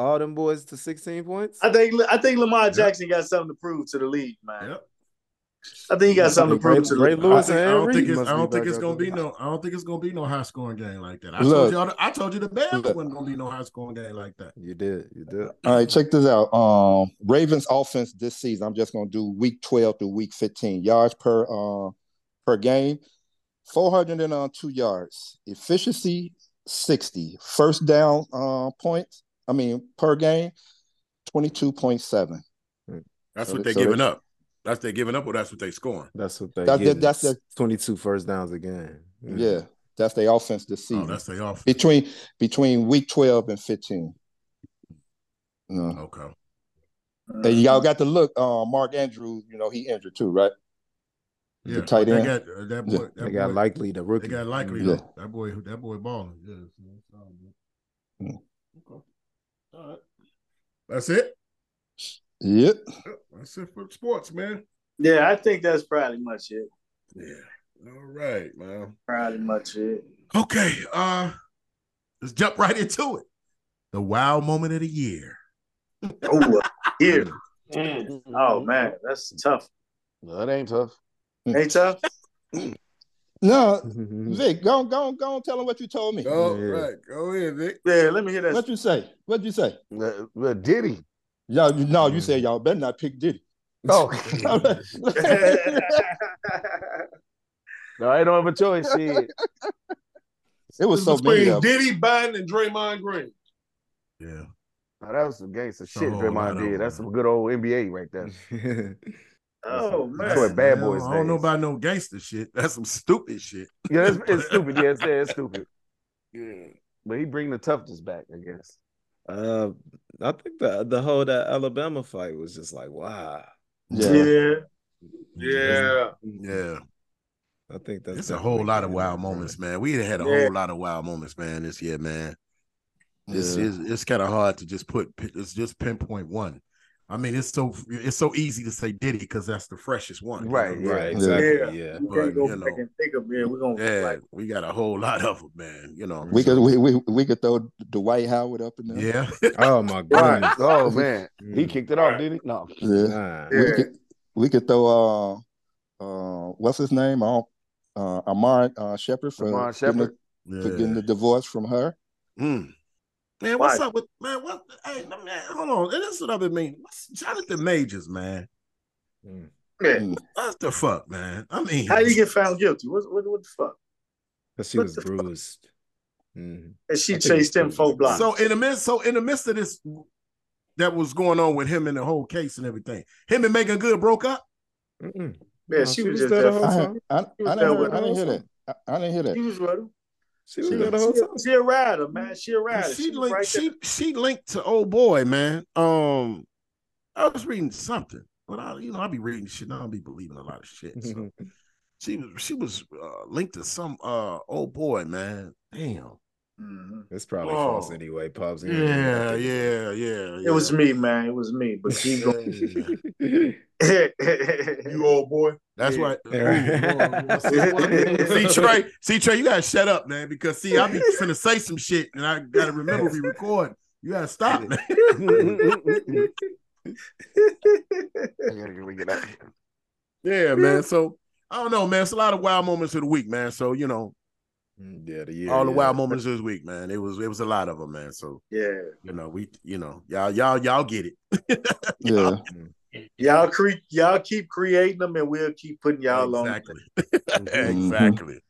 all them boys to 16 points.
I think I think Lamar
Yeah.
Jackson got something to prove to the league, man.
Yep.
I think he got something to
Ray,
prove to the
Ray
league.
Lewis
I, think, I
and
don't
Reed
think it's.
must
I don't
be
think
back
it's
out
gonna
there.
be no. I don't think it's gonna be no high scoring game like that. I
Look.
told y'all. the- I told you the Bears
Look.
wasn't gonna be no high scoring game like that.
You did, you did.
All right, check this out. Um, Ravens offense this season. I'm just gonna do week 12 through week 15 yards per uh, per game, 402 uh, yards, efficiency 60, first down uh, points. I mean per game, 22.7.
That's
So
what
they-
they're
so
giving up. That's they giving up, or that's what they scoring. Oh,
That's what they
That's the-
get.
that's
That's
the-
22 first downs Mm. again.
Yeah, that's their offense this
Oh,
season.
that's they off.
between between week 12 and 15. No.
Okay.
And y'all got to look. Uh, Mark Andrews, you know he injured too, right?
Yeah.
tight
They
end.
got uh, that
Yeah.
boy. That
They got
boy,
likely the rookie.
They got likely
Yeah.
though. That boy. That boy balling. Yeah. so it's all good.
Mm.
Okay. All right. That's it.
Yep.
Yep, That's it for sports, man.
Yeah, I think that's probably much it.
Yeah. All right, man.
Probably much it.
Okay. Uh let's jump right into it. The wow moment of the year.
Oh, here.
Mm.
Oh man, that's tough.
No, that ain't tough.
Ain't tough.
No,
[LAUGHS] Mhm.
Vic, go on, go on, go on, tell him what you told me.
All
Yeah.
right. Go ahead, Vic.
Yeah, let me hear that.
What you say? What you say? Uh, Diddy. Y'all,
Y'all-
you, no, you said y'all better not pick Diddy.
Oh.
[LAUGHS] it
No, I don't have a choice. Shit.
was
It's
so many
between
of them.
Diddy, Biden, and Draymond Green.
Yeah.
Oh, that was some gangster
shit Oh, Draymond I know, did. man. That's some
good old NBA right there.
oh man.
That's what bad
Well,
boys
I don't know
days.
about no gangster shit. [LAUGHS] That's some stupid shit.
Yeah,
it's- it's stupid.
Yeah, it's, it's stupid.
Yeah.
But he bring the toughness back, I
[LAUGHS]
guess.
[LAUGHS] Uh, I think the the whole that Alabama fight was just like wow.
Yeah.
Yeah.
Yeah.
Yeah.
I think that's
It's a
been
whole
pretty
lot of
good.
wild moments, man. We done had a
Yeah.
whole lot of wild moments, man, this year, man. It's
Yeah.
it's, it's kind of hard to just put it's just pinpoint one. I mean, it's so it's so easy to say Diddy because that's the freshest one. you know?
Right,
Right,
Yeah.
exactly. Yeah.
We
But,
can't go
you know,
back and think of it. We're gonna
Yeah,
like
we got a whole lot of them, man. You know,
We could we, we we could throw Dwight Howard up in there.
yeah, [LAUGHS]
Oh my
Right.
goodness.
Oh man.
He kicked
it off, didn't he? No. Yeah.
Nah.
We
Yeah.
could we could throw uh uh what's his name? I don't uh Amar uh Shepherd for,
Amon
getting the-
Shepherd.
for getting the divorce from her.
Mm. Man, what's
Why?
up with man? What? Hey, man, hold on. That's what I've been meaning. What's Jonathan Majors, man?
Mm.
Yeah.
What the fuck, man? I mean,
How you get found guilty? What what, what the fuck?
'Cause she
What
was
the fuck?
bruised. Mhm.
And she
I think
chased
it
him
was-
four blocks.
so in the midst, so in the midst of this that was going on with him and the whole case and everything. Him and Megan Good broke up.
Mm-mm.
Man,
uh,
No,
she,
she
was,
was
just
there
there.
the
for-
whole-
I, had- I,
She was
I,
there
didn't, hear,
with
I didn't
her.
hear that. I, I didn't hear
She
that.
was with him.
She
She,
was there the whole
she-
[LAUGHS] time.
she a rider, man. She a rider.
she
was
linked
right there.
she she linked to old boy, man. Um I was reading something, but I you know, I'll be reading shit. and I don't be believing a lot of shit. So she was she was uh, linked to some uh old boy, man. Damn.
Mhm.
It's probably
Oh.
false anyway, Pops.
Yeah, yeah, yeah.
It was me, man. It was me. But she go-
You old boy.
That's
Yeah.
right.
[LAUGHS]
[LAUGHS]
Yeah.
see Trey, see Trey, you gotta shut up, man, because see, [LAUGHS] I be finna say some shit and I gotta remember we record. You gotta stop, man. [LAUGHS] Yeah, man. So I don't know, man. It's a lot of wild moments of the week, man. So you know,
[LAUGHS] yeah, the year.
all the
yeah.
wild moments this week, man. It was it was a lot of them, man. So
[LAUGHS] yeah.
you know, we you know, y'all y'all y'all get it.
Yeah.
Y'all cre- y'all keep creating them and we'll keep putting y'all
exactly, [LAUGHS] Mm-hmm. exactly.
on.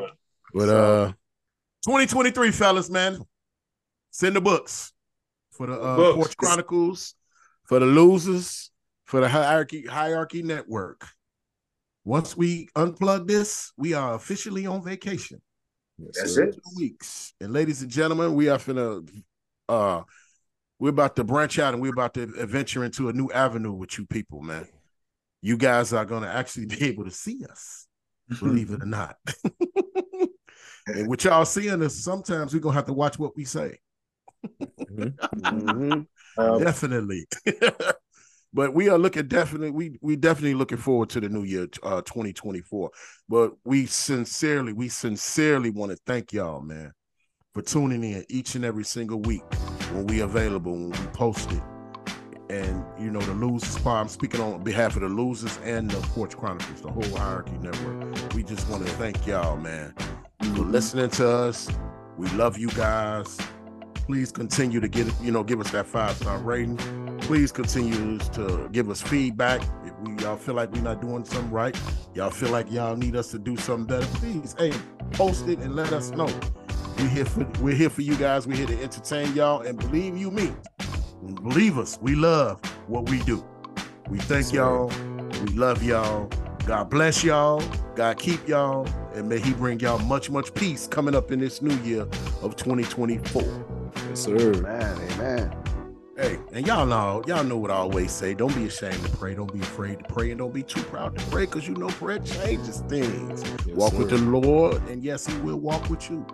Yeah.
But uh, 2023, fellas, man, send the books for the uh,
Books.
Porch Chronicles, for the losers, for the hierarchy hierarchy network. Once we unplug this, we are officially on vacation.
That's
So,
it.
two weeks. And ladies and gentlemen, we are finna uh we're about to branch out and we're about to venture into a new avenue with you people, man. You guys are gonna actually [LAUGHS] be able to see us, believe it or not. [LAUGHS] and with y'all seeing us, sometimes we're gonna have to watch what we say.
Um,
Definitely. [LAUGHS] but we are looking definitely we we definitely looking forward to the new year uh 2024. But we sincerely, we sincerely want to thank y'all, man, for tuning in each and every single week when we available, when we post it. And you know, the losers part, I'm speaking on behalf of the losers and the Porch Chronicles, the whole hierarchy network. We just want to thank y'all, man, for listening to us. We love you guys. Please continue to get you know, give us that five star rating. Please continue to give us feedback. If we y'all feel like we're not doing something right, y'all feel like y'all need us to do something better, please, hey, post it and let us know. We're here for we're here for you guys. We're here to entertain y'all, and believe you me, believe us, we love what we do. We thank y'all. We love y'all. God bless y'all. God keep y'all, and may He bring y'all much much peace coming up in this new year of 2024.
Yes, sir.
Man, amen.
Hey, and y'all know y'all know what I always say. Don't be ashamed to pray. Don't be afraid to pray, and don't be too proud to pray, because you know prayer changes things.
Yes,
walk with
sir.
the Lord, and yes, He will walk with you.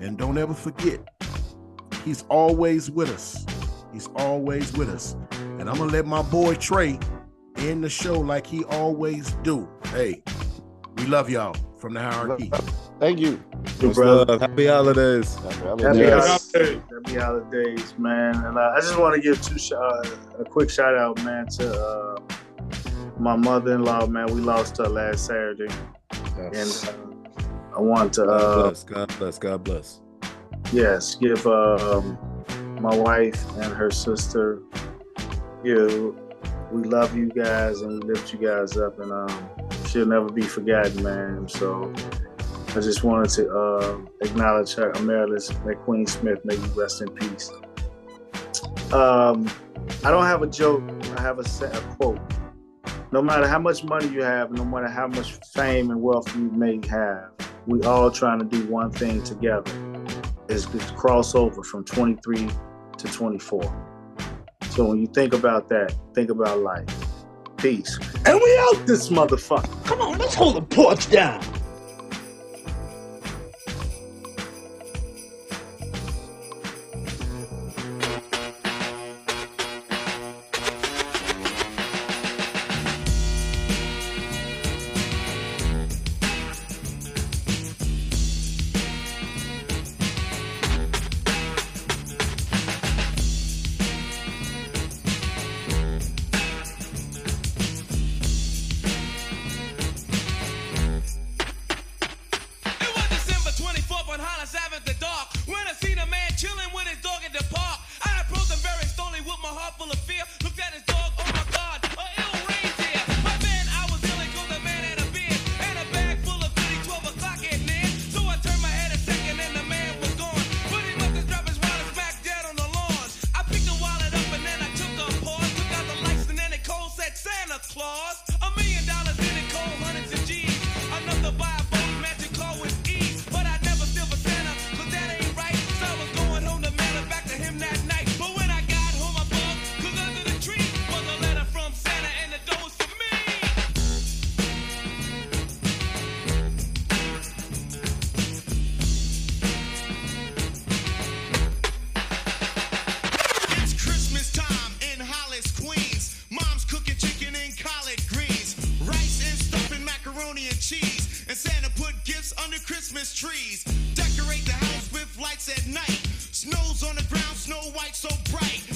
And don't ever forget, He's always with us. He's always with us. And I'm gonna let my boy Trey end the show like he always do. Hey, we love y'all from the hierarchy.
Thank you.
your
Much
brother.
love. Happy holidays.
Happy
Yeah.
holidays, happy holidays, man! And uh, I just want to give two sh- uh, a quick shout out, man, to uh, my mother-in-law, man. We lost her last Saturday, and uh, I want to,
God
uh,
bless. God bless. God bless.
yes, give um, my wife and her sister, you. We love you guys, and we lift you guys up, and um, she'll never be forgotten, man. So. I just wanted to uh, acknowledge her emeritus, McQueen Smith. May you rest in peace. Um, I don't have a joke. I have a, set, a quote. No matter how much money you have, no matter how much fame and wealth you may have, we all trying to do one thing together. Is to cross over from 23 to 24. So when you think about that, think about life. Peace. And we out this motherfucker.
Come on, let's hold the porch down.
oh
lights at night. Snow's on the ground, snow white so bright.